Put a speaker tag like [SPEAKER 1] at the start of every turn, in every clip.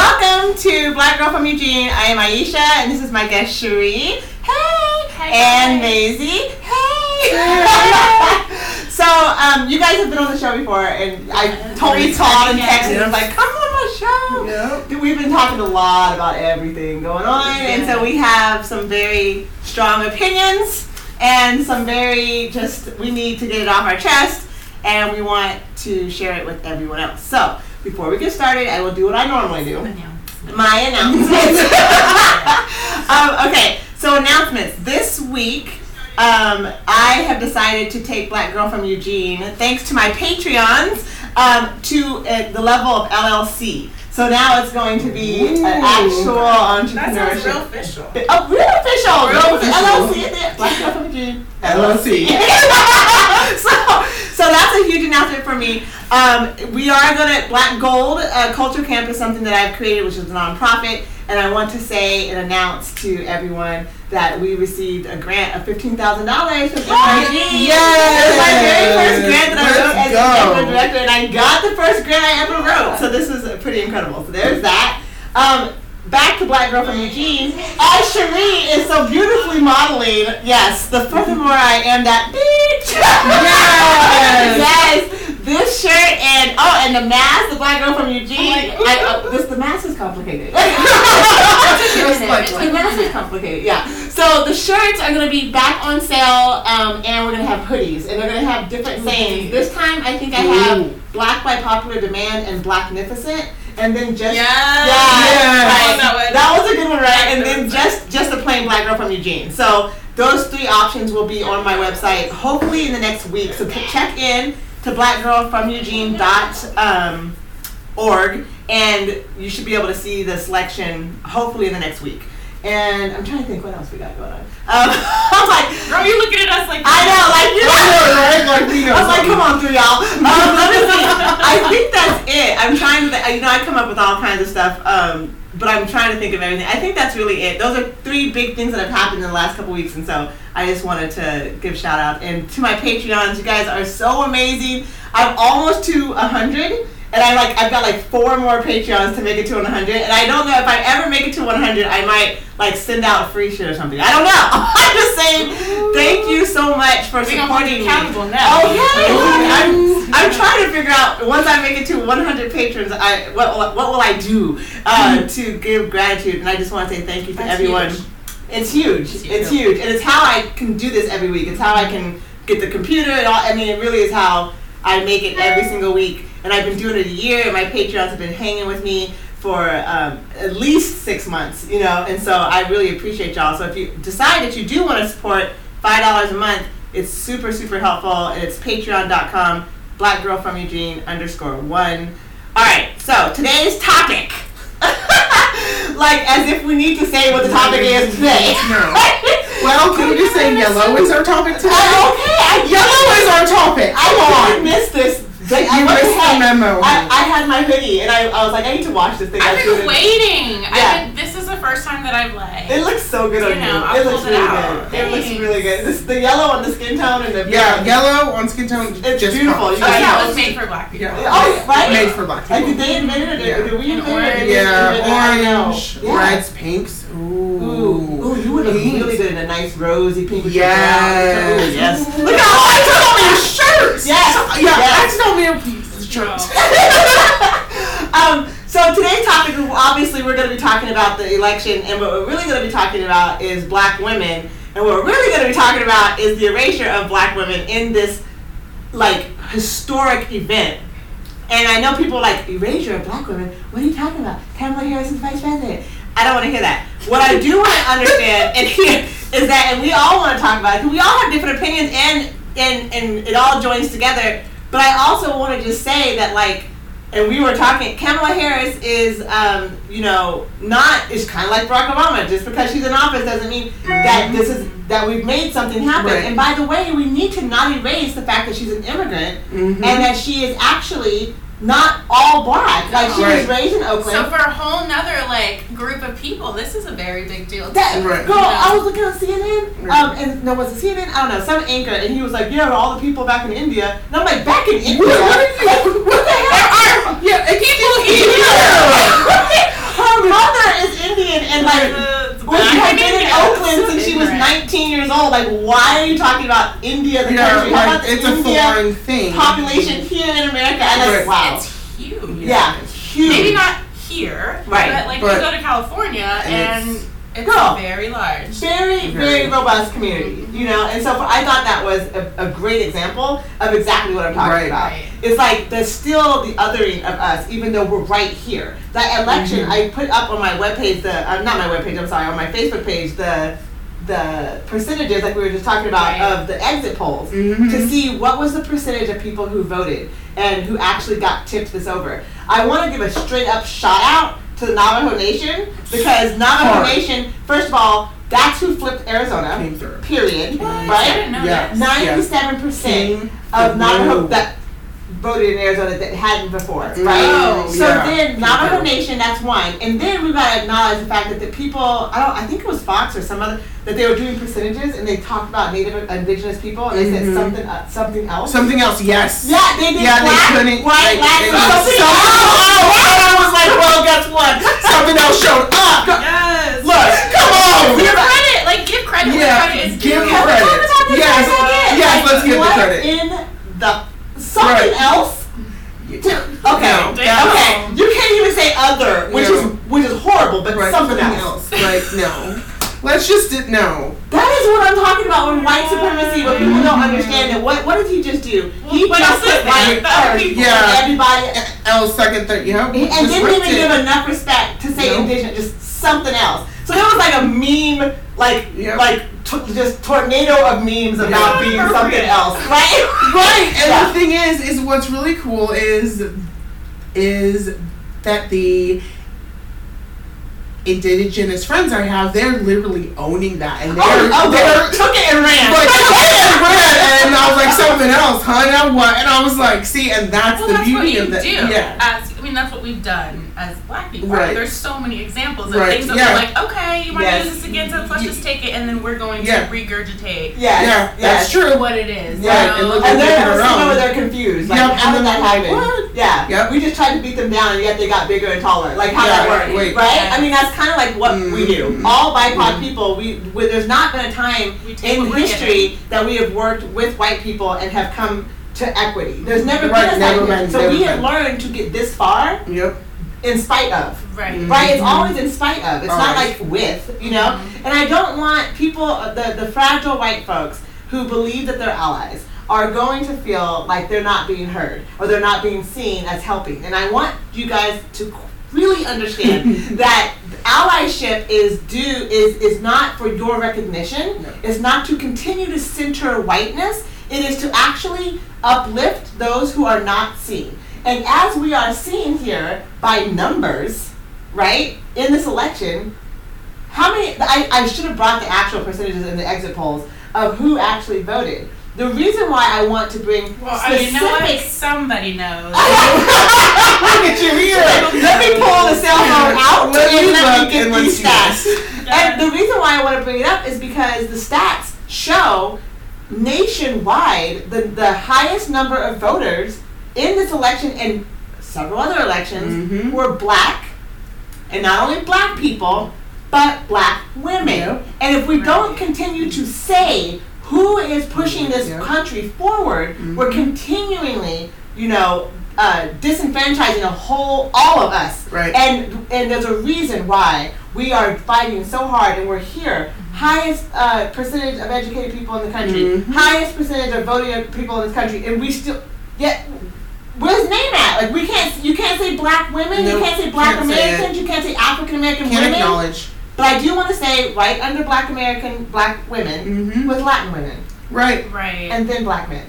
[SPEAKER 1] Welcome to Black Girl from Eugene. I am Aisha, and this is my guest Cherie. Hey,
[SPEAKER 2] Hi,
[SPEAKER 1] and
[SPEAKER 2] guys.
[SPEAKER 1] Maisie. Hey. so, um, you guys have been on the show before, and I
[SPEAKER 2] Yeah,
[SPEAKER 1] totally
[SPEAKER 2] it's
[SPEAKER 1] called and
[SPEAKER 2] yeah.
[SPEAKER 1] texted
[SPEAKER 3] Yeah.
[SPEAKER 1] and was like, "Come on my show."
[SPEAKER 3] Yeah.
[SPEAKER 1] Dude, We've been talking a lot about everything going on, and so we have some very strong opinions and some very just we need to get it off our chest, and we want to share it with everyone else. So before we get started, I will do what I normally do: my announcements. um, okay, so announcements this week. Um, I have decided to take Black Girl from Eugene, thanks to my Patreons, um, to uh, the level of LLC. So now it's going to be an
[SPEAKER 3] Ooh.
[SPEAKER 1] actual
[SPEAKER 2] That sounds real
[SPEAKER 1] entrepreneurship.
[SPEAKER 2] official.
[SPEAKER 1] Oh, real official.
[SPEAKER 3] Real
[SPEAKER 1] LLC. is it? Black Girl from Eugene.
[SPEAKER 3] LLC.
[SPEAKER 1] so, so that's a huge announcement for me. Um, we are going to Black Gold uh, Culture Camp is something that I've created, which is a nonprofit, and I want to say and announce to everyone that we received a grant of fifteen thousand dollars from NRG. It was my very first grant that I wrote as an
[SPEAKER 3] Let's go.
[SPEAKER 1] executive director, and I got the first grant I ever wrote. So this is uh, pretty incredible. So there's that. Um, back to Black Girl from Eugene. As Cherie is so beautifully modeling, yes, the furthermore I am that bitch. yes. This shirt and oh, and the mask, the black girl from Eugene.
[SPEAKER 2] Oh my
[SPEAKER 1] I, uh, this the mask is complicated. Just like-
[SPEAKER 2] It's
[SPEAKER 1] the mask is complicated. Yeah. So the shirts are gonna be back on sale, um, and we're gonna have hoodies, and they're gonna have different sayings. This time, I think I
[SPEAKER 3] Ooh.
[SPEAKER 1] have black by popular demand and blacknificent, and then just
[SPEAKER 3] Yes.
[SPEAKER 1] Right.
[SPEAKER 2] That one.
[SPEAKER 1] That was a good one, right? And then
[SPEAKER 2] That
[SPEAKER 1] just just a plain black girl from Eugene. So those three options will be on my website, hopefully in the next week. So p- check in to blackgirlfromeugene.org um, org, and you should be able to see the selection hopefully in the next week. And I'm trying to think what else we got going on. Um, I was like,
[SPEAKER 2] Girl, you looking at us like
[SPEAKER 1] I know, like you
[SPEAKER 3] I know, right? Like, we know
[SPEAKER 1] I was like,
[SPEAKER 3] something.
[SPEAKER 1] come on through, y'all. Um, let me see. I think that's it. I'm trying to, you know, I come up with all kinds of stuff, um, but I'm trying to think of everything. I think that's really it. Those are three big things that have happened in the last couple weeks, and so I just wanted to give shout out. And to my Patreons, you guys are so amazing. I'm almost to 100. And I like I've got like four more Patreons to make it to 100, and I don't know if I ever make it to 100, I might like send out a free shit or something. I don't know. I'm just saying, thank you so much for
[SPEAKER 2] We're gonna hold
[SPEAKER 1] supporting
[SPEAKER 2] you
[SPEAKER 1] me.
[SPEAKER 2] accountable
[SPEAKER 1] Oh
[SPEAKER 2] now.
[SPEAKER 1] yeah, I'm, I'm trying to figure out once I make it to 100 patrons, I what what what will I do uh, to give gratitude? And I just want to say thank you to
[SPEAKER 2] That's
[SPEAKER 1] everyone.
[SPEAKER 2] huge.
[SPEAKER 1] It's huge.
[SPEAKER 2] It's
[SPEAKER 1] It's
[SPEAKER 2] huge.
[SPEAKER 1] huge. and it's how I can do this every week. It's how I can get the computer and all. I mean, it really is how I make it every single week. And I've been doing it a year, and my Patreons have been hanging with me for um, at least six months, you know. And so I really appreciate y'all. So if you decide that you do want to support five dollars a month, it's super super helpful, and it's Patreon.com Black Girl from Eugene underscore one. All right, so today's topic. like as if we need to say what the topic is today.
[SPEAKER 3] No. Well, can we just say yellow is our topic today?
[SPEAKER 1] Oh, okay, I
[SPEAKER 3] Yellow is our topic.
[SPEAKER 1] I
[SPEAKER 3] Come on.
[SPEAKER 1] missed this. I,
[SPEAKER 3] You
[SPEAKER 1] what the
[SPEAKER 3] missed the
[SPEAKER 1] heck?
[SPEAKER 3] memo.
[SPEAKER 1] I, I had my hoodie and I, I was like, I need to wash this thing. I
[SPEAKER 2] I've
[SPEAKER 1] couldn't-
[SPEAKER 2] been waiting.
[SPEAKER 1] Yeah.
[SPEAKER 2] I've been, this is the first time that I've like.
[SPEAKER 1] It looks so good
[SPEAKER 2] You
[SPEAKER 1] on you.
[SPEAKER 2] know, I
[SPEAKER 1] it looks
[SPEAKER 2] pulled it
[SPEAKER 1] really
[SPEAKER 2] out.
[SPEAKER 1] good. It looks
[SPEAKER 2] Thanks.
[SPEAKER 1] really good. This, the yellow on the skin tone and the
[SPEAKER 3] yeah, yellow on skin tone.
[SPEAKER 1] It's
[SPEAKER 3] just
[SPEAKER 1] beautiful.
[SPEAKER 3] pops.
[SPEAKER 1] You
[SPEAKER 2] oh yeah, it
[SPEAKER 1] guys-
[SPEAKER 2] was made for black people.
[SPEAKER 3] Yeah.
[SPEAKER 1] Oh, right.
[SPEAKER 3] Made for black
[SPEAKER 1] Like did
[SPEAKER 3] people.
[SPEAKER 1] they invent it? Or did,
[SPEAKER 3] Yeah.
[SPEAKER 1] did we
[SPEAKER 2] And
[SPEAKER 1] invent it? Did they invent it? I
[SPEAKER 3] Yeah,
[SPEAKER 1] don't
[SPEAKER 3] orange,
[SPEAKER 1] know. Yeah.
[SPEAKER 3] reds, pinks. Ooh.
[SPEAKER 1] Ooh, ooh, you would look
[SPEAKER 3] Pinks.
[SPEAKER 1] really good in a nice rosy pink. with your
[SPEAKER 3] Yes.
[SPEAKER 1] brown. Ooh, yes.
[SPEAKER 3] Look at
[SPEAKER 2] Oh,
[SPEAKER 3] how I took all your shirts.
[SPEAKER 1] Yes.
[SPEAKER 3] Yeah,
[SPEAKER 1] Yes.
[SPEAKER 3] I just don't mean shirts.
[SPEAKER 1] um, so today's topic, obviously, we're going to be talking about the election, and what we're really going to be talking about is black women, and what we're really going to be talking about is the erasure of black women in this like historic event. And I know people are like erasure of black women. What are you talking about? Kamala Harris is vice president. I don't want to hear that. What I do want to understand and hear is that, and we all want to talk about it. 'cause We all have different opinions, and and and it all joins together. But I also want to just say that like and we were talking kamala harris is um, you know not is kind of like barack obama just because she's in office doesn't mean that this is that we've made something happen
[SPEAKER 3] Right.
[SPEAKER 1] and by the way we need to not erase the fact that she's an immigrant
[SPEAKER 3] Mhm.
[SPEAKER 1] and that she is actually not all black like she was
[SPEAKER 3] Right.
[SPEAKER 1] raised in oakland
[SPEAKER 2] So for a whole nother like group of people, this is a very big deal.
[SPEAKER 1] That
[SPEAKER 3] Right.
[SPEAKER 1] girl,
[SPEAKER 2] Yeah.
[SPEAKER 1] I was looking on CNN, um, and no, was it CNN? I don't know, some anchor, and he was like, "Yeah, all the people back in India," and I'm like, "Back in India?
[SPEAKER 3] what are you-
[SPEAKER 1] Like, what the hell?
[SPEAKER 3] Yeah, people
[SPEAKER 1] Yeah. Like, why are you talking about India, the
[SPEAKER 3] You know,
[SPEAKER 1] country? How about
[SPEAKER 3] like,
[SPEAKER 1] the
[SPEAKER 3] it's a
[SPEAKER 1] India
[SPEAKER 3] foreign thing.
[SPEAKER 1] population here in America? And that's
[SPEAKER 3] Right.
[SPEAKER 1] wow.
[SPEAKER 2] It's huge.
[SPEAKER 1] Yeah, huge.
[SPEAKER 2] Maybe not here,
[SPEAKER 1] Right.
[SPEAKER 2] But like
[SPEAKER 3] But-
[SPEAKER 2] you go to California
[SPEAKER 3] and
[SPEAKER 2] and
[SPEAKER 3] it's-
[SPEAKER 2] it's,
[SPEAKER 1] Girl.
[SPEAKER 2] very large.
[SPEAKER 1] very, very robust community, you know. And so I thought that was a, a great example of exactly what I'm talking
[SPEAKER 3] Right.
[SPEAKER 1] about.
[SPEAKER 2] Right.
[SPEAKER 1] It's like there's still the othering of us, even though we're right here. That election,
[SPEAKER 3] Mm-hmm.
[SPEAKER 1] I put up on my webpage, the uh, not my webpage, I'm sorry, on my Facebook page, the the percentages like we were just talking about
[SPEAKER 2] Right.
[SPEAKER 1] of the exit polls
[SPEAKER 3] Mhm.
[SPEAKER 1] to see what was the percentage of people who voted and who actually got tipped this over. I want to give a straight up shout out to the Navajo Nation because Navajo
[SPEAKER 3] Hard.
[SPEAKER 1] Nation, first of all, that's who flipped Arizona.
[SPEAKER 3] Came through.
[SPEAKER 1] Period.
[SPEAKER 2] I didn't
[SPEAKER 1] Right?
[SPEAKER 2] know
[SPEAKER 3] Yeah.
[SPEAKER 2] this.
[SPEAKER 1] Ninety-seven percent
[SPEAKER 3] Came
[SPEAKER 1] of Navajo
[SPEAKER 3] through.
[SPEAKER 1] that voted in Arizona that hadn't before, right?
[SPEAKER 3] Oh,
[SPEAKER 1] so
[SPEAKER 3] yeah.
[SPEAKER 1] then Navajo Nation, that's one, and then we gotta acknowledge the fact that the people. I don't. I think it was Fox or some other that they were doing percentages and they talked about Native Indigenous people and they
[SPEAKER 3] Mhm.
[SPEAKER 1] said something uh, something else.
[SPEAKER 3] Something else, yes.
[SPEAKER 1] yeah, they did
[SPEAKER 3] Yeah, they
[SPEAKER 1] black,
[SPEAKER 3] couldn't,
[SPEAKER 1] white,
[SPEAKER 3] like,
[SPEAKER 1] black,
[SPEAKER 3] they-
[SPEAKER 1] something
[SPEAKER 3] something
[SPEAKER 1] else. I was like, well, guess what?
[SPEAKER 3] Something else showed up.
[SPEAKER 2] Yes.
[SPEAKER 1] Look,
[SPEAKER 3] Come on.
[SPEAKER 2] Give credit. Like give credit
[SPEAKER 3] Yeah,
[SPEAKER 2] where credit is
[SPEAKER 3] give
[SPEAKER 1] Can
[SPEAKER 2] due.
[SPEAKER 1] we
[SPEAKER 3] credit.
[SPEAKER 1] talk about this
[SPEAKER 3] Yes.
[SPEAKER 1] for a second?
[SPEAKER 3] Yes,
[SPEAKER 1] Like,
[SPEAKER 3] let's give the
[SPEAKER 1] what
[SPEAKER 3] credit.
[SPEAKER 1] In the something
[SPEAKER 3] Right.
[SPEAKER 1] else. To, okay.
[SPEAKER 3] No,
[SPEAKER 2] that-
[SPEAKER 1] okay. You can't even say other, which
[SPEAKER 3] No.
[SPEAKER 1] is which is horrible, but
[SPEAKER 3] Right,
[SPEAKER 1] something else.
[SPEAKER 3] Like, no. Let's just, d- no.
[SPEAKER 1] That is what I'm talking about with white supremacy, when people don't
[SPEAKER 3] Mm-hmm.
[SPEAKER 1] understand it. What what did he just do? He
[SPEAKER 2] Well,
[SPEAKER 1] just
[SPEAKER 2] that's
[SPEAKER 1] put
[SPEAKER 2] it,
[SPEAKER 1] white
[SPEAKER 2] the other
[SPEAKER 1] first,
[SPEAKER 2] people.
[SPEAKER 1] and
[SPEAKER 3] Yeah.
[SPEAKER 1] everybody,
[SPEAKER 3] L second, third, you know?
[SPEAKER 1] and
[SPEAKER 3] just
[SPEAKER 1] didn't
[SPEAKER 3] ripped
[SPEAKER 1] even
[SPEAKER 3] it.
[SPEAKER 1] give enough respect to say
[SPEAKER 3] No.
[SPEAKER 1] indigenous, just something else. So there was like a meme, like
[SPEAKER 3] Yeah.
[SPEAKER 1] like t- just tornado of memes about
[SPEAKER 2] Yeah.
[SPEAKER 1] being something else, right?
[SPEAKER 3] Right, and
[SPEAKER 1] Yeah.
[SPEAKER 3] the thing is, is what's really cool is, is that the indigenous friends I have, they're literally owning that, and they're,
[SPEAKER 1] oh,
[SPEAKER 3] they're
[SPEAKER 1] they took it and ran.
[SPEAKER 3] like "Hey, Brad," and I was like something else, huh? And I wa- and I was like, see, and that's
[SPEAKER 2] Well,
[SPEAKER 3] the
[SPEAKER 2] that's what
[SPEAKER 3] beauty
[SPEAKER 2] you
[SPEAKER 3] of that.
[SPEAKER 2] do.
[SPEAKER 3] Yeah,
[SPEAKER 2] As, I mean, that's what we've done as black people.
[SPEAKER 3] Right.
[SPEAKER 2] There's so many examples of
[SPEAKER 3] Right,
[SPEAKER 2] things that
[SPEAKER 3] yeah.
[SPEAKER 2] we're like, okay, you want
[SPEAKER 1] Yes.
[SPEAKER 2] to use this against us? Let's just take it, and then we're going
[SPEAKER 3] Yeah.
[SPEAKER 2] to regurgitate
[SPEAKER 1] yes,
[SPEAKER 3] yeah,
[SPEAKER 1] yes.
[SPEAKER 3] that's true.
[SPEAKER 2] what it is.
[SPEAKER 3] Right,
[SPEAKER 2] So,
[SPEAKER 3] and look at
[SPEAKER 1] And
[SPEAKER 3] They
[SPEAKER 1] they're
[SPEAKER 3] did their
[SPEAKER 1] ever
[SPEAKER 3] own.
[SPEAKER 1] where they're confused. Like,
[SPEAKER 3] Yep.
[SPEAKER 1] how did that happen?
[SPEAKER 3] What?
[SPEAKER 1] Yeah.
[SPEAKER 3] Yep.
[SPEAKER 1] We just tried to beat them down, and yet they got bigger and taller. Like, how
[SPEAKER 3] Yeah,
[SPEAKER 1] that worked,
[SPEAKER 3] wait.
[SPEAKER 1] right?
[SPEAKER 2] Yeah.
[SPEAKER 1] I mean, that's kind of like what we do.
[SPEAKER 3] Mm.
[SPEAKER 1] All BIPOC
[SPEAKER 3] Mm.
[SPEAKER 1] people, we, we there's not been a time
[SPEAKER 2] We take
[SPEAKER 1] in
[SPEAKER 2] what we're
[SPEAKER 1] history that we have worked with white people and have come to equity. There's never
[SPEAKER 3] Right,
[SPEAKER 1] been a time.
[SPEAKER 3] never been,
[SPEAKER 1] so
[SPEAKER 3] never
[SPEAKER 1] we have
[SPEAKER 3] been.
[SPEAKER 1] learned to get this far
[SPEAKER 3] Yep.
[SPEAKER 1] in spite of.
[SPEAKER 2] Right.
[SPEAKER 3] Mm.
[SPEAKER 1] Right, it's
[SPEAKER 3] Mhm.
[SPEAKER 1] always in spite of. It's not
[SPEAKER 3] Always. Mm-hmm.
[SPEAKER 1] like with, you know. And I don't want people, uh, the the fragile white folks who believe that they're allies, are going to feel like they're not being heard or they're not being seen as helping. And I want you guys to really understand that allyship is due is is not for your recognition.
[SPEAKER 3] No.
[SPEAKER 1] It's not to continue to center whiteness. It is to actually uplift those who are not seen. And as we are seen here by numbers, right, in this election, how many? I, I should have brought the actual percentages in the exit polls of who actually voted. The reason why I want to bring
[SPEAKER 2] Well, I mean,
[SPEAKER 1] specific.
[SPEAKER 2] you know what? Somebody knows.
[SPEAKER 1] Look at you here. Let me pull the cell phone out
[SPEAKER 3] Let
[SPEAKER 1] and
[SPEAKER 3] me
[SPEAKER 1] let
[SPEAKER 3] look
[SPEAKER 1] me get
[SPEAKER 3] and
[SPEAKER 1] these
[SPEAKER 3] let's see
[SPEAKER 1] stats. And the reason why I want to bring it up is because the stats show nationwide the, the highest number of voters in this election and several other elections
[SPEAKER 3] Mhm.
[SPEAKER 1] were black, and not only black people, but black women.
[SPEAKER 3] Yep.
[SPEAKER 1] And if we don't
[SPEAKER 2] Right.
[SPEAKER 1] continue to say who is pushing this
[SPEAKER 3] Yep.
[SPEAKER 1] country forward, we're
[SPEAKER 3] Mm-hmm.
[SPEAKER 1] continually, you know, uh, disenfranchising a whole, all of us.
[SPEAKER 3] Right.
[SPEAKER 1] And and there's a reason why we are fighting so hard, and we're here. Highest uh, percentage of educated people in the country,
[SPEAKER 3] Mhm.
[SPEAKER 1] highest percentage of voting people in this country, and we still yet. Where's name at? Like we can't. You can't say black women.
[SPEAKER 3] Nope,
[SPEAKER 1] You can't say black
[SPEAKER 3] can't say it.
[SPEAKER 1] Americans. you can't say African American
[SPEAKER 3] Can't
[SPEAKER 1] women.
[SPEAKER 3] acknowledge.
[SPEAKER 1] But I do want to say right under black American black women
[SPEAKER 3] Mm-hmm.
[SPEAKER 1] with Latin women
[SPEAKER 3] Right.
[SPEAKER 2] Right.
[SPEAKER 1] and then black men.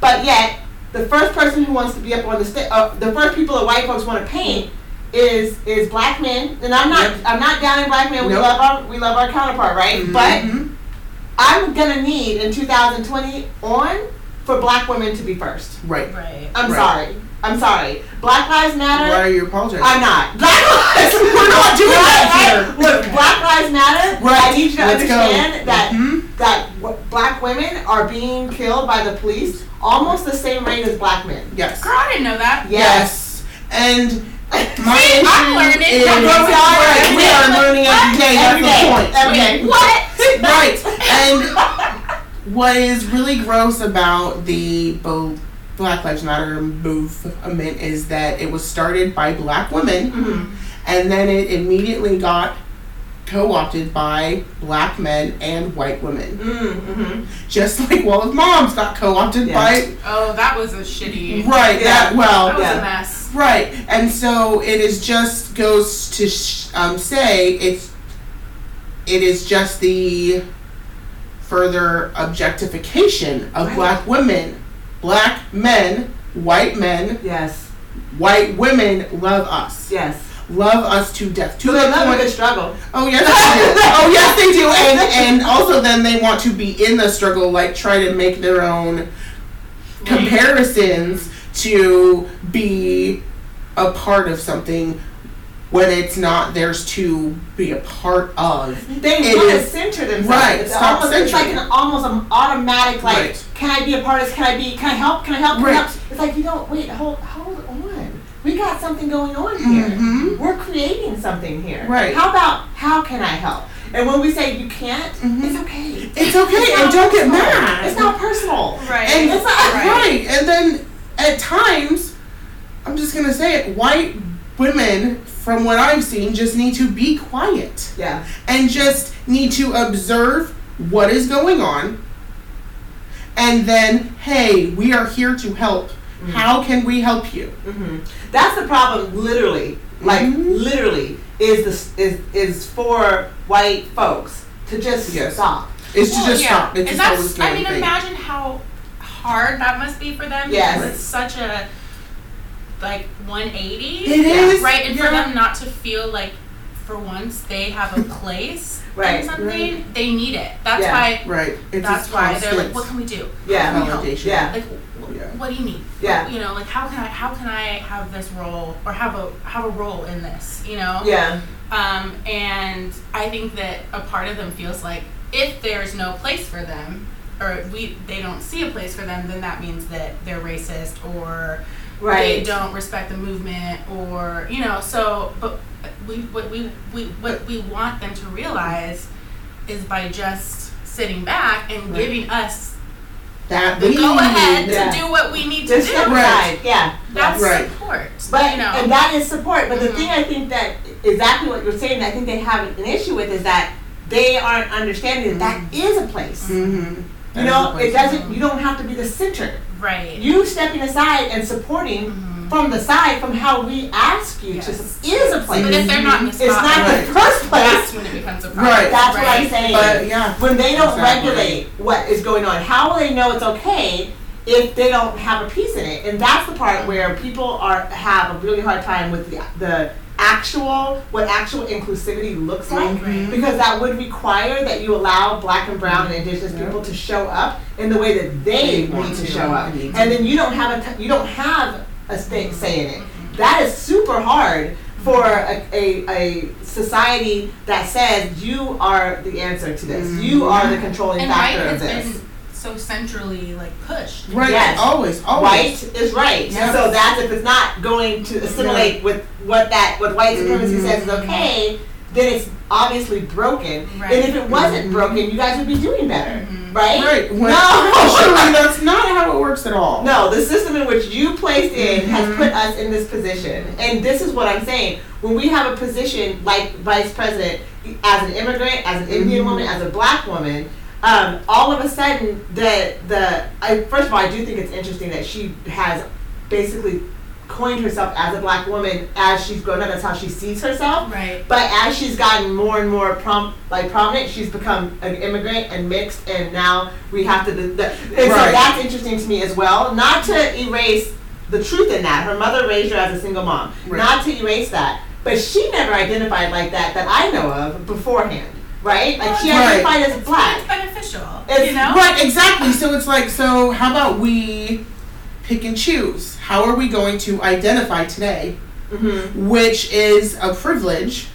[SPEAKER 1] But yet, the first person who wants to be up on the stage, uh, the first people that white folks want to paint is is black men. And I'm not
[SPEAKER 3] Yep.
[SPEAKER 1] I'm not downing black men. We
[SPEAKER 3] Nope.
[SPEAKER 1] love our we love our counterpart, right? But
[SPEAKER 3] Mhm.
[SPEAKER 1] I'm gonna need in 2020 on for black women to be first.
[SPEAKER 3] right.
[SPEAKER 2] right.
[SPEAKER 1] I'm
[SPEAKER 3] Right.
[SPEAKER 1] sorry. I'm sorry. Black lives matter.
[SPEAKER 3] Why are you apologizing?
[SPEAKER 1] I'm not. Black lives.
[SPEAKER 3] We're not doing that
[SPEAKER 1] Right? Look, Black lives matter. I need you to
[SPEAKER 3] Let's go.
[SPEAKER 1] understand that
[SPEAKER 3] Mhm.
[SPEAKER 1] that w- black women are being killed by the police almost the same rate as black men.
[SPEAKER 3] Yes.
[SPEAKER 2] Girl, I didn't know that.
[SPEAKER 1] Yes.
[SPEAKER 3] And my
[SPEAKER 2] See, I'm
[SPEAKER 3] issue
[SPEAKER 2] learning.
[SPEAKER 3] is-
[SPEAKER 2] I'm
[SPEAKER 1] Girl, we are.
[SPEAKER 3] Right,
[SPEAKER 1] We
[SPEAKER 3] ceremony every day.
[SPEAKER 1] Every
[SPEAKER 3] That's
[SPEAKER 1] day.
[SPEAKER 3] the point.
[SPEAKER 1] Every day.
[SPEAKER 2] What?
[SPEAKER 3] right. And what is really gross about the Bo- Black Lives Matter movement is that it was started by black women
[SPEAKER 1] Mhm.
[SPEAKER 3] and then it immediately got co opted by black men and white women.
[SPEAKER 1] Mm, mhm.
[SPEAKER 3] Just like Wall of Moms got co opted
[SPEAKER 1] Yeah.
[SPEAKER 3] by.
[SPEAKER 2] Oh, that was a shitty.
[SPEAKER 3] Right, that, well.
[SPEAKER 2] That was
[SPEAKER 1] Yeah.
[SPEAKER 2] a mess.
[SPEAKER 3] Right, and so it is just goes to sh- um, say it's it is just the further objectification of
[SPEAKER 1] Right.
[SPEAKER 3] black women, black men, white men,
[SPEAKER 1] Yes.
[SPEAKER 3] white women love us,
[SPEAKER 1] Yes.
[SPEAKER 3] love us to death. To
[SPEAKER 1] So
[SPEAKER 3] the
[SPEAKER 1] they love a good
[SPEAKER 3] point,
[SPEAKER 1] struggle.
[SPEAKER 3] oh yes, they do. oh yes, they do, and and also then they want to be in the struggle, like try to make their own comparisons to be a part of something when it's not theirs to be a part of.
[SPEAKER 1] They
[SPEAKER 3] It
[SPEAKER 1] want to
[SPEAKER 3] is-
[SPEAKER 1] center themselves.
[SPEAKER 3] right,
[SPEAKER 1] It's
[SPEAKER 3] stop
[SPEAKER 1] almost it's like
[SPEAKER 3] centering.
[SPEAKER 1] an almost an automatic like,
[SPEAKER 3] Right.
[SPEAKER 1] can I be a part of this? Can I be? Can I help? Can I help? Can I
[SPEAKER 3] Right.
[SPEAKER 1] help? It's like you don't wait. Hold hold on. We got something going on here.
[SPEAKER 3] Mhm.
[SPEAKER 1] We're creating something here.
[SPEAKER 3] Right.
[SPEAKER 1] How about how can I help? And when we say you can't,
[SPEAKER 3] Mhm.
[SPEAKER 1] it's okay.
[SPEAKER 3] It's okay,
[SPEAKER 1] It's
[SPEAKER 3] and
[SPEAKER 1] not
[SPEAKER 3] don't get
[SPEAKER 1] personal.
[SPEAKER 3] mad.
[SPEAKER 1] It's not personal.
[SPEAKER 2] Right.
[SPEAKER 3] And
[SPEAKER 1] It's
[SPEAKER 3] it's
[SPEAKER 1] not-
[SPEAKER 3] right. and then at times, I'm just gonna say it. White women, from what I've seen, just need to be quiet
[SPEAKER 1] Yeah.
[SPEAKER 3] and just need to observe what is going on. And then, hey, we are here to help.
[SPEAKER 2] Mm.
[SPEAKER 3] How can we help you?
[SPEAKER 1] hmm That's the problem. Literally, like
[SPEAKER 3] Mhm.
[SPEAKER 1] literally, is this is is for white folks to just
[SPEAKER 3] Yes.
[SPEAKER 1] stop.
[SPEAKER 3] It's
[SPEAKER 2] Well,
[SPEAKER 3] to just
[SPEAKER 2] yeah.
[SPEAKER 3] stop. It's
[SPEAKER 2] And
[SPEAKER 3] just always
[SPEAKER 2] that's,
[SPEAKER 3] going
[SPEAKER 2] I mean,
[SPEAKER 3] thing.
[SPEAKER 2] imagine how hard that must be for them.
[SPEAKER 1] Yes.
[SPEAKER 2] Because it's such a like 180.
[SPEAKER 3] It is
[SPEAKER 2] Right, and for
[SPEAKER 3] yeah.
[SPEAKER 2] them not to feel like, for once, they have a place
[SPEAKER 1] Right.
[SPEAKER 2] in something, they need it. That's
[SPEAKER 1] Yeah.
[SPEAKER 2] why.
[SPEAKER 3] Right. It's
[SPEAKER 2] That's
[SPEAKER 3] just
[SPEAKER 2] why they're like,
[SPEAKER 3] constant
[SPEAKER 2] what can we do?
[SPEAKER 1] Yeah.
[SPEAKER 3] validation.
[SPEAKER 1] Yeah.
[SPEAKER 2] Like, wh-
[SPEAKER 3] Yeah.
[SPEAKER 2] what do you need?
[SPEAKER 1] Yeah.
[SPEAKER 2] You know, like how can I how can I have this role or have a have a role in this? You know.
[SPEAKER 1] Yeah.
[SPEAKER 2] Um, and I think that a part of them feels like if there's no place for them, or we they don't see a place for them, then that means that they're racist or they
[SPEAKER 1] Right.
[SPEAKER 2] don't respect the movement or you know. So, but we what we, we what we want them to realize is by just sitting back and
[SPEAKER 1] Right.
[SPEAKER 2] giving us
[SPEAKER 3] that
[SPEAKER 2] the
[SPEAKER 3] we
[SPEAKER 2] go ahead
[SPEAKER 3] need.
[SPEAKER 1] Yeah.
[SPEAKER 2] to do what we need to
[SPEAKER 1] Just
[SPEAKER 2] do.
[SPEAKER 1] step
[SPEAKER 3] Right.
[SPEAKER 1] aside. Yeah.
[SPEAKER 2] That's
[SPEAKER 3] Right.
[SPEAKER 2] support.
[SPEAKER 1] But
[SPEAKER 2] you know.
[SPEAKER 1] and that is support. But the
[SPEAKER 2] Mhm.
[SPEAKER 1] thing I think that exactly what you're saying, I think they have an issue with is that they aren't understanding that that is a place.
[SPEAKER 3] Mm-hmm.
[SPEAKER 1] You know, it doesn't. You don't have to be the center.
[SPEAKER 2] right.
[SPEAKER 1] You stepping aside and supporting
[SPEAKER 2] Mhm.
[SPEAKER 1] from the side from how we ask you
[SPEAKER 2] Yes.
[SPEAKER 1] to is a place.
[SPEAKER 2] But if they're not in the
[SPEAKER 1] it's not
[SPEAKER 2] spotlight,
[SPEAKER 1] the first
[SPEAKER 2] that's
[SPEAKER 1] place.
[SPEAKER 2] when it becomes a problem.
[SPEAKER 3] Right.
[SPEAKER 1] That's what I'm
[SPEAKER 2] right.
[SPEAKER 1] saying.
[SPEAKER 3] But yeah,
[SPEAKER 1] when they don't
[SPEAKER 3] Exactly.
[SPEAKER 1] regulate what is going on, how will they know it's okay if they don't have a piece in it? And that's the part where people are have a really hard time with the, the actual what actual inclusivity looks like
[SPEAKER 2] Mhm.
[SPEAKER 1] because that would require that you allow black and brown and indigenous
[SPEAKER 3] Yeah.
[SPEAKER 1] people to show up in the way that they,
[SPEAKER 3] They want
[SPEAKER 1] need to
[SPEAKER 3] to,
[SPEAKER 1] show up
[SPEAKER 3] they need
[SPEAKER 1] and
[SPEAKER 3] to.
[SPEAKER 1] then you don't have a t- you don't have a sta- say in it that is super hard for a, a, a society that says you are the answer to this. You are the controlling
[SPEAKER 2] And white
[SPEAKER 1] factor of
[SPEAKER 2] has
[SPEAKER 1] this.
[SPEAKER 2] been so centrally like pushed.
[SPEAKER 3] right.
[SPEAKER 1] Yes.
[SPEAKER 3] Always, always.
[SPEAKER 1] White is right.
[SPEAKER 3] Yes.
[SPEAKER 1] So that's if it's not going to assimilate with what that what white supremacy
[SPEAKER 3] Mhm.
[SPEAKER 1] says is okay, then it's obviously broken.
[SPEAKER 2] Right.
[SPEAKER 1] And if it wasn't
[SPEAKER 3] Mhm.
[SPEAKER 1] broken, you guys would be doing better.
[SPEAKER 2] Mhm.
[SPEAKER 1] Right?
[SPEAKER 3] Right. When,
[SPEAKER 1] No.
[SPEAKER 3] Surely that's not how it works at all.
[SPEAKER 1] No, the system in which you placed in has
[SPEAKER 3] Mhm.
[SPEAKER 1] put us in this position. And this is what I'm saying. When we have a position like vice president, as an immigrant, as an Indian woman, as a black woman, um, all of a sudden, the, the I, first of all, I do think it's interesting that she has basically coined herself as a black woman as she's grown up. That's how she sees herself.
[SPEAKER 2] Right.
[SPEAKER 1] But as she's gotten more and more prom- like prominent, she's become an immigrant and mixed, and now we have to. The, the, and so
[SPEAKER 3] Right.
[SPEAKER 1] that's interesting to me as well. Not to erase the truth in that. Her mother raised her as a single mom.
[SPEAKER 3] Right.
[SPEAKER 1] Not to erase that. But she never identified like that that I know of beforehand, right? Like she
[SPEAKER 3] Right.
[SPEAKER 1] identified as
[SPEAKER 2] It's
[SPEAKER 1] black.
[SPEAKER 2] beneficial.
[SPEAKER 1] It's-
[SPEAKER 2] you know?
[SPEAKER 3] Right. Exactly. So it's like, so how about we pick and choose? How are we going to identify today?
[SPEAKER 1] Mm-hmm.
[SPEAKER 3] which is a privilege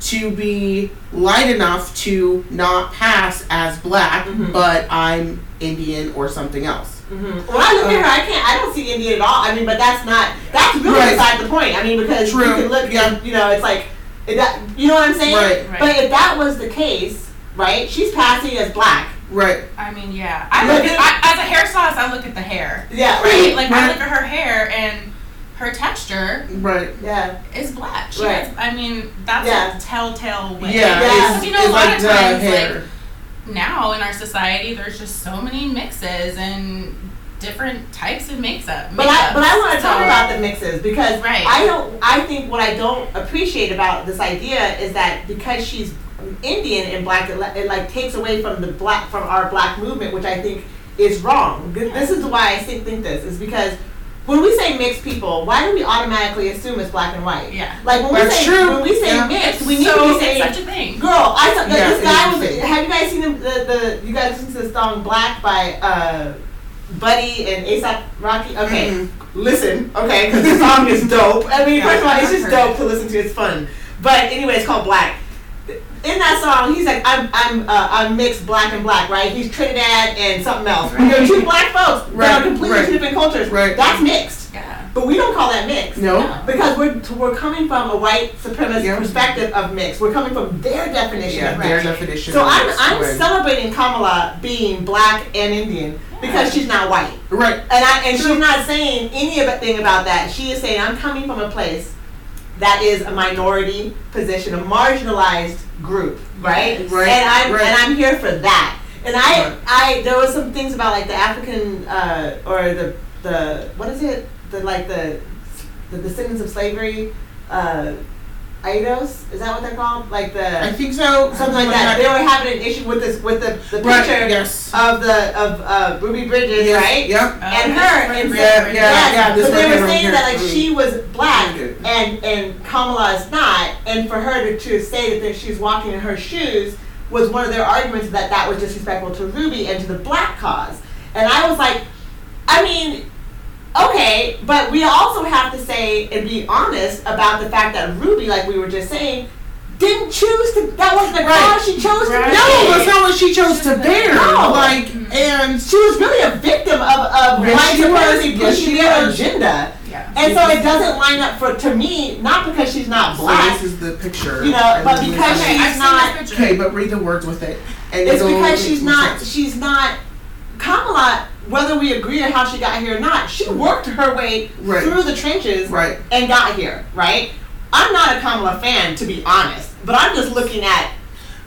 [SPEAKER 3] to be light enough to not pass as black,
[SPEAKER 1] Mhm.
[SPEAKER 3] but I'm Indian or something else.
[SPEAKER 1] Mm-hmm. When I look at her, I can't. I don't see Indian at all. I mean, but that's not. That's really
[SPEAKER 3] Right.
[SPEAKER 1] beside the point. I mean, because
[SPEAKER 3] True.
[SPEAKER 1] you can look.
[SPEAKER 3] Yeah.
[SPEAKER 1] You know, it's like If that, you know what I'm saying?
[SPEAKER 3] Right.
[SPEAKER 2] Right.
[SPEAKER 1] But if that was the case, right? She's passing as black.
[SPEAKER 3] Right.
[SPEAKER 2] I mean, yeah. I
[SPEAKER 1] But
[SPEAKER 2] look
[SPEAKER 1] then-
[SPEAKER 2] at, I, as a hairstylist, I look at the hair.
[SPEAKER 1] Yeah.
[SPEAKER 2] Right? Like I
[SPEAKER 3] Right.
[SPEAKER 2] look at her hair and her texture
[SPEAKER 3] Right.
[SPEAKER 1] Yeah.
[SPEAKER 2] is black. She
[SPEAKER 1] Right.
[SPEAKER 2] has, I mean, that's
[SPEAKER 1] Yeah.
[SPEAKER 2] a telltale
[SPEAKER 3] Yeah.
[SPEAKER 2] way.
[SPEAKER 1] Yeah.
[SPEAKER 3] It's,
[SPEAKER 2] You know,
[SPEAKER 3] it's
[SPEAKER 2] a lot
[SPEAKER 3] like
[SPEAKER 2] of
[SPEAKER 3] dyed
[SPEAKER 2] times, like,
[SPEAKER 3] hair.
[SPEAKER 2] now in our society, there's just so many mixes and different types of makeup.
[SPEAKER 1] But I, but I want to
[SPEAKER 2] makeups.
[SPEAKER 1] talk
[SPEAKER 2] So-
[SPEAKER 1] about the mixes because
[SPEAKER 2] Right.
[SPEAKER 1] I don't. I think what I don't appreciate about this idea is that because she's Indian and black, it, li- it like takes away from the black from our black movement, which I think is wrong. Th- This is why I think think this is because when we say mixed people, why do we automatically assume it's black and white?
[SPEAKER 2] Yeah.
[SPEAKER 1] Like when
[SPEAKER 3] That's
[SPEAKER 1] we say
[SPEAKER 3] true.
[SPEAKER 1] when we say
[SPEAKER 3] Yeah.
[SPEAKER 1] mixed, we need
[SPEAKER 2] so
[SPEAKER 1] to be saying
[SPEAKER 2] it's such a thing.
[SPEAKER 1] Girl, I saw
[SPEAKER 3] Yeah,
[SPEAKER 1] this guy was.
[SPEAKER 3] interesting.
[SPEAKER 1] Have you guys seen the, the, the you guys listened to the song Black by uh, Buddy and ASAP Rocky? Okay,
[SPEAKER 3] Mhm.
[SPEAKER 1] listen, okay, because the song is dope. I mean,
[SPEAKER 2] Mm-hmm. Yeah,
[SPEAKER 1] first of all, it's
[SPEAKER 2] I've
[SPEAKER 1] just
[SPEAKER 2] heard
[SPEAKER 1] dope to listen to. It's fun. But anyway, it's called Black. In that song, he's like, I'm I'm uh, I'm mixed black and black, right? He's Trinidad and something else. They're two black folks. that
[SPEAKER 3] Right,
[SPEAKER 1] are completely
[SPEAKER 3] right.
[SPEAKER 1] two different cultures.
[SPEAKER 3] Right.
[SPEAKER 1] That's mixed.
[SPEAKER 2] Yeah.
[SPEAKER 1] But we don't call that mixed.
[SPEAKER 3] No.
[SPEAKER 1] Because we're, we're coming from a white supremacist
[SPEAKER 3] Yeah.
[SPEAKER 1] perspective of mixed. We're coming from their definition
[SPEAKER 3] Yeah.
[SPEAKER 1] of
[SPEAKER 3] Their
[SPEAKER 1] mixed.
[SPEAKER 3] definition.
[SPEAKER 1] So
[SPEAKER 3] of
[SPEAKER 1] I'm,
[SPEAKER 3] mixed
[SPEAKER 1] I'm
[SPEAKER 3] when-
[SPEAKER 1] celebrating Kamala being black and Indian because she's not white.
[SPEAKER 3] Right.
[SPEAKER 1] And, I, and she's not saying anything about that. She is saying, I'm coming from a place that is a minority position, a marginalized group, right?
[SPEAKER 3] Right,
[SPEAKER 1] And I'm,
[SPEAKER 3] right.
[SPEAKER 1] and I'm here for that. And I,
[SPEAKER 3] Right.
[SPEAKER 1] I, there was some things about like the African, uh, or the, the, what is it? The, like the, the descendants of slavery, uh, Aidos? Is that what they're called? Like the,
[SPEAKER 3] I think so.
[SPEAKER 1] something like that. They were having an issue with this, with the, the
[SPEAKER 3] Right.
[SPEAKER 1] picture
[SPEAKER 3] Yes.
[SPEAKER 1] of the, of, uh, Ruby Bridges,
[SPEAKER 3] Yes.
[SPEAKER 1] right? Uh,
[SPEAKER 3] Yep.
[SPEAKER 1] And her, and
[SPEAKER 3] Yeah, yeah,
[SPEAKER 1] Yes,
[SPEAKER 3] yeah, this
[SPEAKER 1] but they
[SPEAKER 3] right
[SPEAKER 1] were
[SPEAKER 3] here,
[SPEAKER 1] saying
[SPEAKER 3] right
[SPEAKER 1] that like
[SPEAKER 3] here.
[SPEAKER 1] she was black
[SPEAKER 3] Mm.
[SPEAKER 1] and and Kamala is not, and for her to, to say that, that she's walking in her shoes was one of their arguments that that was disrespectful to Ruby and to the black cause. And I was like, I mean, okay, but we also have to say and be honest about the fact that Ruby, like we were just saying, didn't choose to. That wasn't the
[SPEAKER 3] Right.
[SPEAKER 1] cause she chose to.
[SPEAKER 2] Right.
[SPEAKER 1] be.
[SPEAKER 3] No, Oh, that's not what she chose to bear.
[SPEAKER 1] No.
[SPEAKER 3] Like, and
[SPEAKER 1] She was really a victim of, of
[SPEAKER 3] Yes,
[SPEAKER 1] white
[SPEAKER 3] she was.
[SPEAKER 1] supremacy
[SPEAKER 3] Yes,
[SPEAKER 1] pushing
[SPEAKER 3] she
[SPEAKER 1] their
[SPEAKER 3] was.
[SPEAKER 1] agenda.
[SPEAKER 2] Yeah.
[SPEAKER 1] And so it doesn't line up for to me, not because she's not
[SPEAKER 3] So
[SPEAKER 1] black.
[SPEAKER 3] this is the picture.
[SPEAKER 1] You know,
[SPEAKER 3] And
[SPEAKER 1] but
[SPEAKER 3] this is-
[SPEAKER 1] because
[SPEAKER 2] Okay,
[SPEAKER 1] she's
[SPEAKER 2] I've
[SPEAKER 1] not-
[SPEAKER 2] seen this picture.
[SPEAKER 3] okay, but read the words with it. And
[SPEAKER 1] It's
[SPEAKER 3] it'll make
[SPEAKER 1] because she's
[SPEAKER 3] more
[SPEAKER 1] not
[SPEAKER 3] sense.
[SPEAKER 1] she's not Kamala, whether we agree on how she got here or not, she worked her way
[SPEAKER 3] Right.
[SPEAKER 1] through the trenches
[SPEAKER 3] Right.
[SPEAKER 1] and got here, right? I'm not a Kamala fan to be honest, but I'm just looking at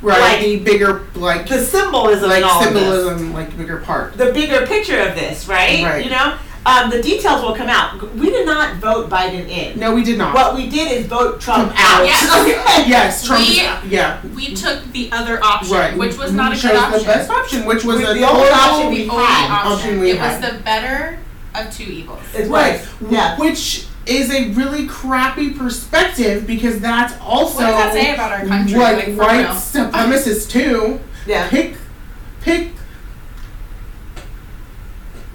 [SPEAKER 3] Right.
[SPEAKER 1] Like-
[SPEAKER 3] the bigger, like,
[SPEAKER 1] the symbolism and all
[SPEAKER 3] like
[SPEAKER 1] of this.
[SPEAKER 3] symbolism, like bigger part.
[SPEAKER 1] the bigger picture of this, right?
[SPEAKER 3] Right.
[SPEAKER 1] You know, um, the details will come out. G- We did not vote Biden in.
[SPEAKER 3] No, we did not.
[SPEAKER 1] What we did is vote Trump
[SPEAKER 3] Trump
[SPEAKER 1] out.
[SPEAKER 3] out.
[SPEAKER 1] Okay.
[SPEAKER 3] yes, Trump.
[SPEAKER 2] We-
[SPEAKER 3] yeah.
[SPEAKER 2] We took the other option,
[SPEAKER 3] Right.
[SPEAKER 2] which was
[SPEAKER 3] We
[SPEAKER 2] not a
[SPEAKER 3] chose
[SPEAKER 2] good option.
[SPEAKER 3] the best option, which was
[SPEAKER 1] We-
[SPEAKER 3] a
[SPEAKER 1] the only
[SPEAKER 3] total-
[SPEAKER 1] option
[SPEAKER 2] the
[SPEAKER 1] we
[SPEAKER 2] only
[SPEAKER 1] had.
[SPEAKER 2] option.
[SPEAKER 3] Option we
[SPEAKER 2] it
[SPEAKER 3] had.
[SPEAKER 2] was the better of two evils.
[SPEAKER 1] It's
[SPEAKER 3] Right.
[SPEAKER 1] what- Yeah.
[SPEAKER 3] Which is a really crappy perspective because that's also
[SPEAKER 2] What does that say about our country?
[SPEAKER 3] what
[SPEAKER 2] like, for
[SPEAKER 3] white
[SPEAKER 2] real.
[SPEAKER 3] supremacists too.
[SPEAKER 1] Yeah.
[SPEAKER 3] Pick, pick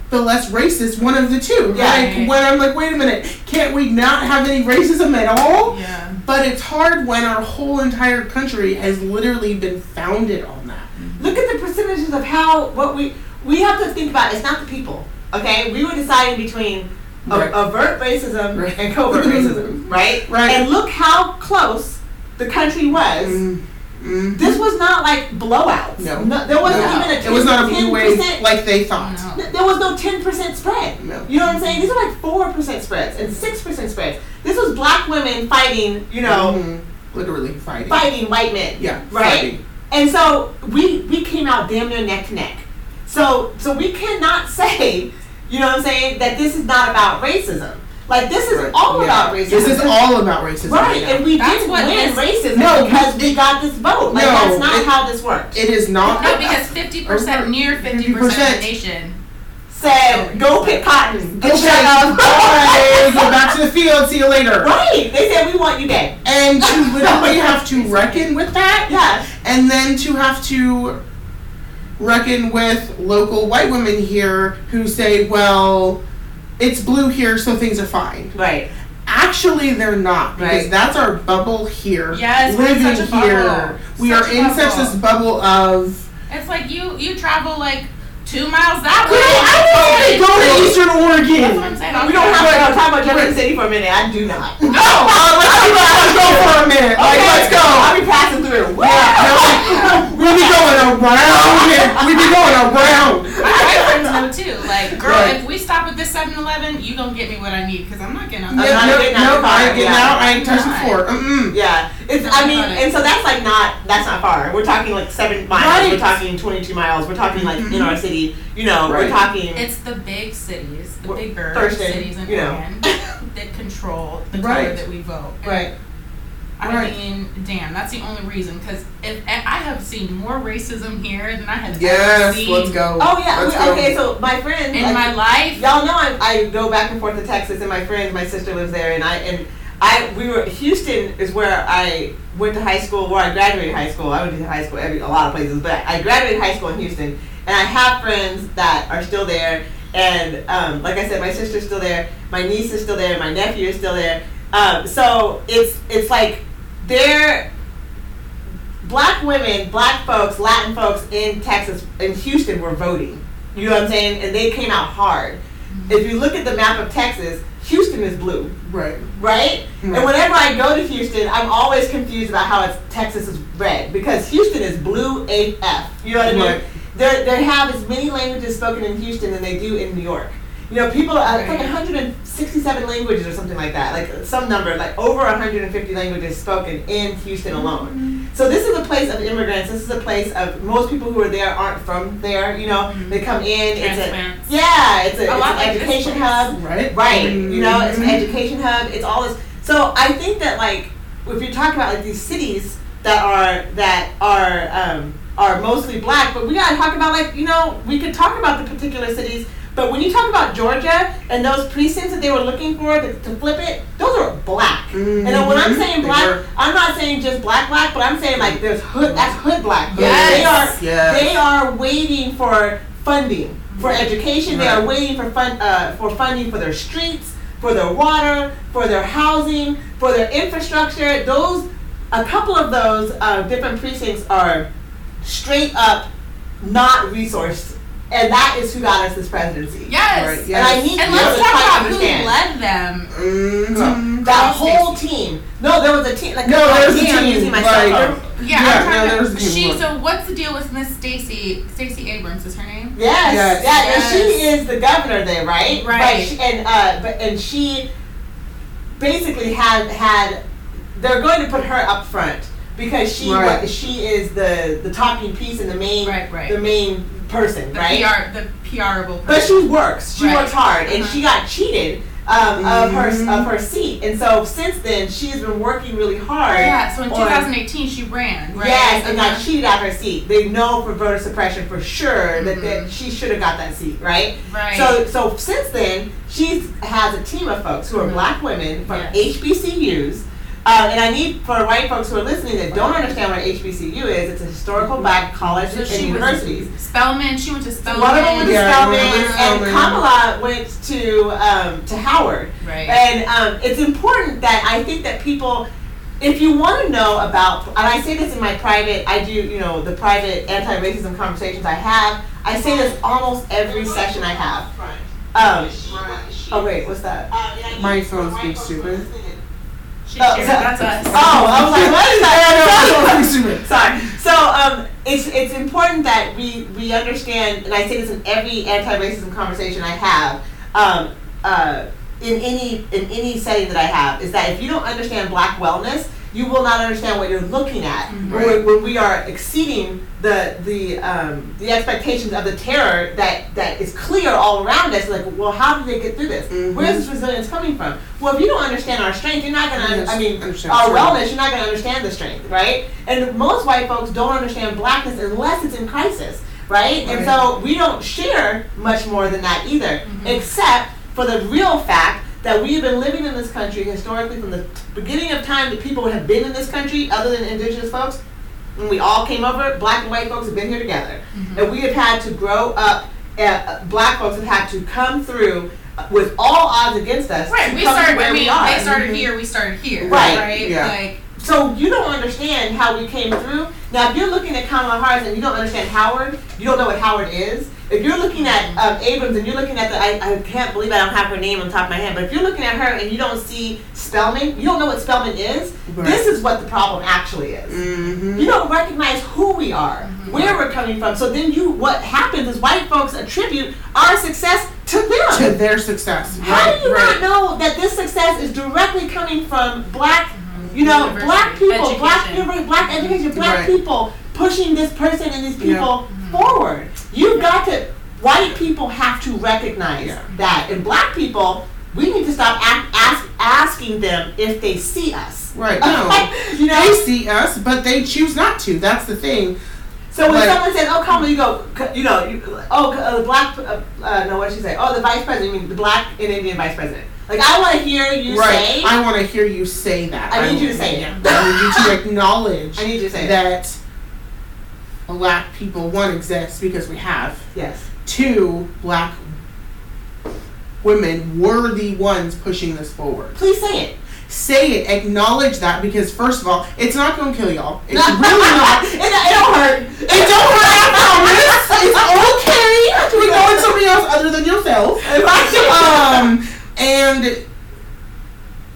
[SPEAKER 3] the less racist one of the two.
[SPEAKER 1] Yeah.
[SPEAKER 3] Like when I'm like, wait a minute, can't we not have any racism at all?
[SPEAKER 2] Yeah.
[SPEAKER 3] But it's hard when our whole entire country has literally been founded on that.
[SPEAKER 1] Look at the percentages of how what we we have to think about. It's not the people. Okay, we were deciding between a,
[SPEAKER 3] Right.
[SPEAKER 1] overt racism
[SPEAKER 3] Right.
[SPEAKER 1] and covert racism, right?
[SPEAKER 3] Right.
[SPEAKER 1] And look how close the country was.
[SPEAKER 3] Mm, mm.
[SPEAKER 1] This was not like blowouts.
[SPEAKER 3] No.
[SPEAKER 1] there wasn't
[SPEAKER 3] No.
[SPEAKER 1] even a 10,
[SPEAKER 3] it was not a blue wave
[SPEAKER 1] 10%
[SPEAKER 3] like they thought.
[SPEAKER 2] No.
[SPEAKER 1] Th- There was no ten percent spread.
[SPEAKER 3] No.
[SPEAKER 1] You know what I'm saying? These are like four percent spreads and six percent spreads. This was black women fighting, you know,
[SPEAKER 3] Mhm. literally fighting.
[SPEAKER 1] fighting white men.
[SPEAKER 3] Yeah,
[SPEAKER 1] Right?
[SPEAKER 3] fighting.
[SPEAKER 1] And so we we came out damn near neck to neck. So so we cannot say, you know what I'm saying, that this is not about racism. Like this is
[SPEAKER 3] Right.
[SPEAKER 1] all
[SPEAKER 3] Yeah.
[SPEAKER 1] about racism.
[SPEAKER 3] This is all about racism.
[SPEAKER 1] right,
[SPEAKER 3] now.
[SPEAKER 1] and we
[SPEAKER 2] That's
[SPEAKER 1] did
[SPEAKER 2] what
[SPEAKER 1] win
[SPEAKER 2] this-
[SPEAKER 1] racism
[SPEAKER 3] No,
[SPEAKER 1] because
[SPEAKER 3] it-
[SPEAKER 1] we got this vote. Like
[SPEAKER 3] No,
[SPEAKER 1] that's not
[SPEAKER 3] it-
[SPEAKER 1] how this works.
[SPEAKER 3] it is not.
[SPEAKER 2] No, because fifty percent, near fifty percent of
[SPEAKER 3] 50%.
[SPEAKER 2] the nation.
[SPEAKER 1] Said go pick cotton.
[SPEAKER 3] Go
[SPEAKER 1] Get shut
[SPEAKER 3] back-
[SPEAKER 1] up.
[SPEAKER 3] Bye, Go back to the field. See you later.
[SPEAKER 1] Right. They said we want you dead.
[SPEAKER 3] And to literally have to reckon with that,
[SPEAKER 1] Yeah.
[SPEAKER 3] and then to have to reckon with local white women here who say, "Well, it's blue here, so things are fine."
[SPEAKER 1] Right.
[SPEAKER 3] Actually, they're not because
[SPEAKER 1] Right.
[SPEAKER 3] that's our bubble here.
[SPEAKER 2] Yes, we're in
[SPEAKER 3] living
[SPEAKER 2] such a bubble.
[SPEAKER 3] here, we
[SPEAKER 2] Such
[SPEAKER 3] are
[SPEAKER 2] a
[SPEAKER 3] in such
[SPEAKER 2] bubble.
[SPEAKER 3] this bubble of.
[SPEAKER 2] It's like you you travel like two miles that
[SPEAKER 3] Girl,
[SPEAKER 2] way.
[SPEAKER 3] I
[SPEAKER 2] It's-
[SPEAKER 3] want to go to Eastern Oregon.
[SPEAKER 2] That's what I'm saying.
[SPEAKER 1] We don't have to
[SPEAKER 3] Right.
[SPEAKER 1] talk about Jefferson
[SPEAKER 3] Right. Oh,
[SPEAKER 1] City for a minute. I do not.
[SPEAKER 3] No, uh, let's talk about Chicago for a minute. Like,
[SPEAKER 1] Okay.
[SPEAKER 2] nothing, you don't get me what I need because I'm not getting out.
[SPEAKER 3] Nope,
[SPEAKER 1] not
[SPEAKER 3] nope,
[SPEAKER 1] getting out of
[SPEAKER 3] nope,
[SPEAKER 1] the
[SPEAKER 3] I
[SPEAKER 1] car,
[SPEAKER 3] ain't getting
[SPEAKER 1] yeah.
[SPEAKER 3] out, I ain't touching the
[SPEAKER 2] Not.
[SPEAKER 3] floor. Mm-mm.
[SPEAKER 1] Yeah, it's. I mean, and so that's like not that's not far. We're talking like seven miles.
[SPEAKER 3] Right.
[SPEAKER 1] We're talking twenty-two miles. We're talking like in our city. You know,
[SPEAKER 3] Right.
[SPEAKER 1] we're talking.
[SPEAKER 2] It's the big cities, the
[SPEAKER 1] Well,
[SPEAKER 2] big bird
[SPEAKER 1] first thing,
[SPEAKER 2] cities in
[SPEAKER 1] you know.
[SPEAKER 2] Oregon that control the color
[SPEAKER 3] Right.
[SPEAKER 2] that we vote. And
[SPEAKER 3] Right.
[SPEAKER 2] I
[SPEAKER 3] Right.
[SPEAKER 2] mean, damn, that's the only reason. Because if and I have seen more racism here than I have ever
[SPEAKER 3] Yes,
[SPEAKER 2] seen
[SPEAKER 3] let's go.
[SPEAKER 1] oh yeah.
[SPEAKER 3] Let's
[SPEAKER 1] we-
[SPEAKER 3] go.
[SPEAKER 1] okay, so my friend.
[SPEAKER 2] in
[SPEAKER 1] like,
[SPEAKER 2] my life.
[SPEAKER 1] y'all know I, I go back and forth to Texas, and my friend, my sister lives there, and I and I we were Houston is where I went to high school, where I graduated high school. I went to high school every a lot of places, but I graduated high school in Houston, and I have friends that are still there, and um, like I said, my sister's still there, my niece is still there, my nephew is still there. Um, so it's it's like they're black women, black folks, Latin folks in Texas, in Houston, were voting. You know what I'm saying? And they came out hard. If you look at the map of Texas, Houston is blue,
[SPEAKER 3] Right.
[SPEAKER 1] right?
[SPEAKER 3] Right.
[SPEAKER 1] And whenever I go to Houston, I'm always confused about how it's Texas is red because Houston is blue AF. You know what I mean?
[SPEAKER 3] Right.
[SPEAKER 1] They they have as many languages spoken in Houston than they do in New York. You know, people uh, it's like
[SPEAKER 2] Right.
[SPEAKER 1] 167 languages or something like that, like some number, like over 150 languages spoken in Houston
[SPEAKER 3] Mm-hmm.
[SPEAKER 1] alone. So this is a place of immigrants. This is a place of most people who are there aren't from there. You know, they
[SPEAKER 3] Mm-hmm.
[SPEAKER 1] come in. It's a,
[SPEAKER 2] Transplants.
[SPEAKER 1] yeah, it's, a, it's
[SPEAKER 2] lot
[SPEAKER 1] an
[SPEAKER 2] like this
[SPEAKER 1] education
[SPEAKER 2] place. Mm-hmm.
[SPEAKER 1] hub.
[SPEAKER 3] Right.
[SPEAKER 1] Right. You know, it's an
[SPEAKER 3] Mhm.
[SPEAKER 1] education hub. It's all this. So I think that like if you're talking about like these cities that are that are um, are mostly black, but we gotta talk about like you know we could talk about the particular cities. But when you talk about Georgia and those precincts that they were looking for to, to flip it, those are black. And when I'm
[SPEAKER 2] Mm-hmm.
[SPEAKER 3] Mhm.
[SPEAKER 1] saying
[SPEAKER 3] They were.
[SPEAKER 1] black, I'm not saying just black black, but I'm saying like there's hood. That's hood black. They are
[SPEAKER 2] Yes.
[SPEAKER 3] Yes.
[SPEAKER 1] they are waiting for funding for education. They are
[SPEAKER 3] Right.
[SPEAKER 1] waiting for fun, uh, for funding for their streets, for their water, for their housing, for their infrastructure. Those, a couple of those uh, different precincts are straight up not resourced, and that is who got us this presidency.
[SPEAKER 2] Yes.
[SPEAKER 3] Right,
[SPEAKER 1] And I
[SPEAKER 3] Yes.
[SPEAKER 1] need
[SPEAKER 2] And
[SPEAKER 1] you
[SPEAKER 2] let's
[SPEAKER 1] to
[SPEAKER 2] talk
[SPEAKER 1] try to
[SPEAKER 2] about
[SPEAKER 1] understand.
[SPEAKER 2] who led them.
[SPEAKER 3] Mhm.
[SPEAKER 1] that whole team. No, there was a team. Like,
[SPEAKER 3] No, there was a
[SPEAKER 1] yeah, I'm
[SPEAKER 3] team,
[SPEAKER 1] using my cell
[SPEAKER 3] like-
[SPEAKER 1] phone.
[SPEAKER 2] Yeah,
[SPEAKER 3] Yeah,
[SPEAKER 2] I'm
[SPEAKER 3] no,
[SPEAKER 2] trying
[SPEAKER 3] there's
[SPEAKER 2] to.
[SPEAKER 3] the
[SPEAKER 2] She.
[SPEAKER 3] one.
[SPEAKER 2] So what's the deal with Miss Stacy? Stacy Abrams is her name.
[SPEAKER 1] Yes,
[SPEAKER 3] Yes.
[SPEAKER 1] yeah, and she
[SPEAKER 2] Yes.
[SPEAKER 1] is the governor there, right?
[SPEAKER 2] Right.
[SPEAKER 1] But she, and uh, but and she basically had had they're going to put her up front because she wa-
[SPEAKER 3] Right.
[SPEAKER 1] she is the the talking piece and the main
[SPEAKER 2] Right, right.
[SPEAKER 1] the main person,
[SPEAKER 2] The
[SPEAKER 1] right?
[SPEAKER 2] PR. The PRable.
[SPEAKER 1] But
[SPEAKER 2] person.
[SPEAKER 1] she works. She
[SPEAKER 2] Right.
[SPEAKER 1] works hard, and
[SPEAKER 2] Uh-huh. Mm-hmm.
[SPEAKER 1] she got cheated um, of her of her seat, and so since then she's been working really hard.
[SPEAKER 2] Yeah. So in
[SPEAKER 1] on-
[SPEAKER 2] 2018, she ran. Right?
[SPEAKER 1] Yes, and
[SPEAKER 2] Uh-huh.
[SPEAKER 1] got cheated out of her seat. They know for voter suppression for sure that,
[SPEAKER 2] Mhm.
[SPEAKER 1] that she should have got that seat, right?
[SPEAKER 2] Right.
[SPEAKER 1] So, so since then, she has a team of folks who are
[SPEAKER 2] Mhm.
[SPEAKER 1] black women from
[SPEAKER 2] Yes.
[SPEAKER 1] HBCUs. Uh, and I need for white folks who are listening that don't understand what HBCU is, it's a historical black college
[SPEAKER 2] So
[SPEAKER 1] and
[SPEAKER 2] she
[SPEAKER 1] universities.
[SPEAKER 2] was Spellman. She went to Spellman.
[SPEAKER 1] One of them went to
[SPEAKER 3] Yeah, I
[SPEAKER 1] Spelman,
[SPEAKER 3] remember
[SPEAKER 1] and
[SPEAKER 3] Spelman.
[SPEAKER 1] Kamala went to um, to Howard.
[SPEAKER 2] Right.
[SPEAKER 1] And um, it's important that I think that people, if you want to know about, and I say this in my private, I do, you know, the private anti racism conversations I have, I say this almost every session I have. Um, oh, wait, what's that?
[SPEAKER 3] My phone's being stupid.
[SPEAKER 2] She
[SPEAKER 1] Oh,
[SPEAKER 2] shared.
[SPEAKER 1] so-
[SPEAKER 2] that's us.
[SPEAKER 1] Oh, I was like, what is that?
[SPEAKER 3] Stupid.
[SPEAKER 1] Sorry. So um, it's it's important that we we understand, and I say this in every anti-racism conversation I have, um, uh, in any in any setting that I have, is that if you don't understand Black wellness, you will not understand what you're looking at when, when we are exceeding the the um, the expectations of the terror that that is clear all around us. Like, well, how did they get through this? Where is this resilience coming from? Well, if you don't understand our strength, you're not gonna.
[SPEAKER 3] Yes,
[SPEAKER 1] I mean,
[SPEAKER 3] understand
[SPEAKER 1] our
[SPEAKER 3] strength.
[SPEAKER 1] wellness you're not going to understand the strength, right? And most white folks don't understand blackness unless it's in crisis, right? And so we don't share much more than that either,
[SPEAKER 2] Mm-hmm.
[SPEAKER 1] except for the real fact that we have been living in this country historically from the beginning of time that people have been in this country, other than indigenous folks. When we all came over, black and white folks have been here together.
[SPEAKER 2] Mm-hmm.
[SPEAKER 1] And we have had to grow up, uh, uh, black folks have had to come through uh, with all odds against us.
[SPEAKER 2] Right,
[SPEAKER 1] to
[SPEAKER 2] we
[SPEAKER 1] come to
[SPEAKER 2] started.
[SPEAKER 1] where
[SPEAKER 2] I mean,
[SPEAKER 1] we are. Mm-hmm.
[SPEAKER 2] they started here. We started here.
[SPEAKER 1] Right,
[SPEAKER 2] Right.
[SPEAKER 3] yeah.
[SPEAKER 2] Like
[SPEAKER 1] So you don't understand how we came through. Now, if you're looking at Kamala Harris and you don't understand Howard, you don't know what Howard is. If you're looking at um, Abrams and you're looking at the, I, I can't believe I don't have her name on top of my head, but if you're looking at her and you don't see Spellman, you don't know what Spellman is.
[SPEAKER 3] Right.
[SPEAKER 1] This is what the problem actually is.
[SPEAKER 3] Mm-hmm.
[SPEAKER 1] You don't recognize who we are, where we're coming from. So then you, what happens is white folks attribute our success to them.
[SPEAKER 3] to their success.
[SPEAKER 1] How
[SPEAKER 3] Right,
[SPEAKER 1] do you
[SPEAKER 3] right.
[SPEAKER 1] not know that this success is directly coming from black, you know,
[SPEAKER 2] University.
[SPEAKER 1] black people, black
[SPEAKER 2] Education.
[SPEAKER 1] university, black education, black
[SPEAKER 3] Right.
[SPEAKER 1] people pushing this person and these people forward? You've got to. White people have to recognize
[SPEAKER 3] Yeah.
[SPEAKER 1] that, and black people, we need to stop ac ask, asking them if they see us.
[SPEAKER 3] Right, no.
[SPEAKER 1] you know,
[SPEAKER 3] They see us, but they choose not to. That's the thing.
[SPEAKER 1] So when
[SPEAKER 3] Like-
[SPEAKER 1] someone says, "Oh, Kamala," you go, c- you know, you, "Oh, c- uh, the black," uh, uh, no, what did she say? "Oh, the vice president," I mean, the black and Indian vice president. Like, I want to hear you
[SPEAKER 3] right.
[SPEAKER 1] say,
[SPEAKER 3] I want to hear you say that.
[SPEAKER 1] I need you to
[SPEAKER 3] want-
[SPEAKER 1] say it.
[SPEAKER 3] yeah. I need you to acknowledge
[SPEAKER 1] "I need you to say that."
[SPEAKER 3] that black people, one, exist because we have.
[SPEAKER 1] Yes,
[SPEAKER 3] Two, black women were the ones pushing this forward.
[SPEAKER 1] please say it.
[SPEAKER 3] Say it, acknowledge that because, first of all, it's not going to kill y'all. It's really not.
[SPEAKER 1] it, it don't hurt.
[SPEAKER 3] It don't hurt, I promise. It's okay to acknowledge somebody else other than yourself. Um, and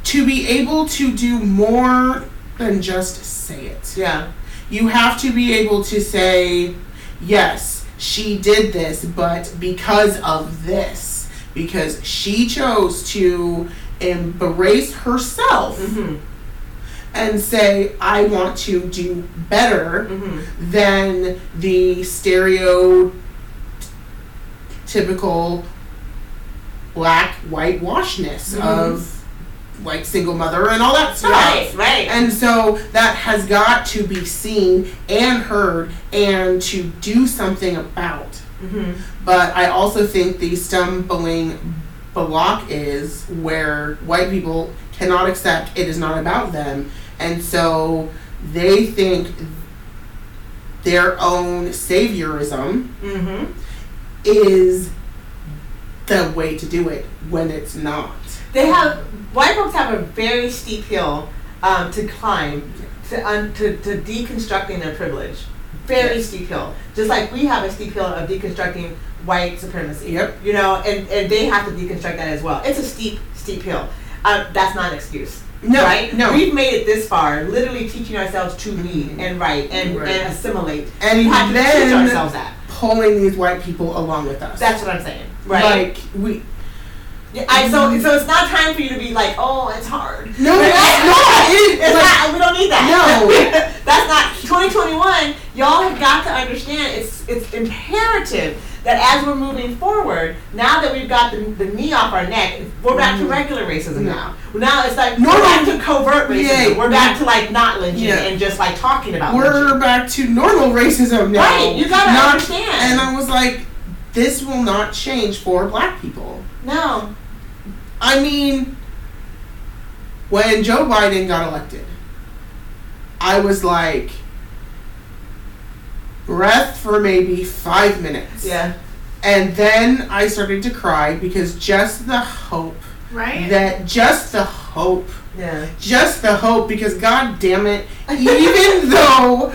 [SPEAKER 3] to be able to do more than just say it,
[SPEAKER 1] Yeah,
[SPEAKER 3] you have to be able to say, yes, she did this, but because of this, because she chose to embrace herself
[SPEAKER 1] mm-hmm.
[SPEAKER 3] and say, I want to do better
[SPEAKER 1] Mm-hmm.
[SPEAKER 3] than the stereotypical black whitewashness of like single mother and all that stuff.
[SPEAKER 1] Right, right.
[SPEAKER 3] And so that has got to be seen and heard and to do something about.
[SPEAKER 1] mm-hmm.
[SPEAKER 3] But I also think the stumbling block is where white people cannot accept it is not about them. And so they think their own saviorism
[SPEAKER 1] Mm-hmm.
[SPEAKER 3] is the way to do it when it's not.
[SPEAKER 1] They have white folks have a very steep hill um, to climb to, un, to to deconstructing their privilege. Very steep hill, just like we have a steep hill of deconstructing white supremacy.
[SPEAKER 3] Yep.
[SPEAKER 1] You know, and, and they have to deconstruct that as well. It's a steep, steep hill. Um, that's not an excuse,
[SPEAKER 3] No,
[SPEAKER 1] right?
[SPEAKER 3] no.
[SPEAKER 1] we've made it this far, literally teaching ourselves to read
[SPEAKER 3] Mhm.
[SPEAKER 1] and write and,
[SPEAKER 3] Right.
[SPEAKER 1] and assimilate. We have to teach
[SPEAKER 3] and then
[SPEAKER 1] ourselves that.
[SPEAKER 3] pulling these white people along with us.
[SPEAKER 1] That's what I'm saying, right?
[SPEAKER 3] Like we
[SPEAKER 1] Yeah, I, so, so it's not time for you to be like, oh, it's hard.
[SPEAKER 3] No,
[SPEAKER 1] Right?
[SPEAKER 3] it's not. It-
[SPEAKER 1] It's
[SPEAKER 3] like-
[SPEAKER 1] not. We don't need that.
[SPEAKER 3] No.
[SPEAKER 1] that's not 2021. Y'all have got to understand. It's it's imperative that as we're moving forward, now that we've got the, the knee off our neck, we're back to
[SPEAKER 3] Mhm.
[SPEAKER 1] regular racism
[SPEAKER 3] Yeah.
[SPEAKER 1] now. Now it's like
[SPEAKER 3] Normal-
[SPEAKER 1] we're back to covert racism.
[SPEAKER 3] Yeah.
[SPEAKER 1] We're back to like not lynching
[SPEAKER 3] Yeah.
[SPEAKER 1] and just like talking about
[SPEAKER 3] we're
[SPEAKER 1] lynching.
[SPEAKER 3] back to normal racism now.
[SPEAKER 1] Oh, Right, you gotta
[SPEAKER 3] Not-
[SPEAKER 1] understand.
[SPEAKER 3] And I was like, this will not change for black people.
[SPEAKER 1] no.
[SPEAKER 3] I mean, when Joe Biden got elected, I was like, breath for maybe five minutes.
[SPEAKER 1] Yeah.
[SPEAKER 3] And then I started to cry because just the hope
[SPEAKER 2] Right?
[SPEAKER 3] that, just the hope,
[SPEAKER 1] Yeah.
[SPEAKER 3] just the hope, because god damn it, even though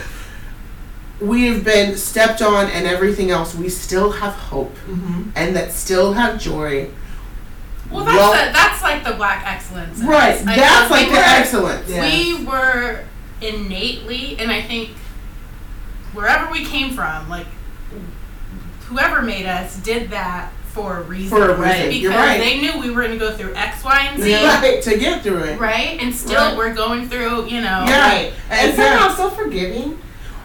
[SPEAKER 3] we have been stepped on and everything else, we still have hope
[SPEAKER 1] hmm
[SPEAKER 3] and that still have joy.
[SPEAKER 2] well, that's,
[SPEAKER 3] Well-
[SPEAKER 2] the, that's like the black excellence. in
[SPEAKER 3] Right,
[SPEAKER 2] us. I mean,
[SPEAKER 3] that's like
[SPEAKER 2] we
[SPEAKER 3] the
[SPEAKER 2] were-
[SPEAKER 3] excellence.
[SPEAKER 1] Yeah.
[SPEAKER 2] We were innately, and I think wherever we came from, like whoever made us did that for a reason.
[SPEAKER 3] For a
[SPEAKER 1] Right.
[SPEAKER 3] reason.
[SPEAKER 2] Because
[SPEAKER 3] You're right.
[SPEAKER 2] they knew we were going to go through X, Y, and Z,
[SPEAKER 1] Yeah.
[SPEAKER 3] Right, to get through it.
[SPEAKER 2] right? And still
[SPEAKER 1] Right.
[SPEAKER 2] we're going through, you know.
[SPEAKER 3] Yeah.
[SPEAKER 1] Right. And
[SPEAKER 3] And
[SPEAKER 1] somehow so forgiving.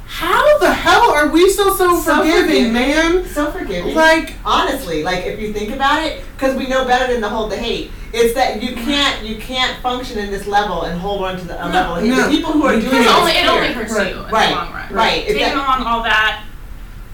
[SPEAKER 3] How the hell are we still so,
[SPEAKER 1] So
[SPEAKER 3] forgiving,
[SPEAKER 1] forgiving.
[SPEAKER 3] man?
[SPEAKER 1] So forgiving.
[SPEAKER 3] Like,
[SPEAKER 1] honestly like if you think about it because we know better than to hold the hate it's that you can't you can't function in this level and hold on to the a
[SPEAKER 2] No,
[SPEAKER 1] level of hate
[SPEAKER 3] no.
[SPEAKER 1] the people who are
[SPEAKER 3] You
[SPEAKER 1] doing
[SPEAKER 3] can't.
[SPEAKER 2] It
[SPEAKER 1] it
[SPEAKER 2] only,
[SPEAKER 1] is
[SPEAKER 2] it only
[SPEAKER 1] clear.
[SPEAKER 2] hurts
[SPEAKER 3] Right.
[SPEAKER 2] you in
[SPEAKER 1] Right.
[SPEAKER 2] the long run.
[SPEAKER 1] Right. If
[SPEAKER 2] Taking
[SPEAKER 1] that-
[SPEAKER 2] along all that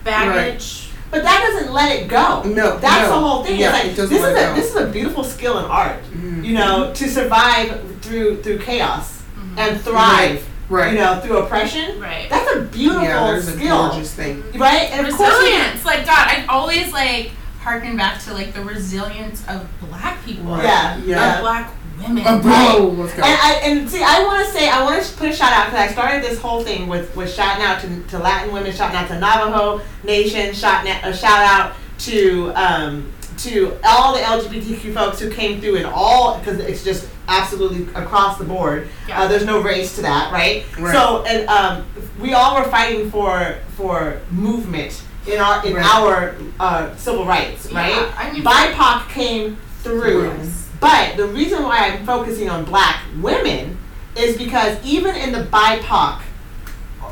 [SPEAKER 2] baggage.
[SPEAKER 1] but that doesn't let it go
[SPEAKER 3] No,
[SPEAKER 1] that's
[SPEAKER 3] no.
[SPEAKER 1] the whole thing
[SPEAKER 3] Yeah,
[SPEAKER 1] it's
[SPEAKER 3] it
[SPEAKER 1] like
[SPEAKER 3] doesn't
[SPEAKER 1] this is
[SPEAKER 3] let
[SPEAKER 1] a
[SPEAKER 3] it go.
[SPEAKER 1] this is a beautiful skill in art
[SPEAKER 3] Mhm.
[SPEAKER 1] you know to survive through through chaos
[SPEAKER 2] Mhm.
[SPEAKER 1] and thrive
[SPEAKER 3] right.
[SPEAKER 1] you know through oppression
[SPEAKER 2] Right.
[SPEAKER 1] that's a beautiful
[SPEAKER 3] yeah, there's a
[SPEAKER 1] skill
[SPEAKER 3] gorgeous thing.
[SPEAKER 1] right and of course you-
[SPEAKER 2] resilience. Like God, I always like harken back to like the resilience of black people.
[SPEAKER 3] Right.
[SPEAKER 1] yeah
[SPEAKER 3] Yeah.
[SPEAKER 2] Of black women.
[SPEAKER 3] A bro, let's go.
[SPEAKER 1] And, I, and see, I want to say, I want to put a shout out because I started this whole thing with, with shouting out to, to Latin women, shouting out to Navajo Nation, shout, na- a shout out to um, to all the LGBTQ folks who came through and all, because it's just absolutely across the board.
[SPEAKER 2] Yeah.
[SPEAKER 1] Uh, there's no race to that, right?
[SPEAKER 3] Right.
[SPEAKER 1] So, and um, we all were fighting for for movement in our in
[SPEAKER 3] Right.
[SPEAKER 1] our uh, civil rights,
[SPEAKER 2] Yeah,
[SPEAKER 1] right?
[SPEAKER 2] I mean,
[SPEAKER 1] BIPOC came through.
[SPEAKER 2] Yes.
[SPEAKER 1] But the reason why I'm focusing on black women is because even in the BIPOC